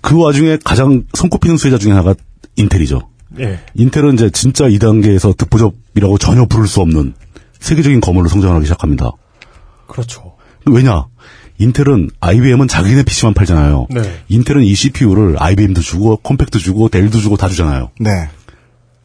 그 와중에 가장 손꼽히는 수혜자 중에 하나가 인텔이죠. 예. 네. 인텔은 이제 진짜 2단계에서 듣보잡이라고 전혀 부를 수 없는 세계적인 거물로 성장하기 시작합니다. 그렇죠. 왜냐? 인텔은 IBM은 자기네 PC만 팔잖아요. 네. 인텔은 이 CPU를 IBM도 주고 컴팩도 주고 델도 주고 다 주잖아요. 네.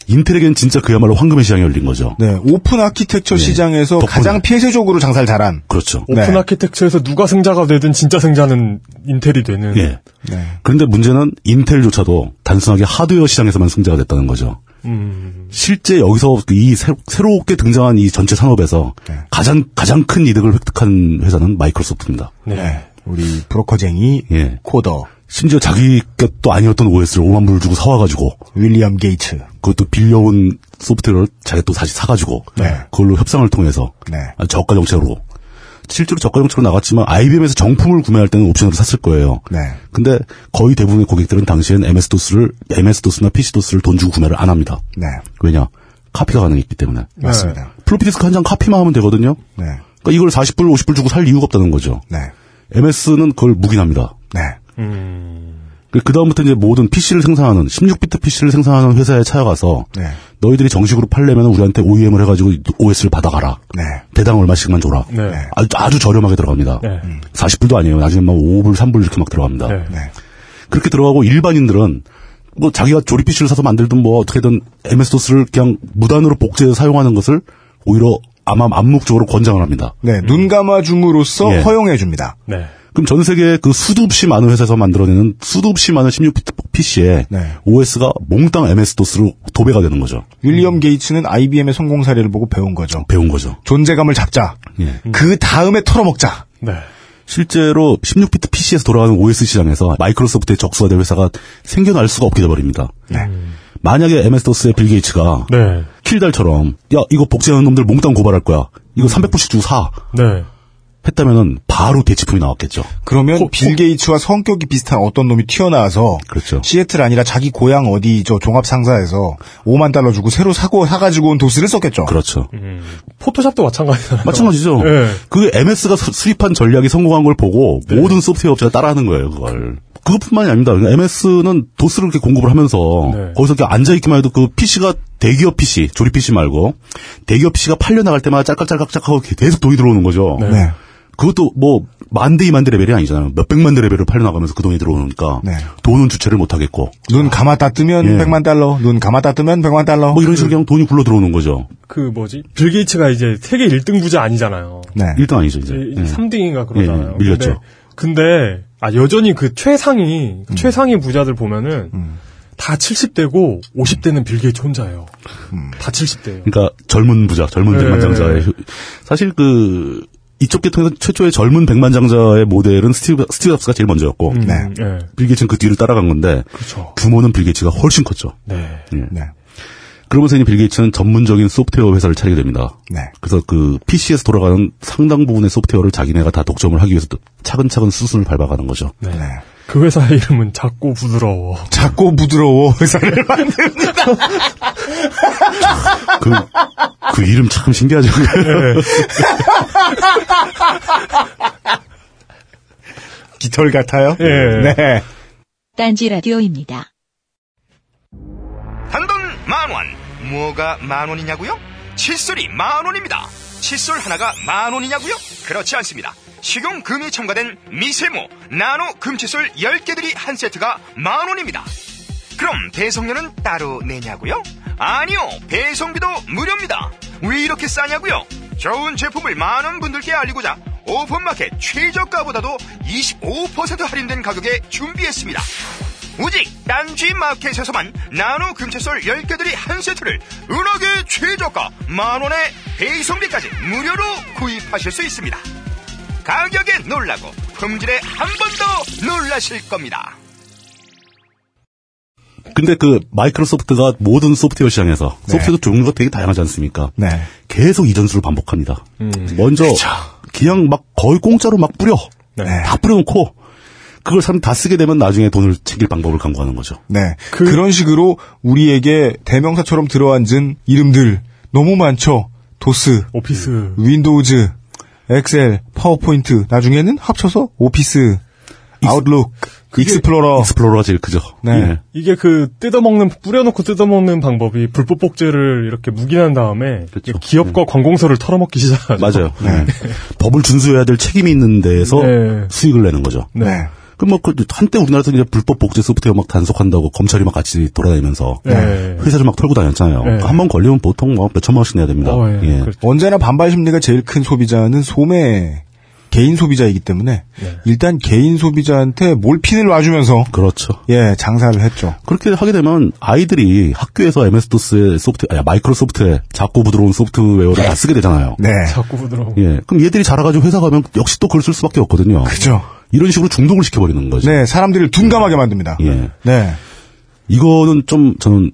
인텔에겐 진짜 그야말로 황금의 시장이 열린 거죠. 네. 오픈 아키텍처 네. 시장에서 덕분에. 가장 폐쇄적으로 장사를 잘한. 네. 그렇죠. 오픈 아키텍처에서 누가 승자가 되든 진짜 승자는 인텔이 되는. 예. 네. 그런데 문제는 인텔조차도 단순하게 하드웨어 시장에서만 승자가 됐다는 거죠. 음. 실제 여기서 그 이 새, 새롭게 등장한 이 전체 산업에서 네. 가장 가장 큰 이득을 획득한 회사는 마이크로소프트입니다. 네. 네. 우리 브로커쟁이 예. 코더 심지어 자기 것도 아니었던 OS를 5만 불 주고 사와가지고 윌리엄 게이츠 그것도 빌려온 소프트웨어를 자기 또 다시 사가지고 네. 그걸로 협상을 통해서 네. 아, 저가 정책으로 실제로 저가 정책으로 나갔지만 IBM에서 정품을 구매할 때는 옵션으로 샀을 거예요. 네. 근데 거의 대부분의 고객들은 당시엔 MS 도스를 MS 도스나 PC 도스를 돈 주고 구매를 안 합니다. 네. 왜냐 카피가 가능했기 때문에. 맞습니다. 플로피 디스크 한 장 카피만 하면 되거든요. 네. 그러니까 이걸 40불, 50불 주고 살 이유가 없다는 거죠. 네. MS는 그걸 묵인합니다. 네. 그 다음부터 이제 모든 PC를 생산하는 16비트 PC를 생산하는 회사에 찾아가서 네. 너희들이 정식으로 팔려면 우리한테 OEM을 해가지고 OS를 받아가라. 네. 대당 얼마씩만 줘라. 네. 아주, 아주 저렴하게 들어갑니다. 네. 40불도 아니에요. 나중에 막 5불, 3불 이렇게 막 들어갑니다. 네. 그렇게 들어가고 일반인들은 뭐 자기가 조립 PC를 사서 만들든 뭐 어떻게든 MS 도스를 그냥 무단으로 복제해서 사용하는 것을 오히려 아마 암묵적으로 권장을 합니다. 네, 눈 감아줌으로써 예. 허용해 줍니다. 네. 그럼 전 세계 그 수도 없이 많은 회사에서 만들어내는 수도 없이 많은 16비트 PC에 OS가 몽땅 MS 도스로 도배가 되는 거죠. 윌리엄 음. 게이츠는 IBM의 성공 사례를 보고 배운 거죠. 배운 거죠. 존재감을 잡자. 예. 그 다음에 털어먹자. 네. 실제로 16비트 PC에서 돌아가는 OS 시장에서 마이크로소프트의 적수화된 회사가 생겨날 수가 없게 돼버립니다. 만약에 MS-DOS의 빌 게이츠가 네. 킬달처럼 야 이거 복제하는 놈들 몽땅 고발할 거야. 이거 300불씩 주고 사. 네. 했다면은 바로 대치품이 나왔겠죠. 그러면 빌 게이츠와 성격이 비슷한 어떤 놈이 튀어나와서 그렇죠. 시애틀 아니라 자기 고향 어디 저 종합 상사에서 5만 달러 주고 새로 사고 사가지고 온 도스를 썼겠죠. 그렇죠. 포토샵도 마찬가지잖아요. 마찬가지죠. 예. 그 MS가 수립한 전략이 성공한 걸 보고 모든 소프트웨어 업체가 따라하는 거예요, 그걸. 그것뿐만이 아닙니다. MS는 도스를 이렇게 공급을 하면서 거기서 이렇게 앉아있기만 해도 그 PC가 대기업 PC, 조립 PC 말고 대기업 PC가 팔려나갈 때마다 짤깍짤깍짤깍하고 계속 돈이 들어오는 거죠. 네. 그것도 뭐, 만 대, 이만 대 레벨이 아니잖아요. 몇백만 대 레벨을 팔려나가면서 그 돈이 들어오니까 네. 돈은 주체를 못하겠고. 눈 감았다 뜨면 예. 100만 달러, 눈 감았다 뜨면 100만 달러. 뭐 이런 식으로 그냥 돈이 굴러 들어오는 거죠. 그 뭐지? 빌 게이츠가 이제 세계 1등 부자 아니잖아요. 네. 1등 아니죠, 이제. 이제 예. 3등인가 그러잖아요. 예, 예, 밀렸죠. 근데, 근데 아 여전히 그 최상위 음. 최상위 부자들 보면은 다 70대고 50대는 빌 게이츠 혼자예요. 음. 다 70대예요. 그러니까 젊은 부자, 젊은 네. 백만장자의 효- 사실 그 이쪽 계통에서 최초의 젊은 백만장자의 모델은 스티브 스티브 잡스가 제일 먼저였고 예. 빌게츠는 그 뒤를 따라간 건데 규모는 빌게츠가 훨씬 컸죠. 네. 예. 그러면서 이제 빌게츠는 전문적인 소프트웨어 회사를 차리게 됩니다. 네. 그래서 그 PC에서 돌아가는 상당 부분의 소프트웨어를 자기네가 다 독점을 하기 위해서 또 차근차근 수순을 밟아가는 거죠. 네. 그 회사의 이름은 작고 부드러워. 작고 부드러워 회사를 만듭니다. 그, 그 이름 참 신기하죠. 깃털 같아요. 네. 딴지 라디오입니다. 단돈 만 원. 뭐가 만 원이냐고요? 칫솔이 만 원입니다. 칫솔 하나가 만 원이냐고요? 그렇지 않습니다. 식용 금이 첨가된 미세모 나노 금칫솔 10개들이 한 세트가 만 원입니다. 그럼 배송료는 따로 내냐고요? 아니요. 배송비도 무료입니다. 왜 이렇게 싸냐고요? 좋은 제품을 많은 분들께 알리고자 오픈마켓 최저가보다도 25% 할인된 가격에 준비했습니다. 오직 딴지 마켓에서만 나노 금채솔 10개들이 한 세트를 은하계 최저가 만원에 배송비까지 무료로 구입하실 수 있습니다. 가격에 놀라고 품질에 한 번 더 놀라실 겁니다. 근데 그 마이크로소프트가 모든 소프트웨어 시장에서 소프트웨어 종류가 되게 다양하지 않습니까? 계속 이 전술을 반복합니다. 먼저 그냥 막 거의 공짜로 막 뿌려 다 뿌려놓고 그걸 사람 다 쓰게 되면 나중에 돈을 챙길 방법을 강구하는 거죠. 네. 그... 런 식으로 우리에게 대명사처럼 들어앉은 이름들 너무 많죠. 도스, 음. 오피스, 윈도우즈, 엑셀, 파워포인트. 나중에는 합쳐서 오피스, 아웃룩, 익스플로러. 익스플로러가 제일 크죠. 어. 예. 네. 이게 그 뜯어먹는 뿌려놓고 뜯어먹는 방법이 불법 복제를 이렇게 묵인한 다음에 네. 기업과 관공서를 털어먹기 시작하죠. 맞아요. 네. 법을 준수해야 될 책임이 있는 데에서 수익을 내는 거죠. 네. 그럼 뭐, 그 한때 우리나라에서 이제 불법 복제 소프트웨어 막 단속한다고 검찰이 막 같이 돌아다니면서 네. 회사를 막 털고 다녔잖아요. 네. 한 번 걸리면 보통 뭐 몇천만 원씩 내야 됩니다. 예. 언제나 반발 심리가 제일 큰 소비자는 소매 개인 소비자이기 때문에 일단 개인 소비자한테 몰핀을 놔주면서 그렇죠. 예 장사를 했죠. 그렇게 하게 되면 아이들이 학교에서 MS-DOS의 소프트, 아니, 마이크로소프트의 작고 부드러운 소프트웨어를 다 쓰게 되잖아요. 네. 작고 부드러워. 예. 그럼 얘들이 자라가지고 회사 가면 역시 또 그걸 쓸 수밖에 없거든요. 그죠. 이런 식으로 중독을 시켜버리는 거죠. 네, 사람들을 둔감하게 만듭니다. 예. 네. 이거는 좀 저는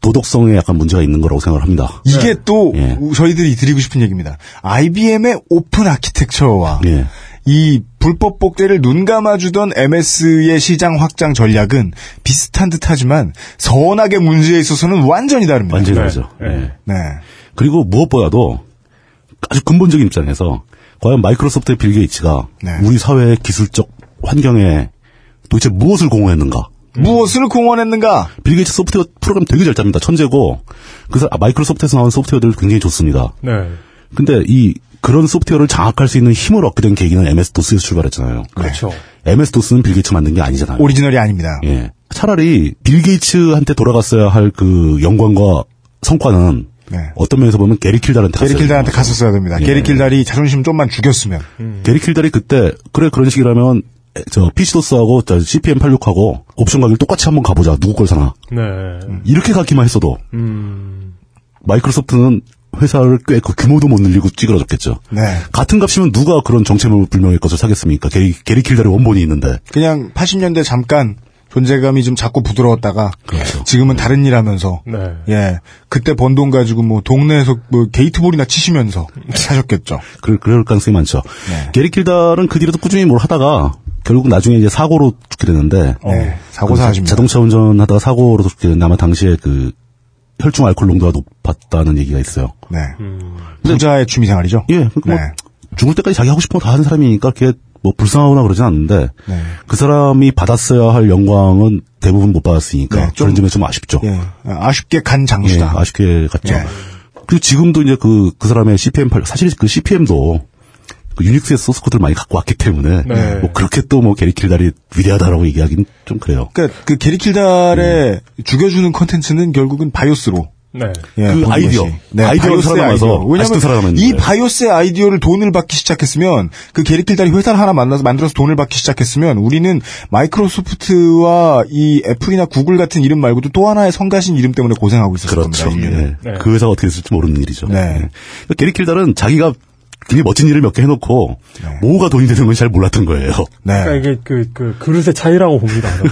도덕성에 약간 문제가 있는 거라고 생각을 합니다. 이게 또 우- 저희들이 드리고 싶은 얘기입니다. IBM의 오픈 아키텍처와 예. 이 불법 복제를 눈 감아주던 MS의 시장 확장 전략은 비슷한 듯하지만 선악의 문제에 있어서는 완전히 다릅니다. 완전히 다르죠. 예. 네. 그리고 무엇보다도 아주 근본적인 입장에서 과연 마이크로소프트의 빌 게이츠가 네. 우리 사회의 기술적 환경에 도대체 무엇을 공헌했는가? 무엇을 공헌했는가? 빌 게이츠 소프트웨어 프로그램 되게 잘 짭니다. 천재고 그 사- 아, 마이크로소프트에서 나온 소프트웨어들 굉장히 좋습니다. 예. 네. 근데 이 그런 소프트웨어를 장악할 수 있는 힘을 얻게 된 계기는 MS 도스에서 출발했잖아요. 그렇죠. MS 도스는 빌 게이츠 만든 게 아니잖아요. 네. 오리지널이 아닙니다. 예. 차라리 빌 게이츠한테 돌아갔어야 할 그 영광과 성과는 어떤 면에서 보면 게리 킬달한테 네. 게리 갔어야 킬달한테 되는 거죠. 갔었어야 됩니다. 예. 게리 킬달이 자존심 좀만 죽였으면. 게리 킬달이 그때 그래 그런 식이라면 에, 저 PC 도스하고 저 CPM 86하고 옵션 가격 똑같이 한번 가보자 누구 걸 사나 네. 음. 이렇게 가기만 했어도 음. 마이크로소프트는 회사를 꽤그 규모도 못 늘리고 찌그러졌겠죠. 네. 같은 값이면 누가 그런 정체물 불명의 것을 사겠습니까? 게리, 게리 킬달의 원본이 있는데 그냥 80년대 잠깐 존재감이 좀 작고 부드러웠다가 지금은 다른 일 하면서 네. 예 그때 번 돈 가지고 뭐 동네에서 뭐 게이트볼이나 치시면서 사셨겠죠. 그, 그럴 가능성이 많죠. 네. 게리 킬달은 그 뒤로도 꾸준히 뭘 하다가 결국 나중에 이제 사고로 죽게 되는데 네, 그 자- 사고사십니다. 자동차 운전하다가 사고로 죽게 되는데 아마 당시에 그 혈중 알코올 농도가 높았다는 얘기가 있어요. 네. 부자의 취미 생활이죠. 음. 네. 예. 그러니까 뭐 죽을 때까지 자기 하고 싶은 거 다 하는 사람이니까 그게 뭐 불쌍하거나 그러진 않는데 네. 그 사람이 받았어야 할 영광은 대부분 못 네, 받았으니까 그런 점에 좀 아쉽죠. 예, 아쉽게 간 장수다. 예, 아쉽게 갔죠. 예. 그리고 지금도 이제 그, 그 사람의 CPM 8, 사실 그 CPM도 그 유닉스의 소스 코드를 많이 갖고 왔기 때문에 네. 뭐 그렇게 또 뭐 게리 킬달이 위대하다라고 얘기하긴 좀 그래요. 그러니까 그 게리 킬달의 죽여주는 컨텐츠는 결국은 바이오스로 네. 예, 예. 그 보는 아이디어. 것이. 아이디어로 바이오스의 살아남아서 아이디어. 아직도 왜냐면 살아남았는데. 이 바이오스의 아이디어를 돈을 받기 시작했으면 그 게리킬달이 회사를 하나 만나서 만들어서 돈을 받기 시작했으면 우리는 마이크로소프트와 이 애플이나 구글 같은 이름 말고도 또 하나의 성가신 이름 때문에 고생하고 있었을 그렇죠. 겁니다. 네. 인류는. 예. 그 회사가 어떻게 됐을지 모르는 일이죠. 예. 그러니까 게리 킬달은 자기가 굉장히 멋진 일을 몇 개 해놓고 네. 뭐가 돈이 되는 건지 잘 몰랐던 거예요. 그러니까 이게 그, 그, 그릇의 차이라고 봅니다. 저는.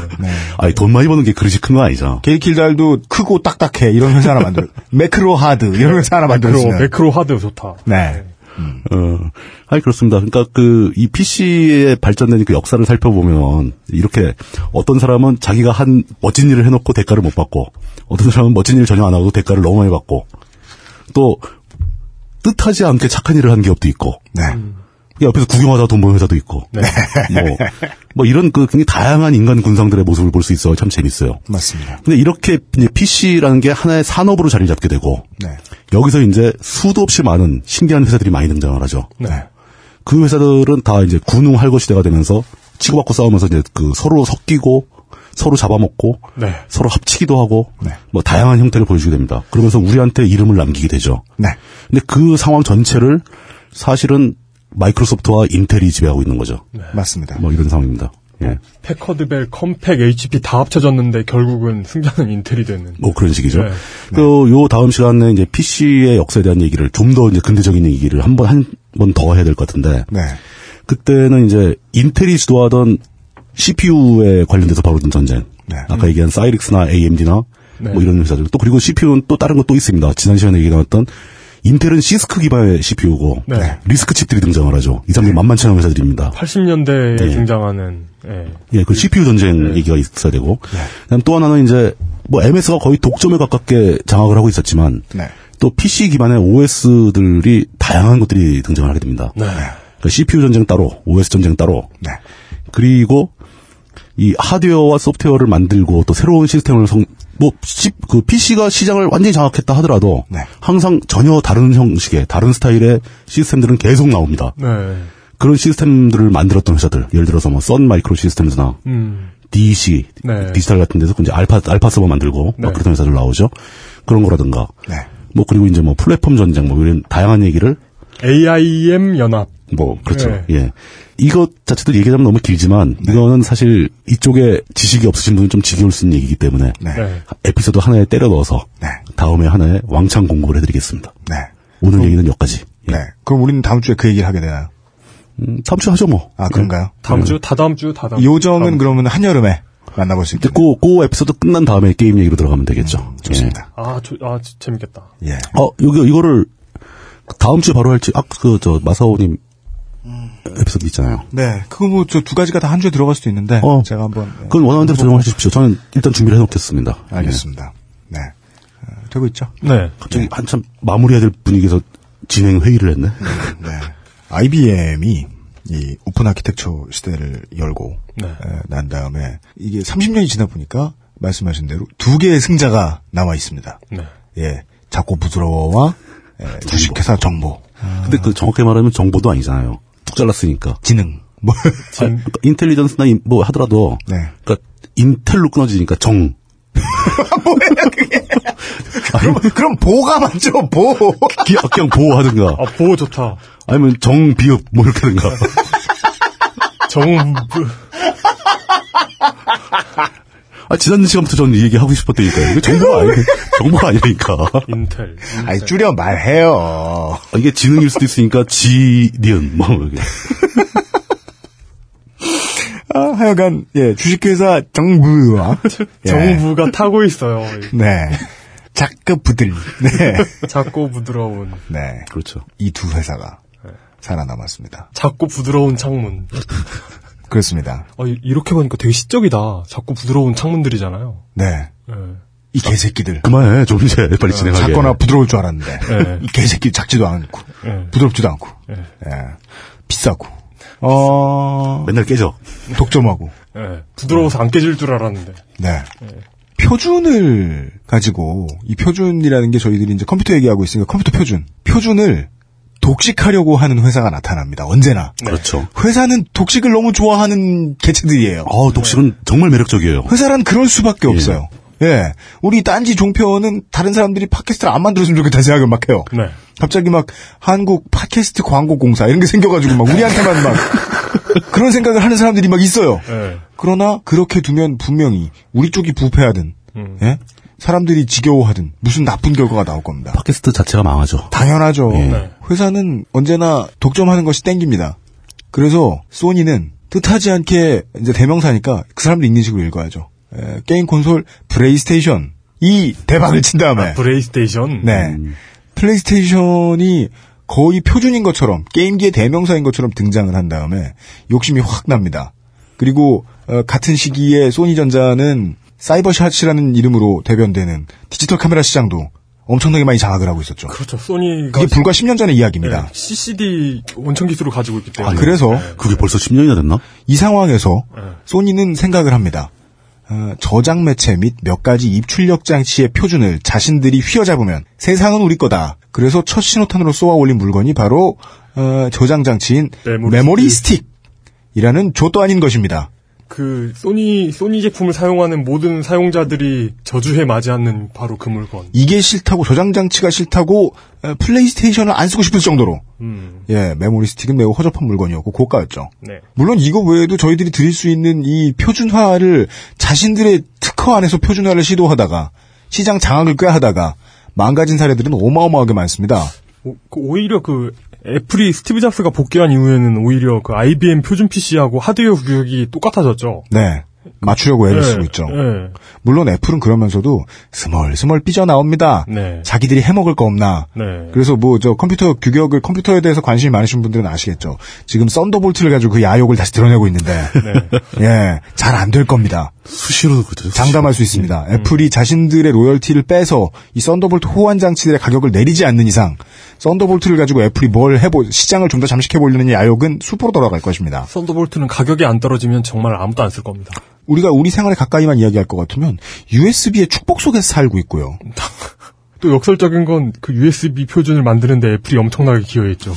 아니 돈 많이 버는 게 그릇이 큰 건 아니잖아. 게리킬달도 크고 딱딱해 이런 회사 하나 만들. 매크로 하드 이런 회사 하나 만들었으면. 매크로, 매크로 하드 좋다. 네. 어, 아니 그렇습니다. 그러니까 그 이 PC의 발전된 그 역사를 살펴보면 이렇게 어떤 사람은 자기가 한 멋진 일을 해놓고 대가를 못 받고 어떤 사람은 멋진 일 전혀 안 하고 대가를 너무 많이 받고 또 뜻하지 않게 착한 일을 한 기업도 있고 네. 네. 옆에서 구경하다 돈 버는 회사도 있고 뭐, 뭐 이런 그 굉장히 다양한 인간 군상들의 모습을 볼 수 있어 참 재밌어요. 맞습니다. 근데 이렇게 PC라는 게 하나의 산업으로 자리를 잡게 되고 네. 여기서 이제 수도 없이 많은 신기한 회사들이 많이 등장을 하죠. 네. 그 회사들은 다 이제 군웅 할거 시대가 되면서 치고받고 싸우면서 이제 그 서로 섞이고 서로 잡아먹고 네. 서로 합치기도 하고 뭐 다양한 형태를 보여주게 됩니다. 그러면서 우리한테 이름을 남기게 되죠. 네. 근데 그 상황 전체를 사실은 마이크로소프트와 인텔이 지배하고 있는 거죠. 네. 맞습니다. 뭐 이런 상황입니다. 예. 패커드벨, 컴팩, HP 다 합쳐졌는데 결국은 승자는 인텔이 되는. 뭐 그런 식이죠. 네. 그, 요 다음 시간에 이제 PC의 역사에 대한 얘기를 좀 더 이제 근대적인 얘기를 한 번, 한 번 더 해야 될 것 네. 같은데. 네. 그때는 이제 인텔이 주도하던 CPU에 관련돼서 벌어진 전쟁. 아까 얘기한 사이릭스나 AMD나 네. 뭐 이런 회사들. 또 그리고 CPU는 또 다른 것또 있습니다. 지난 시간에 얘기 나왔던 인텔은 시스크 기반의 CPU고 네. 리스크 칩들이 등장을 하죠. 이 사람들이 만만치 않은 회사들입니다. 80년대에 네. 등장하는, 예. 예, 그 CPU 전쟁 네. 얘기가 있어야 되고. 그다음 또 하나는 이제 뭐 MS가 거의 독점에 가깝게 장악을 하고 있었지만 네. 또 PC 기반의 OS들이 다양한 것들이 등장을 하게 됩니다. 네. 네. 그러니까 CPU 전쟁 따로, OS 전쟁 따로. 그리고 이 하드웨어와 소프트웨어를 만들고 또 새로운 시스템을 성, 뭐, 시- 그 PC가 시장을 완전히 장악했다 하더라도 항상 전혀 다른 형식의, 다른 스타일의 시스템들은 계속 나옵니다. 네. 그런 시스템들을 만들었던 회사들, 예를 들어서 뭐, 썬 마이크로 시스템즈나 음. DC, 네. 디지털 같은 데서 이제 알파, 알파 서버 만들고, 막 네. 그런 회사들 나오죠. 그런 거라든가. 뭐, 그리고 이제 뭐, 플랫폼 전쟁, 뭐, 이런 다양한 얘기를 AIM 연합. 뭐 그렇죠. 네. 예. 이것 자체도 얘기하면 너무 길지만 이거는 사실 이쪽에 지식이 없으신 분은 좀 지겨울 수 있는 얘기이기 때문에 네. 에피소드 하나에 때려 넣어서 네. 다음에 하나에 왕창 공부를 해드리겠습니다. 오늘 얘기는 여기까지. 예. 네. 그럼 우리는 다음 주에 그 얘기를 하게 되나요? 다음 주 하죠 뭐. 아 그런가요? 다음 주, 다다음 주, 네. 다다음 주. 요정은 그러면 한여름에 만나볼 수 있죠. 그, 그 에피소드 끝난 다음에 게임 얘기로 들어가면 되겠죠. 예. 좋습니다. 아, 저, 아, 저- 재밌겠다. 어 여기 이거를 다음 주에 바로 할지 아까 그저 마사오님 에피소드 있잖아요. 네. 그거 뭐 저 두 가지가 다 한 주에 들어갈 수도 있는데 제가 한번 네, 그건 원하는 대로 조정해 주십시오. 저는 일단 준비를 해놓겠습니다. 알겠습니다. 네. 어, 되고 있죠. 네. 아. 네. 갑자기 한참 마무리해야 될 분위기에서 진행 회의를 했네. IBM이 이 오픈 아키텍처 시대를 열고 네. 에, 난 다음에 이게 30년이 지나 보니까 말씀하신 대로 두 개의 승자가 남아 있습니다. 네. 예, 작고 부드러워와 예, 주식회사 정보. 아. 근데 그 정확하게 말하면 정보도 아니잖아요. 툭 잘랐으니까. 지능. 뭐 그러니까 인텔리전스나 인, 뭐 하더라도 네. 그러니까 인텔로 끊어지니까 정. 뭐예요 그게? 그럼 그럼 보가 맞죠 보. 기, 그냥 보 하든가. 아, 보 좋다. 아니면 정 비읍 뭐 이렇게 하든가. 정. 아, 지난 시간부터 저는 이 얘기 하고 싶었다니까. 이거 정보가 아니, 정보가 아니니까. 인텔. 아니, 줄여 말해요. 아, 이게 지능일 수도 있으니까, 지니은, 뭐, 이게. 아, 하여간, 예, 주식회사 정부와. 예. 정부가 타고 있어요. 네. 작고 부들. 네. 작고 부드러운. 네. 그렇죠. 이 두 회사가 네. 살아남았습니다. 작고 부드러운 창문. 그렇습니다. 아, 이렇게 보니까 되게 시적이다. 작고 부드러운 창문들이잖아요. 예. 네. 네. 이 개새끼들. 그만해. 좀 이제 빨리 네. 진행하게. 어, 작거나 부드러울 줄 알았는데. 네. 이 개새끼 작지도 않고 예. 부드럽지도 않고. 네. 예. 비싸고. 어. 맨날 깨져. 독점하고. 예. 부드러워서 안 깨질 줄 알았는데. 네. 표준을 가지고 이 표준이라는 게 저희들이 이제 컴퓨터 얘기하고 있으니까 컴퓨터 표준. 표준을 독식하려고 하는 회사가 나타납니다. 언제나. 네. 그렇죠. 회사는 독식을 너무 좋아하는 개체들이에요. 어, 독식은 네. 정말 매력적이에요. 회사란 그럴 수밖에 예. 없어요. 예. 우리 딴지 종편은 다른 사람들이 팟캐스트를 안 만들었으면 좋겠다는 생각을 막 해요. 네. 갑자기 막 한국 팟캐스트 광고 공사 이런 게 생겨가지고 막 우리한테만 막 그런 생각을 하는 사람들이 막 있어요. 예. 네. 그러나 그렇게 두면 분명히 우리 쪽이 부패하든, 음. 예? 사람들이 지겨워하든 무슨 나쁜 결과가 나올 겁니다. 팟캐스트 자체가 망하죠. 당연하죠. 예. 회사는 언제나 독점하는 것이 땡깁니다. 그래서 소니는 뜻하지 않게 이제 대명사니까 그 사람들 읽는 식으로 읽어야죠. 에, 게임 콘솔 브레이스테이션 이 대박을 친 다음에 아, 브레이스테이션 네 플레이스테이션이 거의 표준인 것처럼 게임기의 대명사인 것처럼 등장을 한 다음에 욕심이 확 납니다. 그리고 어, 같은 시기에 소니전자는 사이버샷이라는 이름으로 대변되는 디지털 카메라 시장도 엄청나게 많이 장악을 하고 있었죠. 그렇죠. 소니가 그게 불과 10년 전의 이야기입니다. 네, CCD 원천 기술을 가지고 있기 때문에. 아, 그래서 네. 그게 벌써 10년이나 됐나? 이 상황에서 네. 예. 소니는 생각을 합니다. 어, 저장 매체 및 몇 가지 입출력 장치의 표준을 자신들이 휘어잡으면 세상은 우리 거다. 그래서 첫 신호탄으로 쏘아 올린 물건이 바로 어, 저장 장치인 메모리, 메모리 스틱. 이라는 조도 아닌 것입니다. 그 소니 소니 제품을 사용하는 모든 사용자들이 저주해 맞이 않는 바로 그 물건. 이게 싫다고 저장 장치가 싫다고 어, 플레이스테이션을 안 쓰고 싶을 정도로 음. 예 메모리 스틱은 매우 허접한 물건이었고 고가였죠. 네. 물론 이거 외에도 저희들이 드릴 수 있는 이 표준화를 자신들의 특허 안에서 표준화를 시도하다가 시장 장악을 꾀하다가 망가진 사례들은 어마어마하게 많습니다. 오, 오히려 그 애플이 스티브 잡스가 복귀한 이후에는 오히려 그 IBM 표준 PC하고 하드웨어 규격이 똑같아졌죠. 예, 네. 맞추려고 애를 네, 쓰고 있죠. 네. 물론 애플은 그러면서도 스멀스멀 삐져나옵니다. 네. 자기들이 해먹을 거 없나. 그래서 뭐 저 컴퓨터 규격을 컴퓨터에 대해서 관심이 많으신 분들은 아시겠죠. 지금 썬더볼트를 가지고 그 야욕을 다시 드러내고 있는데 예, 잘 안 될 겁니다. 수시로 그죠. 장담할 수 있습니다. 애플이 자신들의 로열티를 빼서 이 썬더볼트 호환 장치들의 가격을 내리지 않는 이상 썬더볼트를 가지고 애플이 뭘 해보 시장을 좀 더 잠식해 보려는 야욕은 수포로 돌아갈 것입니다. 썬더볼트는 가격이 안 떨어지면 정말 아무도 안 쓸 겁니다. 우리가 우리 생활에 가까이만 이야기할 것 같으면 USB의 축복 속에서 살고 있고요. 또 역설적인 건 그 USB 표준을 만드는데 애플이 엄청나게 기여했죠.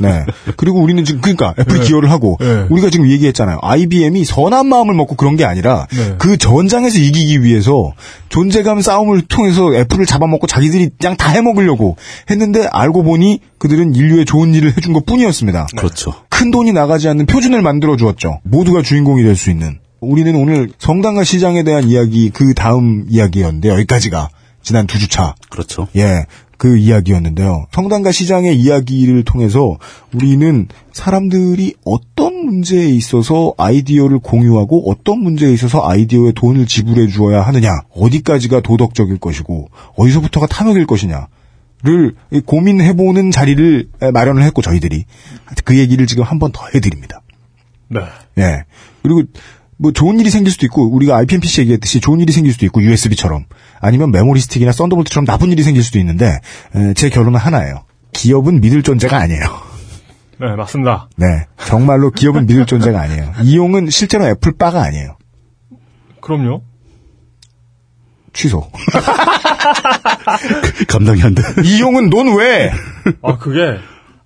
네. 그리고 우리는 지금 그러니까 애플이 네. 기여를 하고 네. 우리가 지금 얘기했잖아요. IBM이 선한 마음을 먹고 그런 게 아니라 네. 그 전장에서 이기기 위해서 존재감 싸움을 통해서 애플을 잡아먹고 자기들이 그냥 다 해먹으려고 했는데 알고 보니 그들은 인류에 좋은 일을 해준 것 뿐이었습니다. 그렇죠. 큰 돈이 나가지 않는 표준을 만들어 주었죠. 모두가 주인공이 될 수 있는. 우리는 오늘 성당과 시장에 대한 이야기 그 다음 이야기였는데 여기까지가 지난 두 주차 그렇죠 예그 이야기였는데요 성당과 시장의 이야기를 통해서 우리는 사람들이 어떤 문제에 있어서 아이디어를 공유하고 어떤 문제에 있어서 아이디어에 돈을 지불해 주어야 하느냐 어디까지가 도덕적일 것이고 어디서부터가 탐욕일 것이냐 를 고민해보는 자리를 마련을 했고 저희들이 그 얘기를 지금 한 번 더 해드립니다. 네. 예. 그리고 뭐 좋은 일이 생길 수도 있고 우리가 IPM PC 얘기했듯이 좋은 일이 생길 수도 있고 USB처럼 아니면 메모리 스틱이나 썬더볼트처럼 나쁜 일이 생길 수도 있는데 에, 제 결론은 하나예요. 기업은 믿을 존재가 아니에요. 네, 맞습니다. 네. 정말로 기업은 믿을 존재가 아니에요. 이용은 실제로 애플 바가 아니에요. 그럼요. 취소. 감당이 안 돼. 이용은 논 왜? 아, 그게,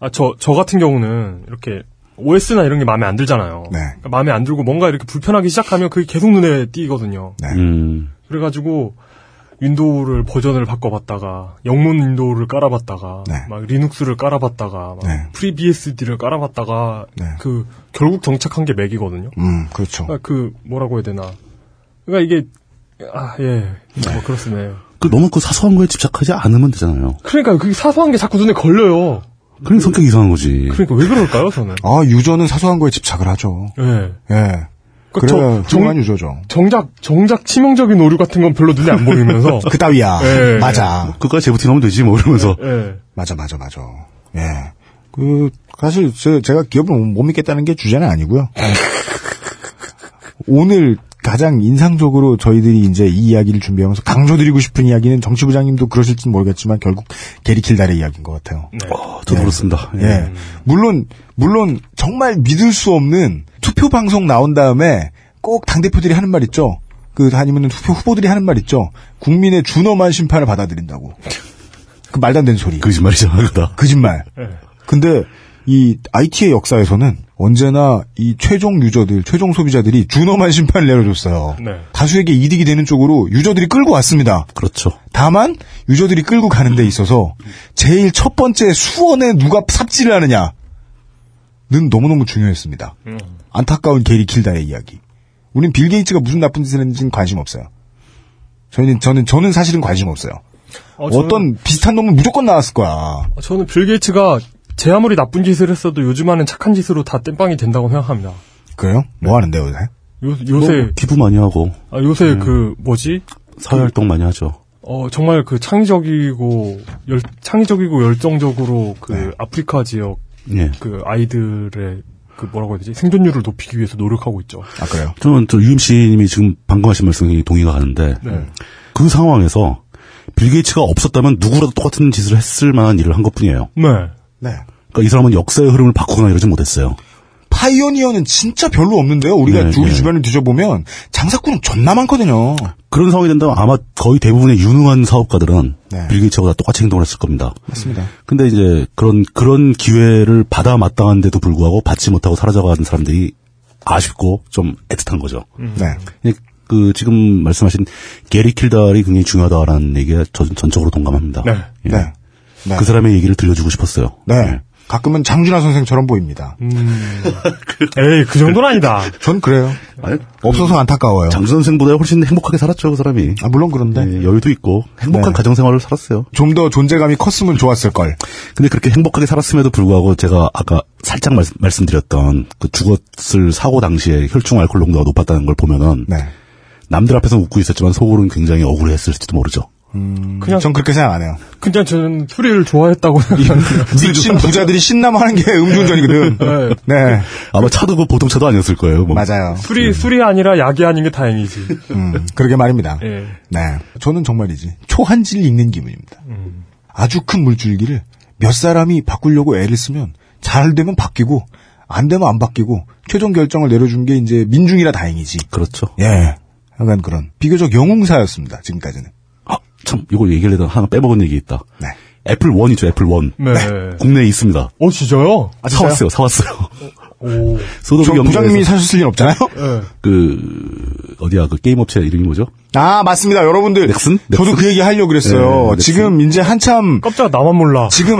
아, 저, 저 같은 경우는 이렇게 OS나 이런 게 마음에 안 들잖아요. 네. 그러니까 마음에 안 들고 뭔가 이렇게 불편하기 시작하면 그게 계속 눈에 띄거든요. 네. 음. 그래가지고 윈도우를 버전을 바꿔봤다가 영문 윈도우를 깔아봤다가 네. 막 리눅스를 깔아봤다가 막 FreeBSD를 깔아봤다가 네. 그 결국 정착한 게 맥이거든요. 음, 그렇죠. 그러니까 그 뭐라고 해야 되나? 그러니까 이게 아 예, 네. 뭐 그렇습니다. 그 너무 그 사소한 거에 집착하지 않으면 되잖아요. 그러니까 그 사소한 게 자꾸 눈에 걸려요. 그런 성격 이상한 거지. 그러니까 왜 그럴까요, 저는? 아, 유저는 사소한 거에 집착을 하죠. 예. 그러니까 예. 그래야 훌륭한 유저죠. 정작 정작 치명적인 오류 같은 건 별로 눈에 안 보이면서 그따위야. 예. 맞아. 그거 재부팅하면 되지 뭐 이러면서. 예. 맞아, 맞아, 맞아. 예. 그, 사실, 저, 제가 기업을 못 믿겠다는 게 주제는 아니고요. 예. 오늘 가장 인상적으로 저희들이 이제 이 이야기를 준비하면서 강조드리고 싶은 이야기는 정치부장님도 그러실지 모르겠지만 결국 게리킬달의 이야기인 것 같아요. 어, 저도 그렇습니다. 예. 물론, 물론, 정말 믿을 수 없는 투표 방송 나온 다음에 꼭 당대표들이 하는 말 있죠? 그, 아니면 투표 후보들이 하는 말 있죠? 국민의 준엄한 심판을 받아들인다고. 그 말도 안 되는 소리. 거짓말이죠, 그다. 거짓말. 예. 근데 이 IT의 역사에서는 언제나 이 최종 유저들, 최종 소비자들이 준엄한 심판을 내려줬어요. 네. 다수에게 이득이 되는 쪽으로 유저들이 끌고 왔습니다. 그렇죠. 다만 유저들이 끌고 가는 데 있어서 제일 첫 번째 수원에 누가 삽질을 하느냐는 너무너무 중요했습니다. 음. 안타까운 게리 킬다의 이야기. 우린 빌 게이츠가 무슨 나쁜 짓을 했는지는 관심 없어요. 저희는 저는 저는 사실은 관심 없어요. 어, 저는- 어떤 비슷한 놈은 무조건 나왔을 거야. 아, 저는 빌 게이츠가 제 아무리 나쁜 짓을 했어도 요즘하는 착한 짓으로 다 땜빵이 된다고 생각합니다. 그래요? 뭐 하는데요, 요새? 요, 요새 기부 많이 하고 아, 요새 그 뭐지? 사회활동 많이 하죠. 어 정말 그 창의적이고 열, 창의적이고 열정적으로 그 아프리카 지역 예. 그 아이들의 그 뭐라고 해야 되지 생존율을 높이기 위해서 노력하고 있죠. 아 그래요? 저는 저 UMC님이 지금 방금 하신 말씀에 동의가 가는데 네. 그 상황에서 빌 게이츠가 없었다면 누구라도 똑같은 짓을 했을 만한 일을 한 것뿐이에요. 네. 네. 그러니까 이 사람은 역사의 흐름을 바꾸거나 이러지 못했어요. 파이오니어는 진짜 별로 없는데요. 우리가 네, 우리 네. 주변을 뒤져보면 장사꾼은 존나 많거든요. 그런 상황이 된다면 아마 거의 대부분의 유능한 사업가들은 네. 빌 게이츠보다 똑같이 행동을 했을 겁니다. 맞습니다. 근데 이제 그런 그런 기회를 받아 마땅한데도 불구하고 받지 못하고 사라져가는 사람들이 아쉽고 좀 애틋한 거죠. 네. 근데 그 지금 말씀하신 게리 킬달이 굉장히 중요하다라는 얘기에 저 전적으로 동감합니다. 예. 네. 네. 네. 그 사람의 얘기를 들려주고 싶었어요. 예. 네. 음. 가끔은 장준하 선생처럼 보입니다. 에이 그 정도는 아니다. 전 그래요. 없어서 안타까워요. 장준 선생보다 훨씬 행복하게 살았죠 그 사람이. 예, 아 물론 그런데 여유도 있고 행복한 네. 가정 생활을 살았어요. 좀 더 존재감이 컸으면 좋았을 걸. 근데 그렇게 행복하게 살았음에도 불구하고 제가 아까 살짝 말, 말씀드렸던 그 죽었을 사고 당시에 혈중 알코올 농도가 높았다는 걸 보면은 네. 남들 앞에서 웃고 있었지만 속으로는 굉장히 억울했을지도 모르죠. 그냥 전 그렇게 생각 안 해요. 그냥 저는 수리를 좋아했다고 미친 부자들이 신남하는 게 네. 음주운전이거든. 그 네. 아마 차도 그 보통 차도 아니었을 거예요. 뭐. 맞아요. 술이 술이 아니라 약이 아닌 게 다행이지. 음, 그러게 말입니다. 예. 네. 저는 정말이지. 초한지를 읽는 기분입니다. 아주 큰 물줄기를 몇 사람이 바꾸려고 애를 쓰면 잘 되면 바뀌고 안 되면 안 바뀌고 최종 결정을 내려준 게 이제 민중이라 다행이지. 그렇죠. 예. 약간 그런 비교적 영웅사였습니다. 지금까지는. 아, 참 이거 얘기를 하다 하나 빼먹은 얘기 있다. 네. 애플 원이죠. 애플 원. 네. 국내에 있습니다. 어 진짜요? 사왔어요. 사왔어요. 오. 소도비 아, 저 연구소에서. 네. 부장님이 사셨을 리는 없잖아요. 그 어디야 그 게임 업체 이름이 뭐죠? 아 맞습니다, 여러분들. 넥슨? 저도 넥슨? 그 얘기 하려고 네, 그랬어요. 넥슨. 지금 이제 한참 깜짝 나만 몰라. 지금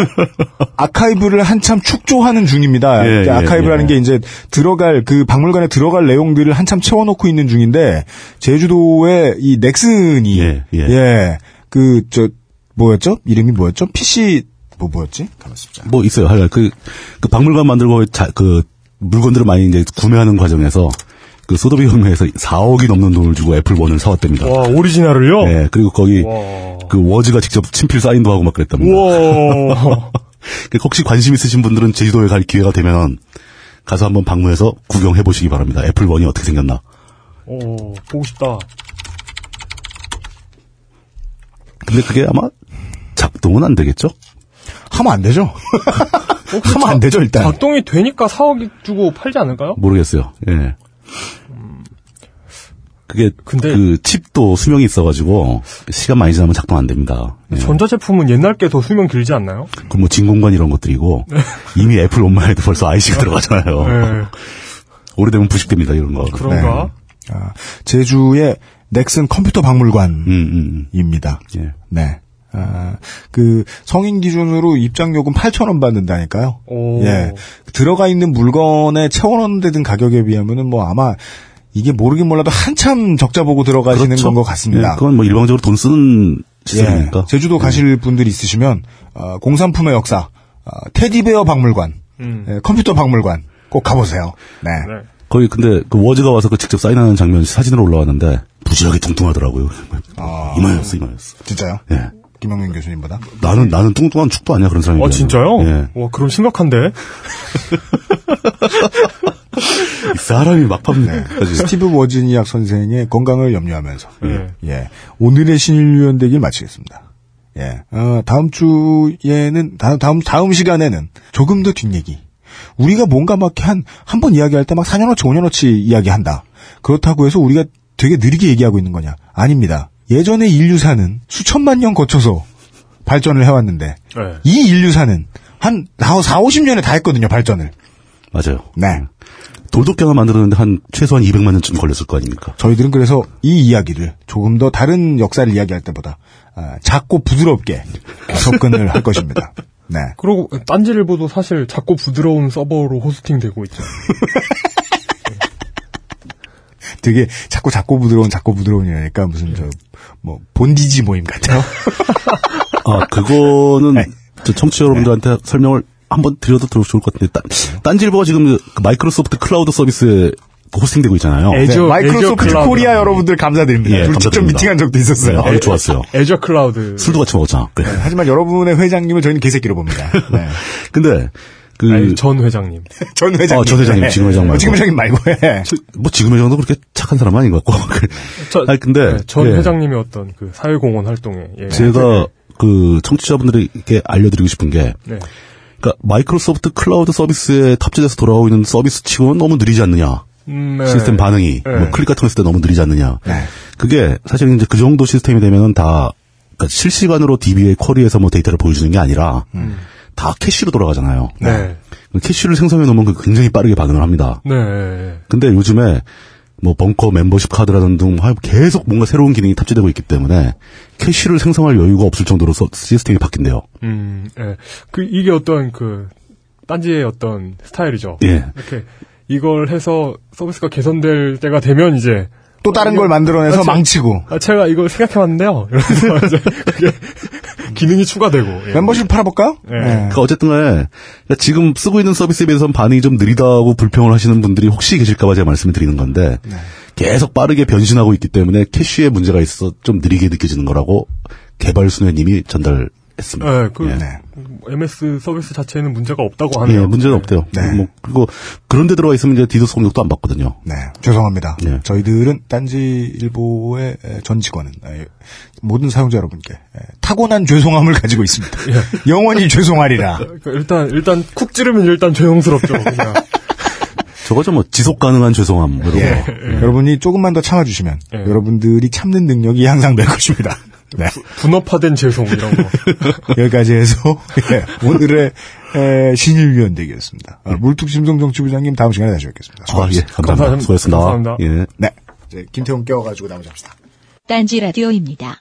아카이브를 한참 축조하는 중입니다. 예, 예, 아카이브라는 예. 게 이제 들어갈 그 박물관에 들어갈 내용들을 한참 채워놓고 있는 중인데 제주도의 이 넥슨이 예, 예. 그 저 뭐였죠? 이름이 뭐였죠? PC 뭐 뭐였지? 가만있어. 뭐 있어요. 하여간 그, 그 박물관 만들고 자, 그 물건들을 많이 이제 구매하는 과정에서 그 소도비 경매에서 4억이 넘는 돈을 주고 애플 원을 사왔답니다. 와 오리지널을요? 예, 그리고 거기 와. 그 워즈가 직접 친필 사인도 하고 막 그랬답니다. 우와. 그 혹시 관심 있으신 분들은 제주도에 갈 기회가 되면 가서 한번 방문해서 구경해 보시기 바랍니다. 애플 원이 어떻게 생겼나. 오 어, 보고 싶다. 근데 그게 아마 작동은 안 되겠죠? 어, 하면 안 되죠? 그 하면 안 되죠 일단. 작동이 되니까 4억 주고 팔지 않을까요? 모르겠어요. 예. 그게 그 칩도 수명이 있어가지고 시간 많이 지나면 작동 안 됩니다. 예. 전자제품은 옛날 게 더 수명 길지 않나요? 그 뭐 진공관 이런 것들이고 이미 애플 온마에도 벌써 IC가 네. 들어가잖아요. 네. 오래되면 부식됩니다 이런 거. 그런가? 네. 아, 제주의 넥슨 컴퓨터 박물관입니다. 음, 예. 네. 아, 그 성인 기준으로 입장요금 8,000원 받는다니까요. 오. 예. 들어가 있는 물건에 채워넣는 데 든 가격에 비하면은 뭐 아마 이게 모르긴 몰라도 한참 적자 보고 들어가시는 그렇죠. 건 것 같습니다. 예, 그건 뭐 일방적으로 돈 쓰는 시설이니까. 예, 제주도 가실 분들이 있으시면 어, 공산품의 역사, 어, 테디베어 박물관, 음. 예, 컴퓨터 박물관 꼭 가보세요. 네. 거기 근데 그 워즈가 와서 그 직접 사인하는 장면 사진으로 올라왔는데 부지하게 뚱뚱하더라고요. 아. 이마였어 이마였어. 진짜요? 예. 김영민 교수님보다. 나는 나는 뚱뚱한 축도 아니야 그런 사람이. 어 진짜요? 예. 와 그럼 심각한데. 이 사람이 막판까지. 스티브 워즈니악 선생의 건강을 염려하면서 예. 예 오늘의 신일유연 되길 마치겠습니다. 예 어, 다음 주에는 다, 다음 다음 시간에는 조금 더 뒷얘기. 우리가 뭔가 막 한 한 번 이야기할 때 막 4년어치 5년어치 이야기한다. 그렇다고 해서 우리가 되게 느리게 얘기하고 있는 거냐? 아닙니다. 예전에 인류사는 수천만 년 거쳐서 발전을 해왔는데 네. 이 인류사는 한 4, 50년에 다 했거든요 발전을. 맞아요. 네. 돌독경을 만들었는데 한 최소한 200만 년쯤 걸렸을 거 아닙니까? 저희들은 그래서 이 이야기를 조금 더 다른 역사를 이야기할 때보다 아, 작고 부드럽게 접근을 할 것입니다. 네. 그리고 딴지일보도 사실 작고 부드러운 서버로 호스팅되고 있죠. 되게 작고 작고 부드러운 작고 부드러운이라니까 무슨 저 뭐 본디지 모임 같아요. 아 그거는 저 청취자 여러분들한테 설명을 한번 드려도 더 좋을 것 같은데 딴, 딴질보가 지금 그 마이크로소프트 클라우드 서비스에 그 호스팅되고 있잖아요. 네, 마이크로소프트 코리아 여러분들 감사드립니다. 예, 우리 직접 감사드립니다. 미팅한 적도 있었어요. 네, 아주 좋았어요. 애저 클라우드. 술도 같이 먹었잖아. 그래. 네, 하지만 여러분의 회장님을 저희는 개새끼로 봅니다. 네. 근데 그 전 회장님. 전 회장님. 어, 전 회장님, 지금 회장 말고. 어, 지금 회장님 말고. 예. 뭐 지금 회장도 그렇게 착한 사람 아닌 것 같고. 아니 근데 네, 전 예. 회장님의 어떤 그 사회공헌 활동에 예. 제가 그 청취자분들에게 알려드리고 싶은 게, 네. 그러니까 마이크로소프트 클라우드 서비스에 탑재돼서 돌아오고 있는 서비스 치고는 너무 느리지 않느냐. 음, 네. 시스템 반응이 네. 뭐 클릭 같은 거 했을 때 너무 느리지 않느냐. 그게 사실 이제 그 정도 시스템이 되면은 다 그러니까 실시간으로 DB의 쿼리에서 뭐 데이터를 보여주는 게 아니라 다 캐시로 돌아가잖아요. 음. 네. 캐시를 생성해 놓으면 그 굉장히 빠르게 반응을 합니다. 네. 근데 요즘에 뭐 벙커 멤버십 카드라든 등 하- 계속 뭔가 새로운 기능이 탑재되고 있기 때문에 캐시를 생성할 여유가 없을 정도로 서- 시스템이 바뀐대요. 음, 예. 그, 이게 어떤 그, 딴지의 어떤 스타일이죠. 예. 이렇게, 이걸 해서 서비스가 개선될 때가 되면 이제. 또 다른 걸 만들어내서 그렇죠. 망치고. 아, 제가 이걸 생각해봤는데요. 이러면서 이제 그게 기능이 추가되고. 네. 예. 멤버십 팔아볼까요? 그러니까 어쨌든 간에 그러니까 지금 쓰고 있는 서비스에 비해서는 반응이 좀 느리다고 불평을 하시는 분들이 혹시 계실까봐 제가 말씀을 드리는 건데 계속 빠르게 변신하고 있기 때문에 캐시에 문제가 있어 좀 느리게 느껴지는 거라고 개발순회님이 전달했습니다. 예, 그, 예. MS 서비스 자체에는 문제가 없다고 예, 하네요. 문제는 없대요. 뭐 그리고 그런데 들어와 있으면 이제 디도스 공격도 안 받거든요. 네, 죄송합니다. 예. 저희들은 딴지 일보의 에, 전 직원은 에, 모든 사용자 여러분께 에, 타고난 죄송함을 가지고 있습니다. 영원히 죄송하리라. 그러니까 일단, 일단, 쿡 찌르면 일단 죄송스럽죠. 그냥. 저거죠 뭐 지속 가능한 죄송함 이런 거. 예. 여러분이 조금만 더 참아주시면 여러분들이 참는 능력이 향상될 것입니다. 네. 분업화된 죄송, 이런 거. 여기까지 해서 예, 오늘의 에, 신일위원 되겠습니다. 아, 물뚝심성 정치부장님 다음 시간에 다시 뵙겠습니다. 아, 예. 감사합니다. 감사합니다. 수고하셨습니다. 감사합니다. 예. 네. 이제 김태훈 깨워가지고 나머지 합시다. 딴지 라디오입니다.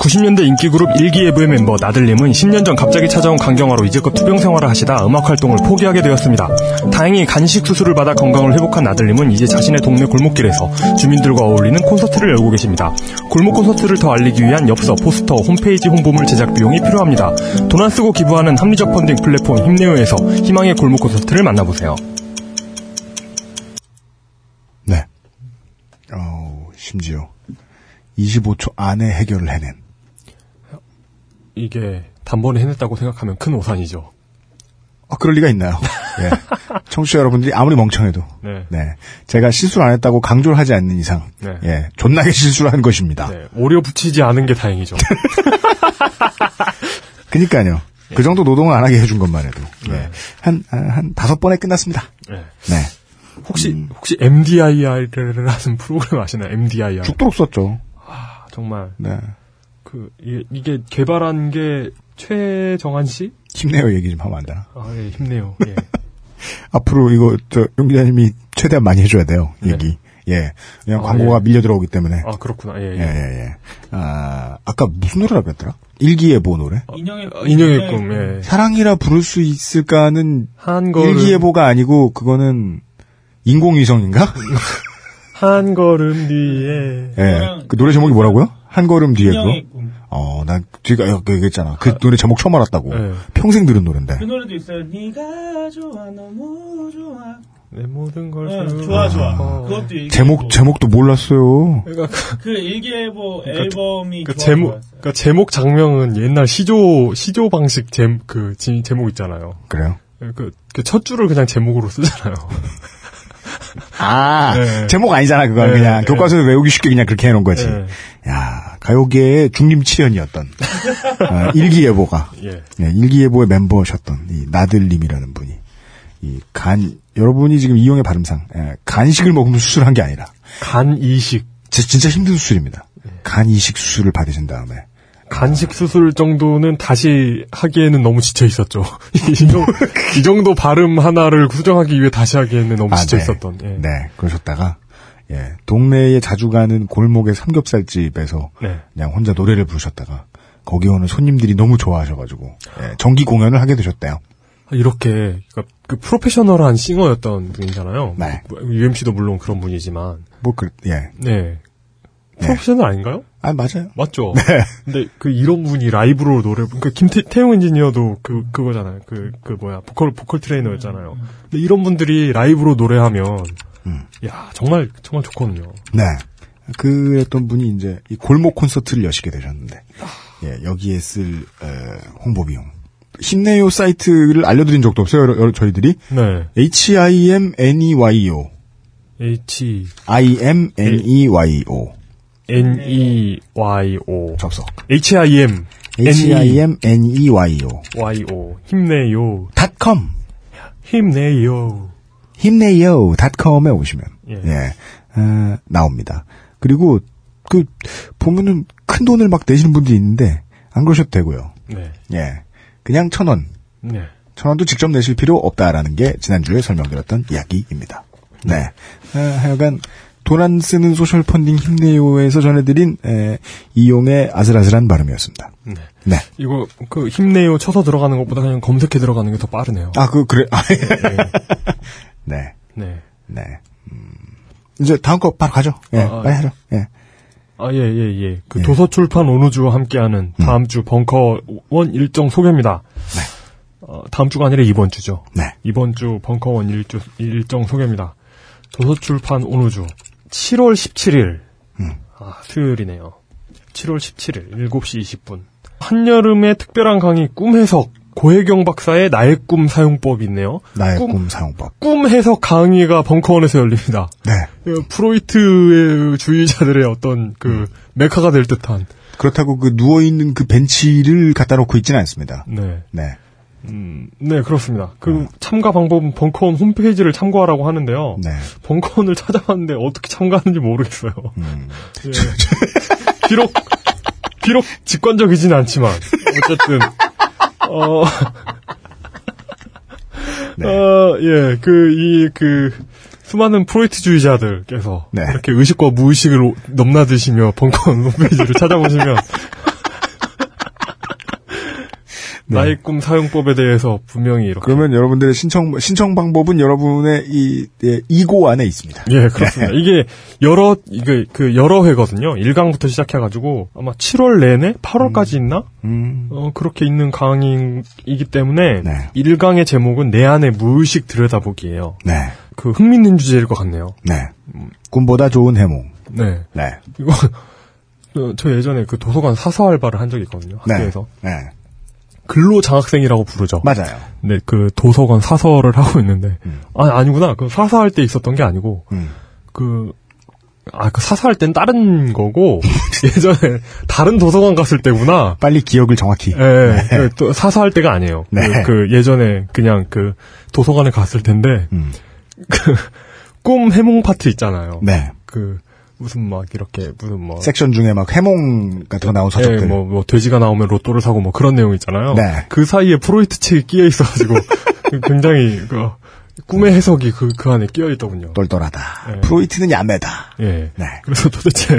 90년대 인기그룹 일기예부의 멤버 나들님은 10년 전 갑자기 찾아온 강경화로 이제껏 투병 생활을 하시다 음악 활동을 포기하게 되었습니다. 다행히 간식 수술을 받아 건강을 회복한 나들님은 이제 자신의 동네 골목길에서 주민들과 어울리는 콘서트를 열고 계십니다. 골목 콘서트를 더 알리기 위한 엽서, 포스터, 홈페이지 홍보물 제작 비용이 필요합니다. 돈 안 쓰고 기부하는 합리적 펀딩 플랫폼 힘내요에서 희망의 골목 콘서트를 만나보세요. 네. 어, 심지어 25초 안에 해결을 해낸. 이게 단번에 해냈다고 생각하면 큰 오산이죠. 아, 그럴 리가 있나요? 예. 청취자 여러분들이 아무리 멍청해도 네. 네. 제가 실수를 안 했다고 강조를 하지 않는 이상 네. 예, 존나게 실수를 한 아. 것입니다. 오려 붙이지 않은 게 다행이죠. 그니까요. 예. 그 정도 노동을 안 하게 해준 것만 해도 네. 한, 한, 한 다섯 번에 끝났습니다. 네. 네. 혹시 혹시 MDIR라는 프로그램 아시나요? MDIR. 죽도록 썼죠. 아, 정말 네. 그 이게, 이게 개발한 게 최정한 씨? 힘내요 얘기 좀 하면 안 되나? 아, 예, 힘내요. 예. 앞으로 이거 저 용기자님이 최대한 많이 해줘야 돼요 얘기. 예. 그냥 네. 아, 광고가 예. 밀려 들어오기 때문에. 아, 그렇구나. 예. 예, 예. 예, 예. 아, 아까 무슨 노래라고 했더라? 일기예보 노래? 아, 인형의 인형의 꿈. 예. 사랑이라 부를 수 있을까는 한 걸음 일기예보가 아니고 그거는 인공위성인가? 한 걸음 뒤에 예. 그 노래 제목이 뭐라고요? 한 걸음 뒤에 그거? 어, 난 뒤가 아까 얘기했잖아. 그 노래 제목 처음 알았다고. 평생 들은 노래인데. 그 노래도 있어요. 네가 좋아 너무 좋아. 내 모든 걸 응, 세우고. 네, 좋아 좋아. 어. 그것도 일기예보. 제목 제목도 몰랐어요. 그러니까 그 일기예보 앨범이 그 좋아, 제목 좋아. 그러니까 제목 장명은 옛날 시조 시조 방식 제그 제목 있잖아요. 그래요? 그첫 줄을 그냥 제목으로 쓰잖아요. 아, 네. 제목 아니잖아, 그건. 네, 그냥 네. 교과서에 외우기 쉽게 그냥 그렇게 해놓은 거지. 네. 야 가요계의 중림치연이었던, 어, 일기예보가, 예. 예, 일기예보의 멤버셨던, 이 나들님이라는 분이, 이 간, 여러분이 지금 이용의 발음상, 예, 간식을 먹으면 수술한 게 아니라, 간 이식. 진짜 힘든 수술입니다. 예. 간 이식 수술을 받으신 다음에, 간식 수술 정도는 다시 하기에는 너무 지쳐 있었죠. 이, 정도, 이 정도 발음 하나를 수정하기 위해 다시 하기에는 너무 아, 지쳐 네. 있었던. 예. 네, 그러셨다가, 예, 동네에 자주 가는 골목의 삼겹살집에서, 네. 그냥 혼자 노래를 부르셨다가 거기 오는 손님들이 너무 좋아하셔가지고 예, 정기 공연을 하게 되셨대요. 이렇게 그러니까 그 프로페셔널한 싱어였던 분이잖아요. 네. UMC도 물론 그런 분이지만. 뭐 그, 예, 네. 프로페셔널 아닌가요? 아 맞아요. 맞죠. 근데 그 이런 분이 라이브로 노래 그러니까 김태용 엔지니어도 그 그거잖아요. 그 그 뭐야 보컬 보컬 트레이너였잖아요. 근데 이런 분들이 라이브로 노래하면 음. 야 정말 정말 좋거든요. 네, 그랬던 분이 이제 이 골목 콘서트를 여시게 되셨는데 예, 여기에 쓸 에, 홍보 비용. 힘내요 사이트를 알려드린 적도 없어요. 여러- 여러- 저희들이 네. H I M N E Y O H I M N E Y O N E Y O 접속 H I M H I M N E Y O Y O 힘내요 닷컴 힘내요 힘내요 닷컴에 오시면 예. 예, 아, 나옵니다. 그리고 그 보면은 큰 돈을 막 내시는 분들이 있는데 안 그러셔도 되고요. 네. 예, 그냥 천 원, 네. 천 원도 직접 내실 필요 없다라는 게 지난주에 설명드렸던 이야기입니다. 네, 아, 하여간 돈 안 쓰는 소셜 펀딩 힘내요에서 전해드린 에, 이용의 아슬아슬한 발음이었습니다. 네. 네. 이거 그 힘내요 쳐서 들어가는 것보다 그냥 검색해 들어가는 게 더 빠르네요. 아, 그, 그래. 아, 네. 네. 네. 음, 이제 다음 거 바로 가죠. 예, 아, 아, 빨리 예. 하죠. 예. 아, 예, 예, 예. 그 도서출판 오누주와 함께하는 다음 주 벙커 원 일정 소개입니다. 네. 어, 다음 주가 아니라 이번 주죠. 이번 주 벙커 원 일주, 일정 소개입니다. 도서출판 오누주. 7월 17일. 음. 아, 수요일이네요. 7월 17일, 7시 20분. 한여름의 특별한 강의 꿈 해석. 고혜경 박사의 나의 꿈 사용법이 있네요. 나의 꿈, 사용법. 꿈 해석 강의가 벙커원에서 열립니다. 네. 예, 프로이트의 주의자들의 어떤 음. 그 메카가 될 듯한. 그렇다고 그 누워있는 그 벤치를 갖다 놓고 있지는 않습니다. 네. 네. 음, 네, 그렇습니다. 그 참가 방법은 벙커원 홈페이지를 참고하라고 어. 하는데요. 네. 벙커원을 찾아봤는데 어떻게 참가하는지 모르겠어요. 예. 비록, 비록 직관적이진 않지만, 어쨌든, 어, 어, 예, 그, 이, 그, 수많은 프로이트주의자들께서 이렇게 의식과 무의식을 오- 넘나드시며 벙커원 홈페이지를 찾아보시면 나의 꿈 사용법에 대해서 분명히 이렇게 그러면 여러분들의 신청, 신청 방법은 여러분의 이, 예, 이고 안에 있습니다. 예, 그렇습니다. 네. 이게 여러 이게 그 여러 회거든요. 1강부터 시작해 가지고 아마 7월 내내 8월까지 음. 있나? 어, 그렇게 있는 강의이기 때문에 일 1강의 제목은 내 안의 무의식 들여다보기예요. 네. 그 흥미있는 주제일 것 같네요. 네. 꿈보다 좋은 해몽. 네. 네. 이거 저- 저 예전에 그 도서관 사서 알바를 한 적이 있거든요. 네. 학교에서. 네. 근로 장학생이라고 부르죠. 맞아요. 네, 그 도서관 음. 사서를 하고 있는데 아 아니구나. 그 사서 할 때 있었던 게 아니고 그 아, 그 사사할 땐 다른 거고, 예전에 다른 도서관 갔을 때구나. 빨리 기억을 정확히. 예, 네. 그 또 사사할 때가 아니에요. 네. 그, 그 예전에 그냥 그 도서관에 갔을 텐데, 그, 꿈 해몽 파트 있잖아요. 음. 네. 그, 무슨 막 이렇게, 무슨 뭐. 섹션 중에 막 해몽 같은 거 나온 예, 서적들. 뭐, 뭐, 돼지가 나오면 로또를 사고 뭐 그런 내용 있잖아요. 네. 그 사이에 프로이트 책이 끼어 있어가지고, 굉장히, 그, 네. 꿈의 해석이 그, 그 안에 끼어 있더군요. 똘똘하다. 프로이트는 야매다. 예. 그래서 도대체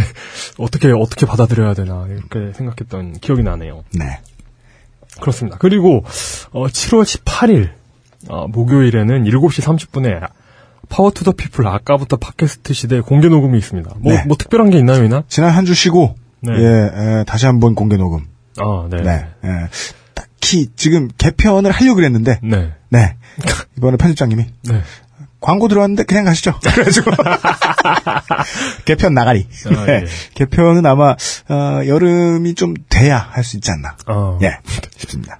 어떻게 어떻게 받아들여야 되나 이렇게 생각했던 기억이 나네요. 네. 그렇습니다. 그리고 어, 7월 18일 어, 목요일에는 7시 30분에 파워 투 더 피플 아까부터 팟캐스트 시대 공개 녹음이 있습니다. 뭐, 네. 뭐 특별한 게 있나요, 이나? 지난 한 주 쉬고 네. 예, 에, 다시 한번 공개 녹음. 아, 네. 네. 예. 딱히 지금 개편을 하려고 그랬는데 네. 네. 이번에 편집장님이 네. 광고 들어왔는데 그냥 가시죠. 그래가지고 개편 나가리. 아, 네. 예. 개편은 아마 어, 여름이 좀 돼야 할 수 있지 않나. 어. 예. 싶습니다.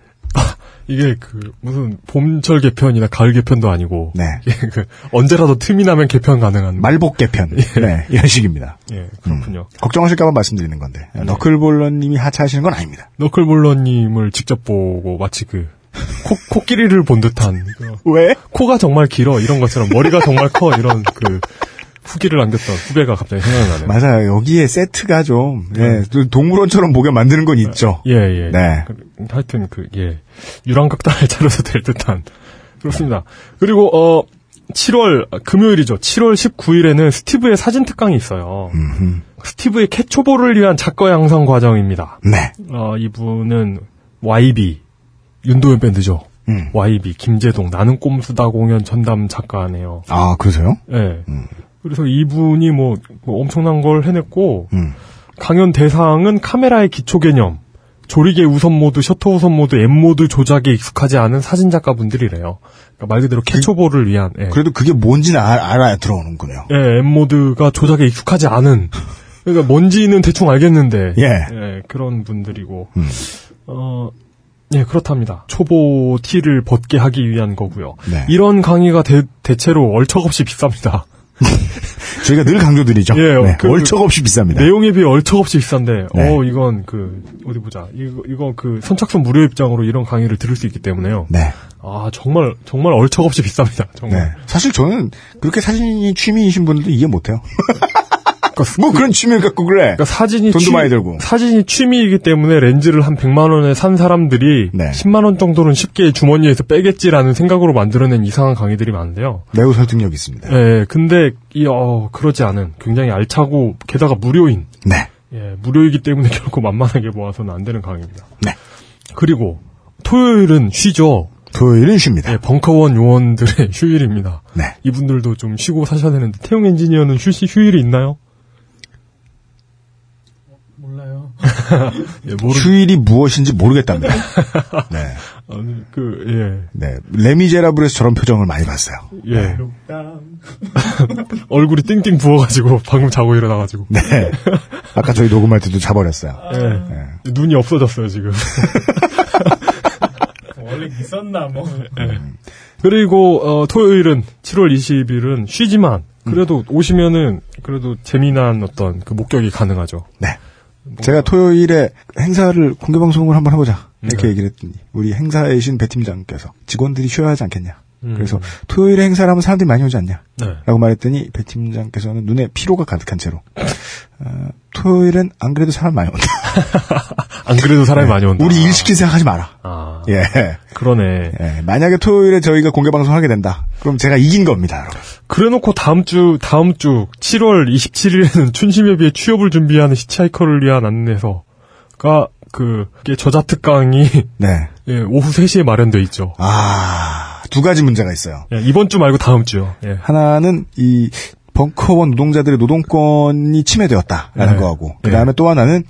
이게 그 무슨 봄철 개편이나 가을 개편도 아니고 네. 예, 그 언제라도 틈이 나면 개편 가능한 말복 개편. 네. 이런 식입니다. 예, 그렇군요. 걱정하실까봐 말씀드리는 건데 너클볼러님이 하차하시는 건 아닙니다. 너클볼러님을 직접 보고 마치 그 코, 코끼리를 본 듯한 그 왜? 코가 정말 길어 이런 것처럼 머리가 정말 커 이런 그 후기를 남겼던 후배가 갑자기 생각나네요. 음. 맞아요. 여기에 세트가 좀 예, 좀 동물원처럼 보게 만드는 건 있죠. 예, 예. 네. 그, 하여튼 그, 예. 유랑각단을 차려서 될 듯한. 그렇습니다. 그리고, 어, 7월, 아, 금요일이죠. 7월 19일에는 스티브의 사진 특강이 있어요. 음. 스티브의 캐초보를 위한 작가 양성 과정입니다. 네. 어, 이분은 YB, 윤도현 밴드죠. 음. YB, 김재동, 나는 꼼수다 공연 전담 작가네요. 아 그러세요? 예. 음. 그래서 이분이 뭐, 뭐 엄청난 걸 해냈고 음. 강연 대상은 카메라의 기초 개념, 조리개 우선 모드, 셔터 우선 모드, 앱 모드 조작에 익숙하지 않은 사진 작가분들이래요. 그러니까 말 그대로 캐초보를 위한. 예. 그래도 그게 뭔지는 알, 알아야 들어오는 거네요. 예, 앱 모드가 조작에 익숙하지 않은. 그러니까 뭔지는 대충 알겠는데. 예. 음. 그런 분들이고. 어, 예, 그렇답니다. 초보 티를 벗게 하기 위한 거고요. 네. 이런 강의가 대, 대체로 얼척없이 비쌉니다. 저희가 늘 강조드리죠. 예, 네, 그- 얼척없이 비쌉니다. 내용에 비해 얼척없이 비싼데, 네. 어, 이건 그, 어디 보자. 이거, 이거 그 선착순 무료 입장으로 이런 강의를 들을 수 있기 때문에요. 네. 아, 정말, 정말 얼척없이 비쌉니다. 정말. 네. 사실 저는 그렇게 사진이 취미이신 분들도 이해 못해요. 뭐 그런 취미를 갖고 그래. 그러니까 사진이 돈도 취- 많이 들고. 사진이 취미이기 때문에 렌즈를 한 100만 원에 산 사람들이 네. 10만 원 정도는 쉽게 주머니에서 빼겠지라는 생각으로 만들어낸 이상한 강의들이 많은데요. 매우 설득력 있습니다. 예, 근데 이 어, 그러지 않은 굉장히 알차고 게다가 무료인 네. 예, 무료이기 때문에 결코 만만하게 모아서는 안 되는 강의입니다. 네. 그리고 토요일은 쉬죠. 토요일은 쉽니다. 예, 벙커원 요원들의 휴일입니다. 네. 이분들도 좀 쉬고 사셔야 되는데 태용 엔지니어는 휴 휴일이 있나요? 몰라요. 휴일이 무엇인지 모르겠답니다. 네. 아, 그, 네. 레미제라블에서 저런 표정을 많이 봤어요. 네. 예. 예. 얼굴이 띵띵 부어가지고 방금 자고 일어나가지고. 네. 아까 저희 녹음할 때도 자버렸어요. 예. 아. 눈이 없어졌어요 지금. 어, 원래 있었나 뭐. 네. 그리고 어, 토요일은 7월 20일은 쉬지만 그래도 음. 오시면은 그래도 재미난 어떤 그 목격이 가능하죠. 네. 제가 토요일에 행사를 공개 방송을 한번 해보자 네. 이렇게 얘기를 했더니 우리 행사이신 배 팀장께서 직원들이 쉬어야 하지 않겠냐. 음. 그래서 토요일에 행사를 하면 사람들이 많이 오지 않냐. 네. 라고 말했더니 배 팀장께서는 눈에 피로가 가득한 채로 어, 토요일엔 안 그래도 사람 많이 온다. 안 그래도 사람이 많이 온다. 네. 우리 일 시킬 생각하지 마라. 아, 예. 그러네. 예, 만약에 토요일에 저희가 공개 방송을 하게 된다. 그럼 제가 이긴 겁니다. 여러분. 그래놓고 다음 주 다음 주 7월 27일에는 춘심에 비해 취업을 준비하는 시차이커를 위한 안내서가 그 이게 저자 특강이 네. 예, 오후 3시에 마련돼 있죠. 아, 두 가지 문제가 있어요. 예, 이번 주 말고 다음 주요. 예. 하나는 이 벙커원 노동자들의 노동권이 침해되었다라는 네. 거하고 그 다음에 또 하나는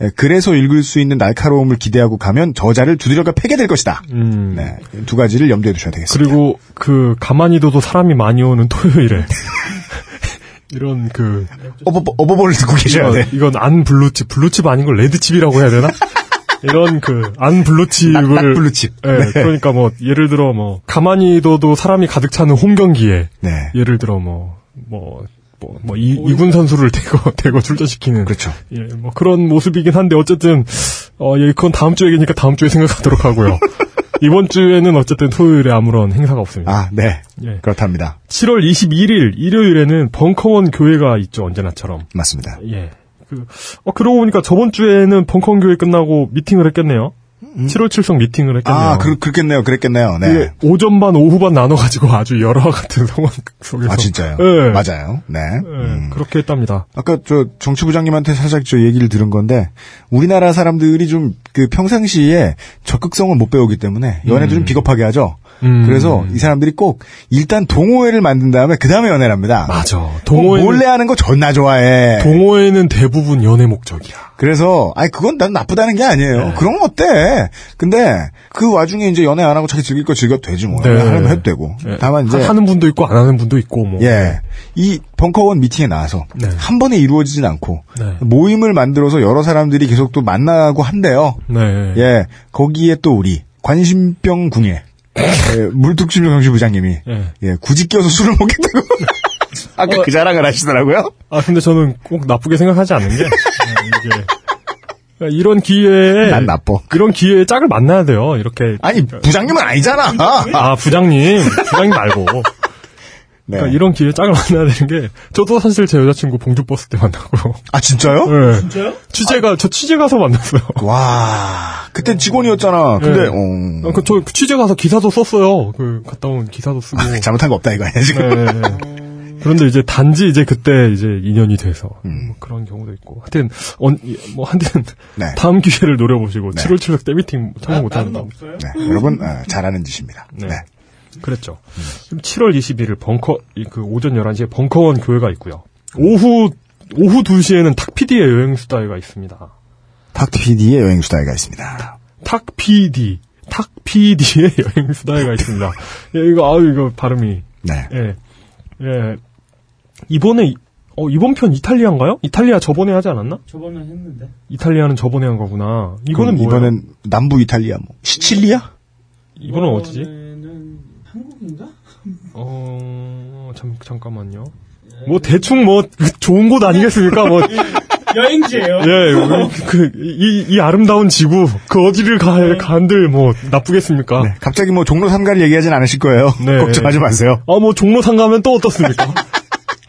에, 그래서 읽을 수 있는 날카로움을 기대하고 가면 저자를 두드려가 패게될 것이다. 음. 네, 두 가지를 염두에 두셔야 되겠습니다. 그리고 그 가만히둬도 사람이 많이 오는 토요일에 이런 그 어버 어버버를 듣고 예. 계셔야 돼. 이건 안 블루칩 블루칩 아닌 걸 레드칩이라고 해야 되나? 이런 그 안 블루칩을 낙- 낙블루칩. 예, 네. 그러니까 뭐 예를 들어 뭐 가만히둬도 사람이 가득 차는 홈 경기에 네. 예를 들어 뭐 뭐 뭐, 뭐 이, 군 선수를 대거 대거 출전시키는 그렇죠. 예, 뭐 그런 모습이긴 한데 어쨌든 어, 예, 그건 다음 주 얘기니까 다음 주에 생각하도록 하고요. 이번 주에는 어쨌든 토요일에 아무런 행사가 없습니다. 아, 네. 예. 그렇답니다. 7월 21일 일요일에는 벙커원 교회가 있죠. 언제나처럼. 맞습니다. 예. 그, 어, 그러고 보니까 저번 주에는 벙커원 교회 끝나고 미팅을 했겠네요. 음. 7월 7석 미팅을 했겠네요. 아, 그, 그랬겠네요. 그랬겠네요. 네. 예, 오전 반, 오후 반 나눠가지고 아주 열화 같은 상황 속에서. 아, 진짜요? 예. 맞아요. 네. 예, 음. 그렇게 했답니다. 아까 저 정치부장님한테 살짝 저 얘기를 들은 건데, 우리나라 사람들이 좀 그 평상시에 적극성을 못 배우기 때문에 연애도 음. 좀 비겁하게 하죠. 음. 그래서 이 사람들이 꼭 일단 동호회를 만든 다음에 그 다음에 연애를 합니다. 맞아. 동호회 몰래 하는 거 존나 좋아해. 동호회는 대부분 연애 목적이야. 그래서 아니 그건 난 나쁘다는 게 아니에요. 네. 그런 건 어때? 근데 그 와중에 이제 연애 안 하고 자기 즐길 거 즐겨 되지 뭐. 네. 하려면 해도 되고. 네. 다만 이제 예. 하는 분도 있고 안 하는 분도 있고 뭐. 예. 이 벙커원 미팅에 나와서 네. 한 번에 이루어지진 않고 네. 모임을 만들어서 여러 사람들이 계속 또 만나고 한대요. 네. 예. 거기에 또 우리 관심병 궁예 예, 물뚝심유 강시 부장님이 네. 예. 예, 굳이 끼어서 술을 먹겠다고 아까 어, 그 자랑을 하시더라고요. 아 근데 저는 꼭 나쁘게 생각하지 않는 게 예, 이게 이런 기회에 난 나빠. 이런 기회에 짝을 만나야 돼요. 이렇게 그러니까 아니 부장님은 아니잖아. 아 부장님 부장님 예. 말고. 네. 그러니까 이런 기회에 짝을 만나야 되는 게 저도 사실 제 여자친구 봉주 버스 때 만나고 아 진짜요? 네. 진짜요? 취재가 아, 저 취재 가서 만났어요. 와 그때 직원이었잖아. 근데 네. 어... 저 취재 가서 기사도 썼어요. 그 갔다 온 기사도 쓰고 아, 잘못한 거 없다 이거 아니야 지금. 네. 그런데 이제 단지 이제 그때 이제 인연이 돼서 음. 뭐 그런 경우도 있고 하여튼 언, 뭐 하여튼 네. 다음 기회를 노려보시고 7월 7일 때 미팅 참여 못한다. 네, 여러분 어, 잘하는 짓입니다. 네. 그랬죠. 음. 7월 21일 벙커 그 오전 11시에 벙커원 교회가 있고요. 오후 오후 2시에는 탁피디의 여행 수다회가 있습니다. 탁피디의 여행 수다회가 있습니다. 탁피디 탁피디의 여행 수다회가 있습니다. 예, 이거 아유 이거 발음이 네. 예. 예. 이번에 어, 이번 편 이탈리아인가요? 이탈리아 저번에 하지 않았나? 저번에 했는데. 이탈리아는 저번에 한 거구나. 이거는 뭐예요? 이번엔 남부 이탈리아 뭐 시칠리아? 이번은 어디지? 한국인가? 어, 잠, 잠깐만요. 예. 뭐, 대충 뭐, 그 좋은 곳 아니겠습니까? 뭐. 여행지예요 예, 그, 이, 이 아름다운 지구, 그 어디를 가, 네. 간들 뭐, 나쁘겠습니까? 네, 갑자기 뭐, 종로 삼가를 얘기하진 않으실 거예요. 네. 걱정하지 마세요. 아, 뭐, 종로 삼가면 또 어떻습니까?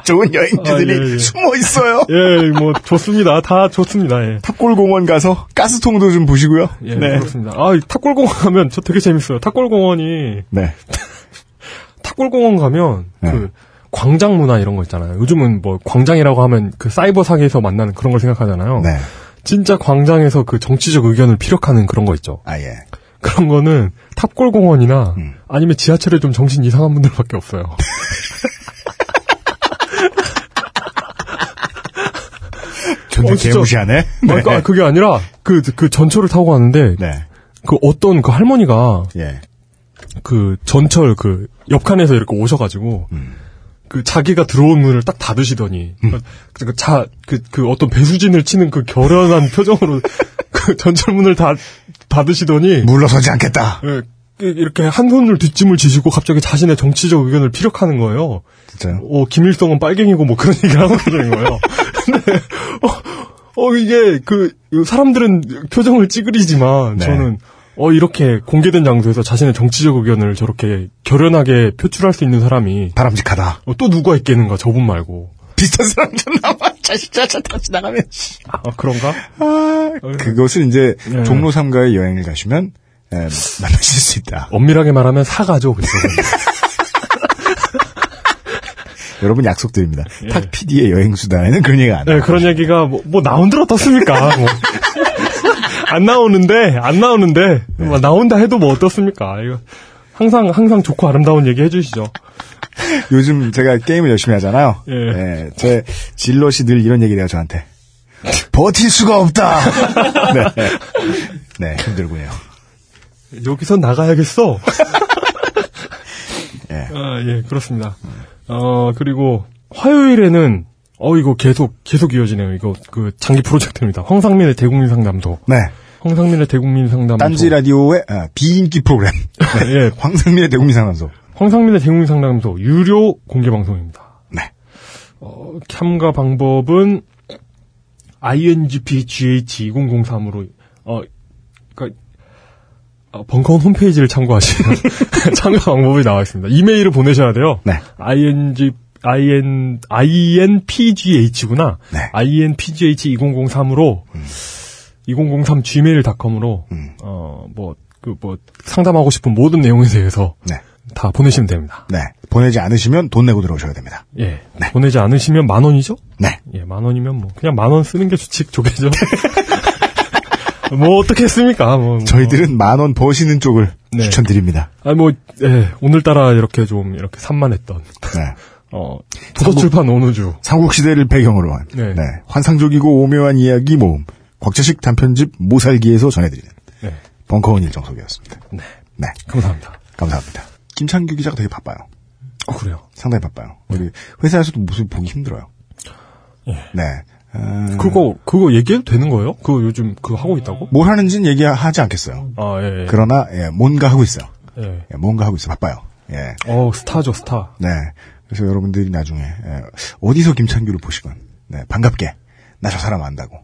좋은 여행지들이 아, 예, 예. 숨어 있어요. 예, 뭐 좋습니다. 다 좋습니다. 예. 탑골공원 가서 가스통도 좀 보시고요. 예, 네. 그렇습니다. 아, 탑골공원 가면 저 되게 재밌어요. 탑골공원이 네. 탑골공원 가면 네. 그 광장 문화 이런 거 있잖아요. 요즘은 뭐 광장이라고 하면 그 사이버 상에서 만나는 그런 걸 생각하잖아요. 네. 진짜 광장에서 그 정치적 의견을 피력하는 그런 거 있죠. 아 예. 그런 거는 탑골공원이나 음. 아니면 지하철에 좀 정신 이상한 분들밖에 없어요. 존재 어, 개무시하네. 네. 그러니까 그게 아니라 그 그 전철을 타고 가는데 네. 그 어떤 그 할머니가 예. 그 전철 그 옆칸에서 이렇게 오셔가지고 음. 그 자기가 들어온 문을 딱 닫으시더니 음. 그, 자, 그, 그 어떤 배수진을 치는 그 결연한 표정으로 그 전철 문을 다 닫으시더니 물러서지 않겠다. 예, 이렇게 한 손을 뒷짐을 지지고 갑자기 자신의 정치적 의견을 피력하는 거예요. 진짜요? 어, 김일성은 빨갱이고 뭐 그런 얘기를 하고 그러는 거예요. 근데, 어, 어, 이게 그, 사람들은 표정을 찌그리지만 네. 저는 어, 이렇게 공개된 장소에서 자신의 정치적 의견을 저렇게 결연하게 표출할 수 있는 사람이 바람직하다. 어, 또 누가 있겠는가 저분 말고. 비슷한 사람이었나 봐. 자식자 차타 지나가면. 아, 그런가? 어, 아, 예. 그것은 이제 네. 종로 3가에 여행을 가시면 예, 만나실 수 있다. 엄밀하게 말하면 사가죠, 그래서. 여러분 약속드립니다. 예. 탁 PD의 여행수다에는 그런 얘기가 안 나와요. 예, 그런 얘기가 뭐, 뭐 나온들 어떻습니까? 뭐. 안 나오는데, 안 나오는데, 예. 나온다 해도 뭐 어떻습니까? 이거 항상, 항상 좋고 아름다운 얘기 해주시죠. 요즘 제가 게임을 열심히 하잖아요. 예. 제 질럿이 늘 이런 얘기를 해요, 저한테. 버틸 수가 없다! 네. 네, 힘들고요. 여기서 나가야겠어. 예. 아, 예, 그렇습니다. 어, 그리고 화요일에는 어 이거 계속 계속 이어지네요. 이거 그 장기 프로젝트입니다. 황상민의 대국민 상담소. 네. 황상민의 대국민 상담소. 딴지 라디오의 아, 비인기 프로그램. 네. 예. 황상민의 대국민 상담소. 황상민의 대국민 상담소 유료 공개 방송입니다. 네. 어, 캠과 방법은 E ingpgh2003으로 어, 그러니까 어, 벙커원 홈페이지를 참고하시면 참가 방법이 나와 있습니다. 이메일을 보내셔야 돼요. 네. ing IN, INPGH구나. 네. E INPGH2003으로, 2003 gmail.com으로, 음. 어, 뭐, 그, 뭐, 상담하고 싶은 모든 내용에 대해서 네. 다 보내시면 됩니다. 네. 보내지 않으시면 돈 내고 들어오셔야 됩니다. 예. 보내지 않으시면 만 원이죠? 네. 예, 만 원이면 뭐, 그냥 만 원 쓰는 게 주칙 조개죠. 뭐, 어떻게 했습니까? 뭐, 뭐. 저희들은 만 원 버시는 쪽을 네. 추천드립니다. 아, 뭐, 예, 오늘따라 이렇게 좀, 이렇게 산만했던. 네. 어, 도서출판 오누주. 삼국시대를 배경으로 한 네. 네, 환상적이고 오묘한 이야기 모음 곽재식 단편집 모살기에서 전해드리는 네. 벙커원 일정소개였습니다. 네. 네. 감사합니다. 감사합니다. 김창규 기자가 되게 바빠요. 어, 그래요? 상당히 바빠요. 우리 회사에서도 모습 보기 힘들어요. 네. 어, 예. 그거, 그거 얘기해도 되는 거예요? 그거 요즘 그거 하고 있다고? 뭘 하는지는 얘기하지 않겠어요. 음. 아, 예. 예. 그러나 예, 뭔가 하고 있어요. 예. 예, 뭔가 하고 있어 바빠요. 예. 어, 스타죠, 스타. 네. 그래서 여러분들이 나중에 예, 어디서 김창규를 보시건 네, 반갑게 나 저 사람 안다고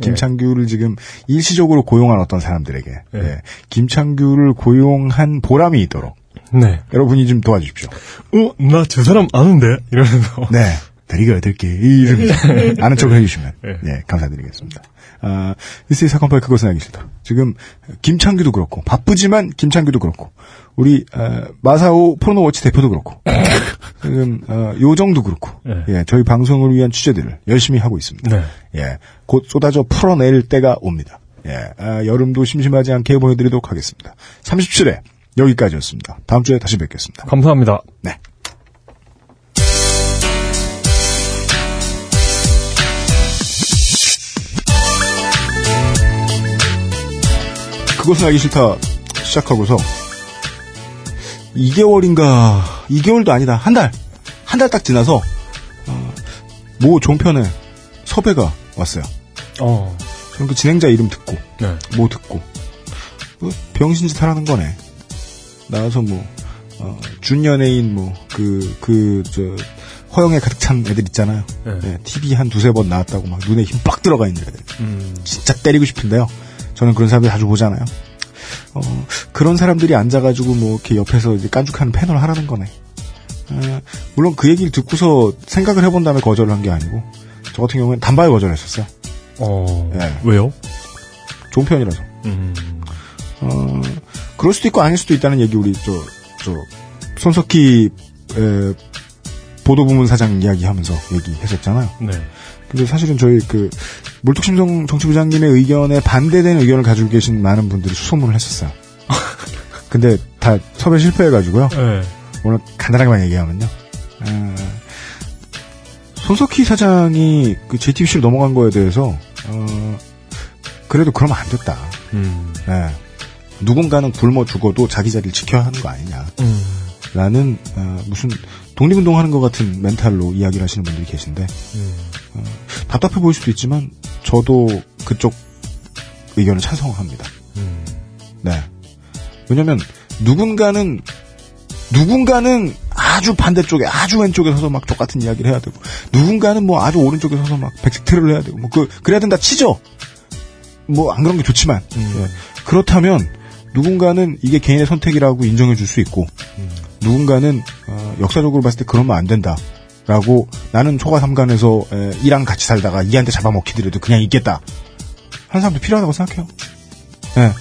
김창규를 지금 일시적으로 고용한 어떤 사람들에게 예. 예, 김창규를 고용한 보람이 있도록 네. 여러분이 좀 도와주십시오. 어, 나 저 사람 아는데? 이러면서. 네. 다리가 여덟 개 이름 아는 척을 해주시면 예. 예, 감사드리겠습니다. 아, 뉴스의 사건 파일 그것은 알기 싫다. 지금 김창규도 그렇고 바쁘지만 김창규도 그렇고 우리 어, 마사오 포르노워치 대표도 그렇고 지금 어, 요정도 그렇고 예, 저희 방송을 위한 취재들을 열심히 하고 있습니다. 네. 예, 곧 쏟아져 풀어낼 때가 옵니다. 예, 아, 여름도 심심하지 않게 보내드리도록 하겠습니다. 37회 여기까지였습니다. 다음 주에 다시 뵙겠습니다. 감사합니다. 네. 그것은 알기 싫다 시작하고서 2개월인가 2개월도 아니다 한 달 한 달 딱 지나서 어, 모 종편에 섭외가 왔어요. 어. 저는 그 진행자 이름 듣고 네. 뭐 듣고 뭐 병신짓 하라는 거네. 나와서 뭐 어, 준연예인 뭐 그 그 저 허영에 가득 찬 애들 있잖아요. 네. 예, TV 한 두세 번 나왔다고 막 눈에 힘 빡 들어가 있는 애들. 음. 진짜 때리고 싶은데요. 저는 그런 사람들 자주 보잖아요. 어, 그런 사람들이 앉아가지고 뭐 이렇게 옆에서 이제 깐죽하는 패널 하라는 거네. 어, 물론 그 얘기를 듣고서 생각을 해본 다음에 거절을 한 게 아니고 저 같은 경우에는 단발에 거절했었어요. 어. 왜요? 좋은 편이라서. 음. 어, 그럴 수도 있고 아닐 수도 있다는 얘기 우리 저, 저, 손석희, 에, 보도부문 사장 이야기 하면서 얘기했었잖아요. 네. 근데 사실은 저희 그, 몰뚝심성 정치부장님의 의견에 반대되는 의견을 가지고 계신 많은 분들이 수소문을 했었어요. 근데 다 섭외 실패해가지고요. 네. 오늘 간단하게만 얘기하면요. 어, 손석희 사장이 그 JTBC로 넘어간 거에 대해서, 어, 그래도 그러면 안 됐다. 음. 예. 누군가는 굶어 죽어도 자기 자리를 지켜야 하는 거 아니냐. 음. 라는, 어, 무슨, 독립운동 하는 것 같은 멘탈로 이야기를 하시는 분들이 계신데, 음. 어, 답답해 보일 수도 있지만, 저도 그쪽 의견을 찬성합니다. 음. 네. 왜냐면, 누군가는, 누군가는 아주 반대쪽에, 아주 왼쪽에 서서 막 똑같은 이야기를 해야 되고, 누군가는 뭐 아주 오른쪽에 서서 막 백색 테러를 해야 되고, 뭐 그, 그래야 된다 치죠? 뭐 안 그런 게 좋지만, 예. 그렇다면, 누군가는 이게 개인의 선택이라고 인정해 줄 수 있고, 누군가는 어, 역사적으로 봤을 때 그러면 안 된다. 라고 나는 초가삼간에서 에, 이랑 같이 살다가 이한테 잡아먹히더라도 그냥 있겠다. 한 사람도 필요하다고 생각해요. 예.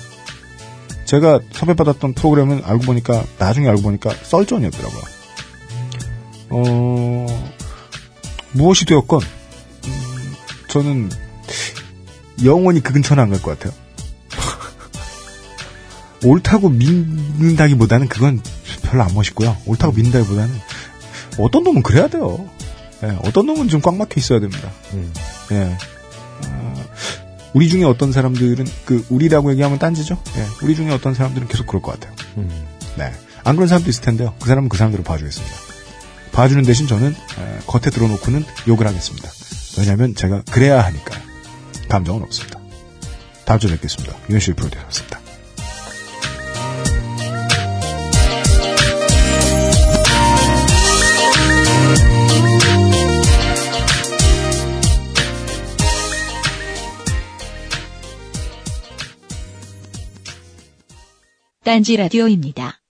제가 섭외받았던 프로그램은 알고 보니까 나중에 알고 보니까 썰전이었더라고요. 어, 무엇이 되었건 음, 저는 영원히 그 근처는 안 갈 것 같아요. 옳다고 믿는다기보다는 그건 별로 안 멋있고요. 옳다고 믿는다기보다는 어떤 놈은 그래야 돼요. 예, 어떤 놈은 좀 꽉 막혀 있어야 됩니다. 음. 예. 아, 우리 중에 어떤 사람들은 그 우리라고 얘기하면 딴지죠. 예, 우리 중에 어떤 사람들은 계속 그럴 것 같아요. 음. 네. 안 그런 사람도 있을 텐데요. 그 사람은 그 사람대로 봐주겠습니다. 봐주는 대신 저는 에, 겉에 들어놓고는 욕을 하겠습니다. 왜냐하면 제가 그래야 하니까 감정은 없습니다. 다음 주에 뵙겠습니다. 윤실 프로듀서였습니다. 딴지 라디오입니다.